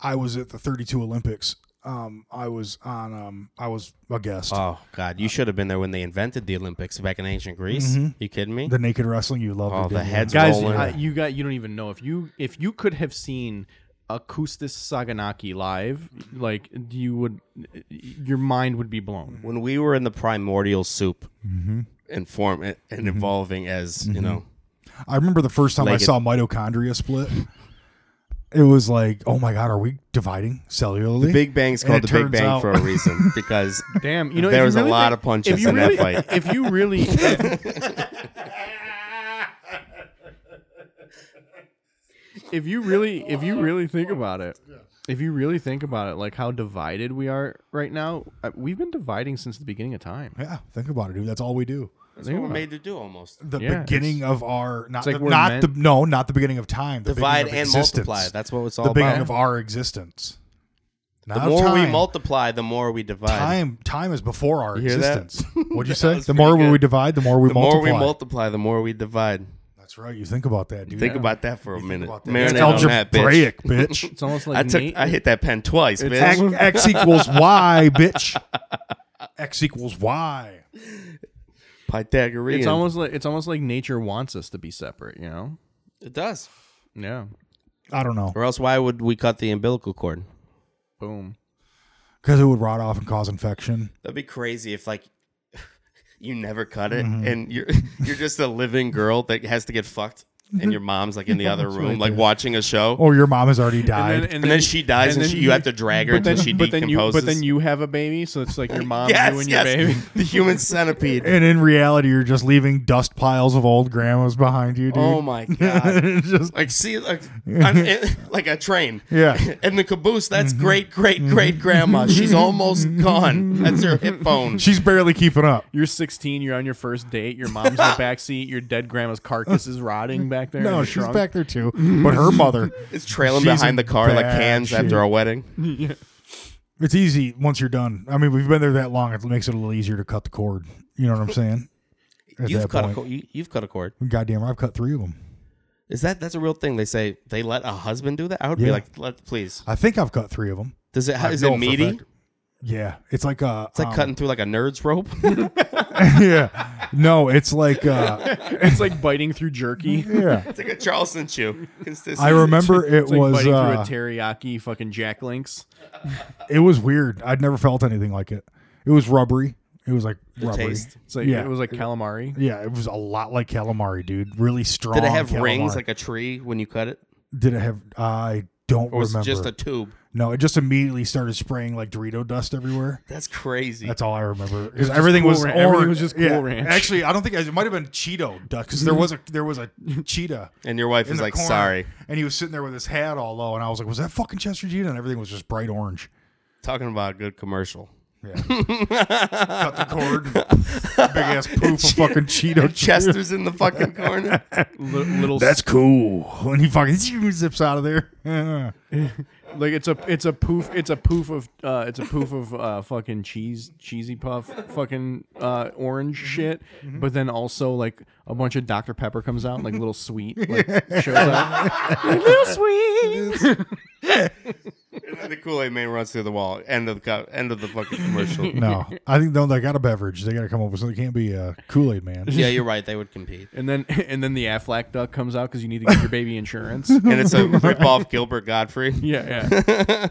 Speaker 2: I was at the 32 Olympics. um, I was on um, I was a guest.
Speaker 3: Oh God, you should have been there when they invented the Olympics back in ancient Greece.
Speaker 2: Mm-hmm.
Speaker 3: You kidding me?
Speaker 2: the naked wrestling you love.
Speaker 3: Oh, the heads
Speaker 4: guys
Speaker 3: rolling.
Speaker 4: I, you got you don't even know if you if you could have seen acoustis saganaki live like you would your mind would be blown
Speaker 3: when we were in the primordial soup and form and evolving as you know
Speaker 2: I remember the first time I
Speaker 3: Legged.
Speaker 2: saw mitochondria split. It was like, oh my god, are we dividing cellularly?
Speaker 3: Big Bang's
Speaker 2: And
Speaker 3: called
Speaker 2: it
Speaker 3: the Big
Speaker 2: turns
Speaker 3: Bang
Speaker 2: out-
Speaker 3: for a reason because
Speaker 4: damn you know if
Speaker 3: There
Speaker 4: you
Speaker 3: was a
Speaker 4: really
Speaker 3: lot
Speaker 4: think-
Speaker 3: of punches
Speaker 4: if you
Speaker 3: in that
Speaker 4: really-
Speaker 3: fight.
Speaker 4: if you really if, if you really if you really think about it if you really think about it like how divided we are right now uh, we've been dividing since the beginning of time
Speaker 2: Yeah, think about it, dude. That's all we do.
Speaker 3: that's what we're made to do almost.
Speaker 2: The
Speaker 4: Yeah,
Speaker 2: beginning of our not
Speaker 4: like
Speaker 2: the,
Speaker 4: we're
Speaker 2: not the
Speaker 4: meant-
Speaker 2: no, not the beginning of time. The
Speaker 3: Divide
Speaker 2: beginning of
Speaker 3: and
Speaker 2: existence.
Speaker 3: multiply. That's what it's all
Speaker 2: the beginning
Speaker 3: about.
Speaker 2: of our existence. Not
Speaker 3: the
Speaker 2: of
Speaker 3: more we
Speaker 2: time.
Speaker 3: multiply, the more we divide.
Speaker 2: time time is before our
Speaker 3: hear that?
Speaker 2: existence. What'd you say?
Speaker 3: was
Speaker 2: The more
Speaker 3: pretty
Speaker 2: we
Speaker 3: good.
Speaker 2: divide, the more we
Speaker 3: the
Speaker 2: multiply.
Speaker 3: more we multiply, the more we divide.
Speaker 2: That's right. You think about that, dude.
Speaker 3: Think about that for a minute.
Speaker 2: about that. It's
Speaker 3: Marinate on that, bitch.
Speaker 2: algebraic, bitch.
Speaker 4: it's almost like
Speaker 3: I took,
Speaker 4: Nate-
Speaker 3: I hit that pen twice,
Speaker 2: X,
Speaker 3: bitch.
Speaker 2: X equals Y, bitch. X equals Y.
Speaker 3: Pythagorean.
Speaker 4: it's almost like it's almost like nature wants us to be separate you know
Speaker 3: it does.
Speaker 4: yeah
Speaker 2: I don't know.
Speaker 3: Or else, why would we cut the umbilical cord?
Speaker 4: boom
Speaker 2: Because it would rot off and cause infection.
Speaker 3: That'd be crazy if like you never cut it
Speaker 4: Mm-hmm.
Speaker 3: and you're you're just a living girl that has to get fucked and your mom's like in the other room, like watching a show.
Speaker 2: Or your mom has already died.
Speaker 3: and then she dies and,
Speaker 4: then
Speaker 3: she, you have to drag her
Speaker 4: but
Speaker 3: until
Speaker 4: then,
Speaker 3: she
Speaker 4: but then you
Speaker 3: decomposes.
Speaker 4: but then you have a baby so it's like your mom you
Speaker 3: yes,
Speaker 4: and
Speaker 3: yes,
Speaker 4: your baby
Speaker 3: the human centipede.
Speaker 2: and in reality, you're just leaving dust piles of old grandmas behind you, dude.
Speaker 3: oh my god.
Speaker 2: It's just-
Speaker 3: Like see, like I'm in, like a train.
Speaker 2: Yeah.
Speaker 3: And the caboose. That's
Speaker 4: Mm-hmm.
Speaker 3: great, great, great grandma. She's almost gone. That's her hip bone.
Speaker 2: she's barely keeping up.
Speaker 4: you're 16 you're on your first date your mom's in the back seat your dead grandma's carcass is rotting back there in
Speaker 2: No,
Speaker 4: the
Speaker 2: she's
Speaker 4: trunk.
Speaker 2: back there too. But her mother,
Speaker 3: It's trailing
Speaker 2: She's in
Speaker 3: behind the car like
Speaker 2: bad
Speaker 3: cans
Speaker 2: shape.
Speaker 3: after a wedding.
Speaker 2: it's easy once you're done. I mean, we've been there that long. It makes it a little easier to cut the cord. You know what I'm saying? At
Speaker 3: You've
Speaker 2: that
Speaker 3: cut a
Speaker 2: point.
Speaker 3: cord. You, you've cut a cord.
Speaker 2: Goddamn, right, I've cut three of them.
Speaker 3: Is that that's a real thing? They say they let a husband do that. I would be
Speaker 2: Yeah.
Speaker 3: like, let please.
Speaker 2: I think I've cut three of them.
Speaker 3: Does it?
Speaker 2: I
Speaker 3: Is
Speaker 2: know for
Speaker 3: it
Speaker 2: a
Speaker 3: meaty?
Speaker 2: fact. Yeah, it's like uh,
Speaker 3: It's like cutting through like a nerd's rope.
Speaker 2: yeah, no, it's like uh,
Speaker 4: it's like biting through jerky
Speaker 2: yeah.
Speaker 3: it's like a Charleston chew. Consistency.
Speaker 2: I remember it
Speaker 4: it's like
Speaker 2: was
Speaker 4: biting
Speaker 2: uh,
Speaker 4: through a teriyaki fucking jack links
Speaker 2: it was weird. I'd never felt anything like it. It was rubbery. It was like rubbery.
Speaker 3: taste.
Speaker 4: it's like
Speaker 2: Yeah.
Speaker 4: it was like calamari
Speaker 2: Yeah, it was a lot like calamari, dude. Really strong.
Speaker 3: Did it have
Speaker 2: calamari.
Speaker 3: rings like a tree when you cut it,
Speaker 2: Did it have? I don't
Speaker 3: or was
Speaker 2: remember.
Speaker 3: it just a tube?
Speaker 2: no, it just immediately started spraying like Dorito dust everywhere.
Speaker 3: That's crazy.
Speaker 2: That's all I remember because everything
Speaker 4: Cool
Speaker 2: was
Speaker 4: Ran-
Speaker 2: orange.
Speaker 4: everything was just Cool
Speaker 2: yeah.
Speaker 4: Ranch.
Speaker 2: Actually, I don't think it might have been Cheeto dust because there was a there was a cheetah.
Speaker 3: and your wife
Speaker 2: in
Speaker 3: is
Speaker 2: the
Speaker 3: like,
Speaker 2: corner,
Speaker 3: sorry,
Speaker 2: And he was sitting there with his hat all low, and I was like, "Was that fucking Chester Cheetah?" And everything was just bright orange.
Speaker 3: talking about a good commercial.
Speaker 2: Yeah. Cut the cord. Big ass poof of fucking Cheeto Chester.
Speaker 3: Chester's in the fucking corner.
Speaker 4: Li- little
Speaker 2: That's cool. And he fucking zips out of there. Yeah.
Speaker 4: like it's a it's a poof it's a poof of uh it's a poof of uh fucking cheese cheesy puff fucking uh orange
Speaker 2: Mm-hmm.
Speaker 4: shit but then also like a bunch of dr pepper comes out and like little sweet like shows up Like, little sweet
Speaker 3: and then the Kool Aid Man runs through the wall. End of the co- end of the fucking commercial.
Speaker 2: No, I think no, they got a beverage. They got to come up with something. It can't be a Kool Aid man.
Speaker 3: Yeah, you're right. They would compete,
Speaker 4: and then and then the affleck duck comes out because you need to get your baby insurance
Speaker 3: and it's a rip off Gilbert Godfrey.
Speaker 4: yeah yeah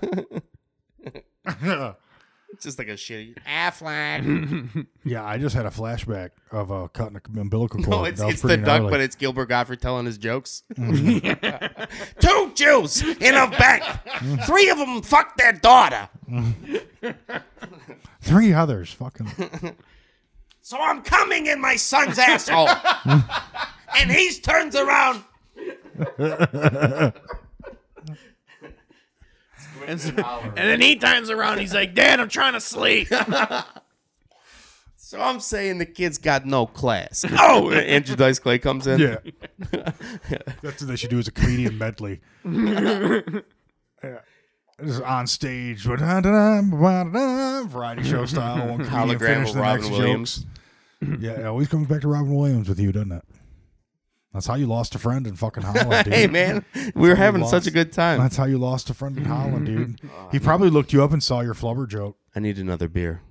Speaker 3: It's just like a shitty "Ah, Affleck.
Speaker 2: yeah, I just had a flashback of uh, cutting an umbilical cord.
Speaker 3: No, it's,
Speaker 2: That was
Speaker 3: it's the
Speaker 2: pretty
Speaker 3: duck,
Speaker 2: gnarly. Mm-hmm.
Speaker 3: but it's Gilbert Gottfried telling his jokes. Two Jews in a bank.
Speaker 2: Mm.
Speaker 3: Three of them fucked their daughter.
Speaker 2: three others. Fucking
Speaker 3: So I'm coming in my son's asshole. and he turns around.
Speaker 4: and, so- and then he turns around he's like dad i'm trying to sleep
Speaker 3: So I'm saying the kid's got no class. Oh, and Andrew Dice Clay comes in.
Speaker 2: yeah. That's what they should do as a comedian medley. yeah. Just on stage, ba-da-da-da, ba-da-da-da, variety show style. One comedian
Speaker 3: Hologram
Speaker 2: finish
Speaker 3: of
Speaker 2: the
Speaker 3: Robin
Speaker 2: next
Speaker 3: Williams.
Speaker 2: jokes. Yeah, it always comes back to Robin Williams with you, doesn't it? That's how you lost a friend in fucking Holland, dude.
Speaker 3: Hey man, we were having such a
Speaker 2: lost.
Speaker 3: good time.
Speaker 2: That's how you lost a friend in Holland, dude. He probably looked you up and saw your flubber joke.
Speaker 3: I need another beer.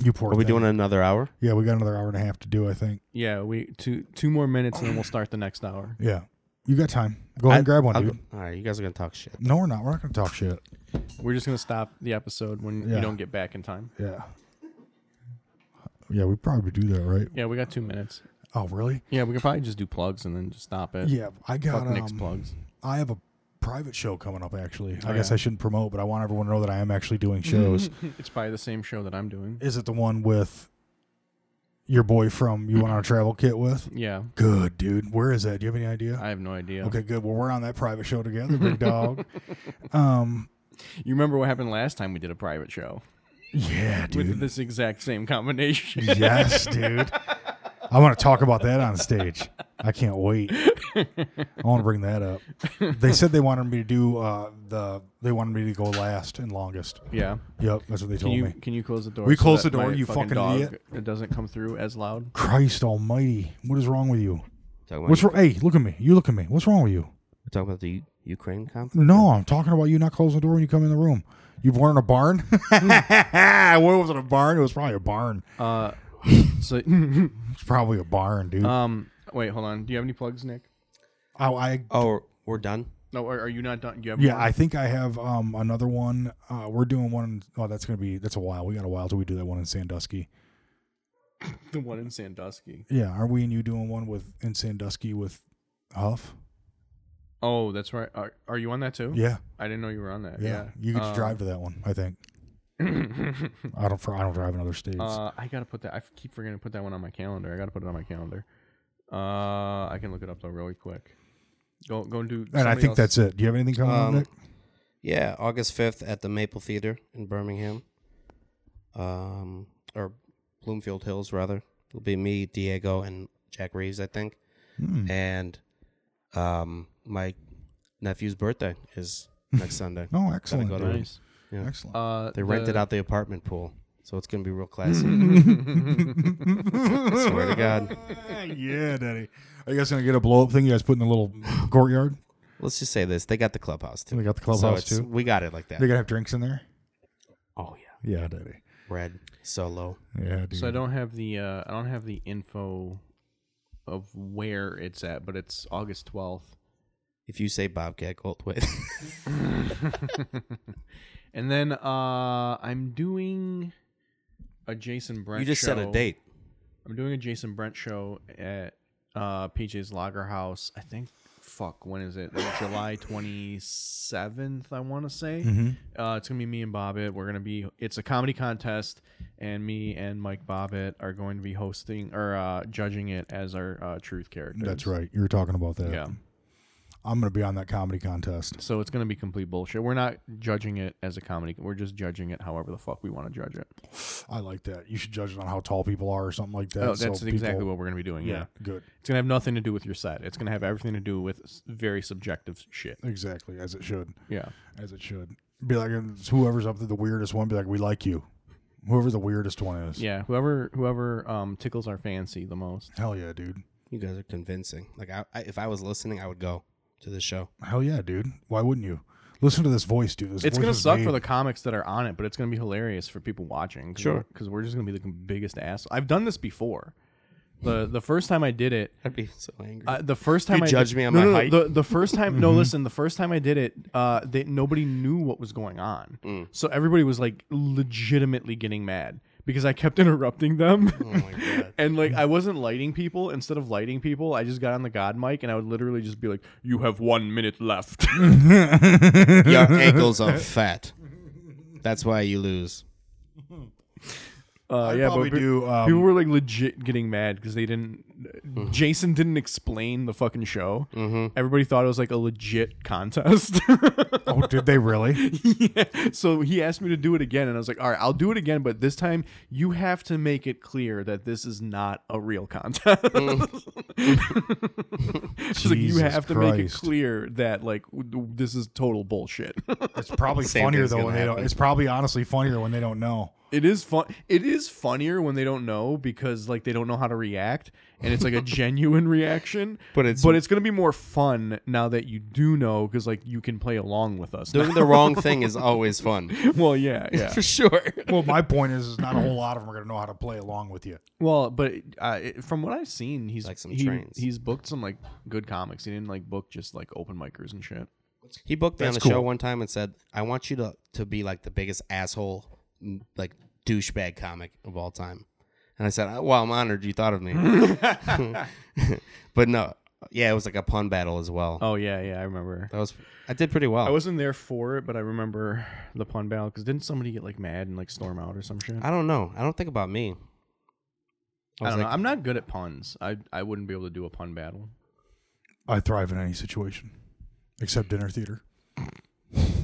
Speaker 2: You poor
Speaker 3: Are we
Speaker 2: thing.
Speaker 3: doing another hour?
Speaker 2: Yeah, we got another hour and a half to do, I think.
Speaker 4: Yeah, we two two more minutes and then we'll start the next hour.
Speaker 2: Yeah. You got time. Go ahead and grab one,
Speaker 3: I'll
Speaker 2: dude.
Speaker 3: go- all right, you guys are gonna talk shit.
Speaker 2: No, we're not. We're not going to talk shit.
Speaker 4: We're just gonna stop the episode when
Speaker 2: Yeah.
Speaker 4: you don't get back in time.
Speaker 2: Yeah. Yeah, we probably do that, right?
Speaker 4: Yeah, we got two minutes.
Speaker 2: Oh, really?
Speaker 4: Yeah, we could probably just do plugs and then just stop it.
Speaker 2: Yeah, I got
Speaker 4: Fuck Nick's
Speaker 2: um,
Speaker 4: plugs.
Speaker 2: I have a private show coming up actually. I
Speaker 4: Oh,
Speaker 2: guess
Speaker 4: yeah.
Speaker 2: I shouldn't promote, but I want everyone to know that I am actually doing shows.
Speaker 4: It's probably the same show that I'm doing.
Speaker 2: Is it the one with your boy from you went on a travel kit with?
Speaker 4: Yeah,
Speaker 2: Good, dude. Where is that? Do you have any idea?
Speaker 4: I have no idea.
Speaker 2: Okay, good. Well, we're on that private show together, big dog. um,
Speaker 4: You remember what happened last time we did a private show
Speaker 2: yeah,
Speaker 4: with
Speaker 2: dude.
Speaker 4: this exact same combination?
Speaker 2: yes, dude. I want to talk about that on stage. I can't wait. I want to bring that up. They said they wanted me to do uh, the. They wanted me to go last and longest.
Speaker 4: yeah.
Speaker 2: Yep, that's what they
Speaker 4: Can
Speaker 2: told
Speaker 4: you
Speaker 2: me.
Speaker 4: can you close the door?
Speaker 2: We close
Speaker 4: that
Speaker 2: the door,
Speaker 4: my
Speaker 2: you fucking
Speaker 4: dog,
Speaker 2: idiot.
Speaker 4: It doesn't come through as loud.
Speaker 2: Christ Almighty, what is wrong with you?
Speaker 3: Talking about,
Speaker 2: What's wrong? Hey, look at me. You look at me. What's wrong Mm. with you?
Speaker 3: we're talking about the U- Ukraine conflict.
Speaker 2: No, I'm talking about you not closing the door when you come in the room. You born in a barn? what was it a barn? It was probably a barn.
Speaker 4: Uh, so
Speaker 2: It's probably a barn, dude.
Speaker 4: um, wait, hold on. Do you have any plugs, Nick?
Speaker 2: oh, I
Speaker 3: Oh, we're done.
Speaker 4: No, are, are you not done? You have
Speaker 2: yeah,
Speaker 4: more?
Speaker 2: I think I have um another one. Uh, we're doing one. Oh, that's gonna be that's a while. We got a while till we do that one in Sandusky.
Speaker 4: the one in Sandusky.
Speaker 2: Yeah, are we and you doing one with in Sandusky with Huff?
Speaker 4: Oh, that's right. Are, are you on that too?
Speaker 2: Yeah,
Speaker 4: I didn't know you were on that.
Speaker 2: yeah.
Speaker 4: Yeah,
Speaker 2: You get to
Speaker 4: Um,
Speaker 2: drive to that one, I think. I don't. I don't drive another stage.
Speaker 4: Uh, I gotta put that. I f- keep forgetting to put that one on my calendar. I gotta put it on my calendar. Uh, I can look it up though really quick. Go go and do.
Speaker 2: and I
Speaker 4: somebody
Speaker 2: think
Speaker 4: else-
Speaker 2: that's it. Do you have anything coming up,
Speaker 3: Um,
Speaker 2: Nick?
Speaker 3: Yeah, August fifth at the Maple Theater in Birmingham, um, or Bloomfield Hills rather. It'll be me, Diego, and Jack Reeves, I think,
Speaker 2: Hmm. Mm.
Speaker 3: and um, my nephew's birthday is next Sunday.
Speaker 2: Oh, excellent.
Speaker 3: go to
Speaker 2: dude.
Speaker 4: nice.
Speaker 3: Yeah.
Speaker 2: Excellent.
Speaker 4: Uh,
Speaker 3: They rented
Speaker 4: the-
Speaker 3: out the apartment pool, so it's gonna be real classy.
Speaker 4: Uh,
Speaker 3: Swear to God.
Speaker 2: yeah, Daddy. Are you guys gonna get a blow up thing? You guys put in the little courtyard?
Speaker 3: Let's just say this: they got the clubhouse too.
Speaker 2: They got the
Speaker 3: So
Speaker 2: clubhouse
Speaker 3: it's-
Speaker 2: too.
Speaker 3: We got it like that.
Speaker 2: They gonna have drinks in there?
Speaker 3: oh yeah,
Speaker 2: Yeah, Daddy.
Speaker 3: red solo.
Speaker 2: Yeah, dude.
Speaker 4: So I don't have the uh, I don't have the info of where it's at, but it's August twelfth.
Speaker 3: If you say Bobcat Goldthwait,
Speaker 4: And then uh, I'm doing a Jason Brent.
Speaker 3: you just
Speaker 4: show.
Speaker 3: set a date.
Speaker 4: I'm doing a Jason Brent show at uh, PJ's Lager House. I think. Fuck, when is it? Like July 27th, I want to say.
Speaker 2: Mm-hmm.
Speaker 4: Uh, it's going to be me and Bobbitt. We're going to be, it's a comedy contest, and me and Mike Bobbitt are going to be hosting or uh, judging it as our uh, truth characters.
Speaker 2: That's right. You were talking about that.
Speaker 4: Yeah.
Speaker 2: I'm gonna be on that comedy contest.
Speaker 4: So it's going to be complete bullshit. We're not judging it as a comedy. We're just judging it however the fuck we want to judge it.
Speaker 2: I like that. You should judge it on how tall people are or something like that.
Speaker 4: Oh, that's
Speaker 2: so
Speaker 4: exactly
Speaker 2: people-
Speaker 4: what we're going to be doing. Yeah.
Speaker 2: Yeah, good.
Speaker 4: It's going to have nothing to do with your set. It's going to have everything to do with s- very subjective shit.
Speaker 2: Uh, Exactly as it should.
Speaker 4: Yeah.
Speaker 2: As it should. Be like it's whoever's up to the weirdest one. Be like, we like you. Whoever the weirdest one is.
Speaker 4: Yeah, whoever whoever um, tickles our fancy the most.
Speaker 2: Hell yeah, dude.
Speaker 3: You guys are convincing. Like, I, I, if I was listening, I would go to the show.
Speaker 2: Hell yeah, dude. Why wouldn't you? Listen to this voice, dude. This
Speaker 4: It's
Speaker 2: voice
Speaker 4: gonna
Speaker 2: is
Speaker 4: suck
Speaker 2: made-
Speaker 4: for the comics that are on it, but it's gonna be hilarious for people watching. Cause
Speaker 3: Sure.
Speaker 4: because we're just gonna be the biggest ass. I've done this before. the The first time I did it,
Speaker 3: I'd be so angry.
Speaker 4: uh, the first time I
Speaker 3: judge
Speaker 4: did,
Speaker 3: me on
Speaker 4: no,
Speaker 3: my
Speaker 4: no, no,
Speaker 3: height?
Speaker 4: The, the first time, no, listen, the first time I did it, uh, they, nobody knew what was going on,
Speaker 3: Mm.
Speaker 4: so everybody was like legitimately getting mad because I kept interrupting them.
Speaker 3: Oh,
Speaker 4: And like I wasn't lighting people. Instead of lighting people, I just got on the god mic and I would literally just be like, "You have one minute left."
Speaker 3: Your ankles are fat. That's why you lose.
Speaker 4: Uh,
Speaker 2: I'd
Speaker 4: yeah,
Speaker 2: probably
Speaker 4: but pe-
Speaker 2: do, um,
Speaker 4: people were like legit getting mad because they didn't.
Speaker 3: Mm-hmm.
Speaker 4: Jason didn't explain the fucking show. Everybody thought it was like a legit contest.
Speaker 2: oh, did they really?
Speaker 4: so he asked me to do it again, and I was like, "All right, I'll do it again, but this time you have to make it clear that this is not a real contest." She's like, "You
Speaker 2: Jesus
Speaker 4: have to make it
Speaker 2: Christ.
Speaker 4: clear that like w- w- this is total bullshit."
Speaker 2: It's probably
Speaker 3: Same
Speaker 2: funnier
Speaker 3: thing's
Speaker 2: though when
Speaker 3: gonna
Speaker 2: they don't.
Speaker 3: happen.
Speaker 2: It's probably honestly funnier when they don't know.
Speaker 4: It is fun. It is funnier when they don't know because like they don't know how to react, and it's like a genuine reaction.
Speaker 3: But it's-
Speaker 4: but it's gonna be more fun now that you do know because like you can play along with us.
Speaker 3: Doing the wrong thing is always fun.
Speaker 4: well, yeah, yeah.
Speaker 3: For sure.
Speaker 2: Well, my point is, is not a whole lot of them are going to know how to play along with you.
Speaker 4: Well, but uh, it- from what I've seen, he's
Speaker 3: Like some
Speaker 4: he-
Speaker 3: trains.
Speaker 4: he's booked some like good comics. He didn't like book just like open micers and shit.
Speaker 3: He booked me on a
Speaker 2: That's
Speaker 3: show
Speaker 2: cool.
Speaker 3: one time and said, "I want you to to be like the biggest asshole, m- like douchebag comic of all time." And I said, "I- "Well, I'm honored you thought of me." but no, yeah, it was like a pun battle as well.
Speaker 4: Oh yeah, yeah, I remember.
Speaker 3: That was I did pretty well.
Speaker 4: I
Speaker 3: I,
Speaker 4: wasn't there for it, but I remember the pun battle because didn't somebody get like mad and like storm out or some shit? I,
Speaker 3: don't know. I don't think about me. I was
Speaker 4: don't
Speaker 3: like,
Speaker 4: know. I'm not good at puns. I I wouldn't be able to do a pun battle.
Speaker 2: I thrive in any situation, except dinner theater.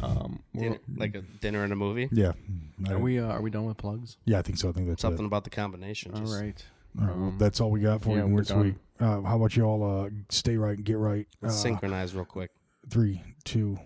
Speaker 4: Um, we're-
Speaker 3: dinner, like a dinner and a movie.
Speaker 2: Yeah. Mm-hmm. I-
Speaker 4: are we uh, are we done with plugs?
Speaker 2: Yeah, I think so. I think that's
Speaker 3: Something
Speaker 2: It.
Speaker 3: about the combination.
Speaker 4: All
Speaker 3: Just,
Speaker 4: right.
Speaker 2: All right, well, that's all we got for
Speaker 4: Um, yeah,
Speaker 2: you
Speaker 4: we're
Speaker 2: this
Speaker 4: done.
Speaker 2: week. Uh, how about you all uh, stay right and get right? Uh,
Speaker 3: Synchronize real quick.
Speaker 2: Three, two,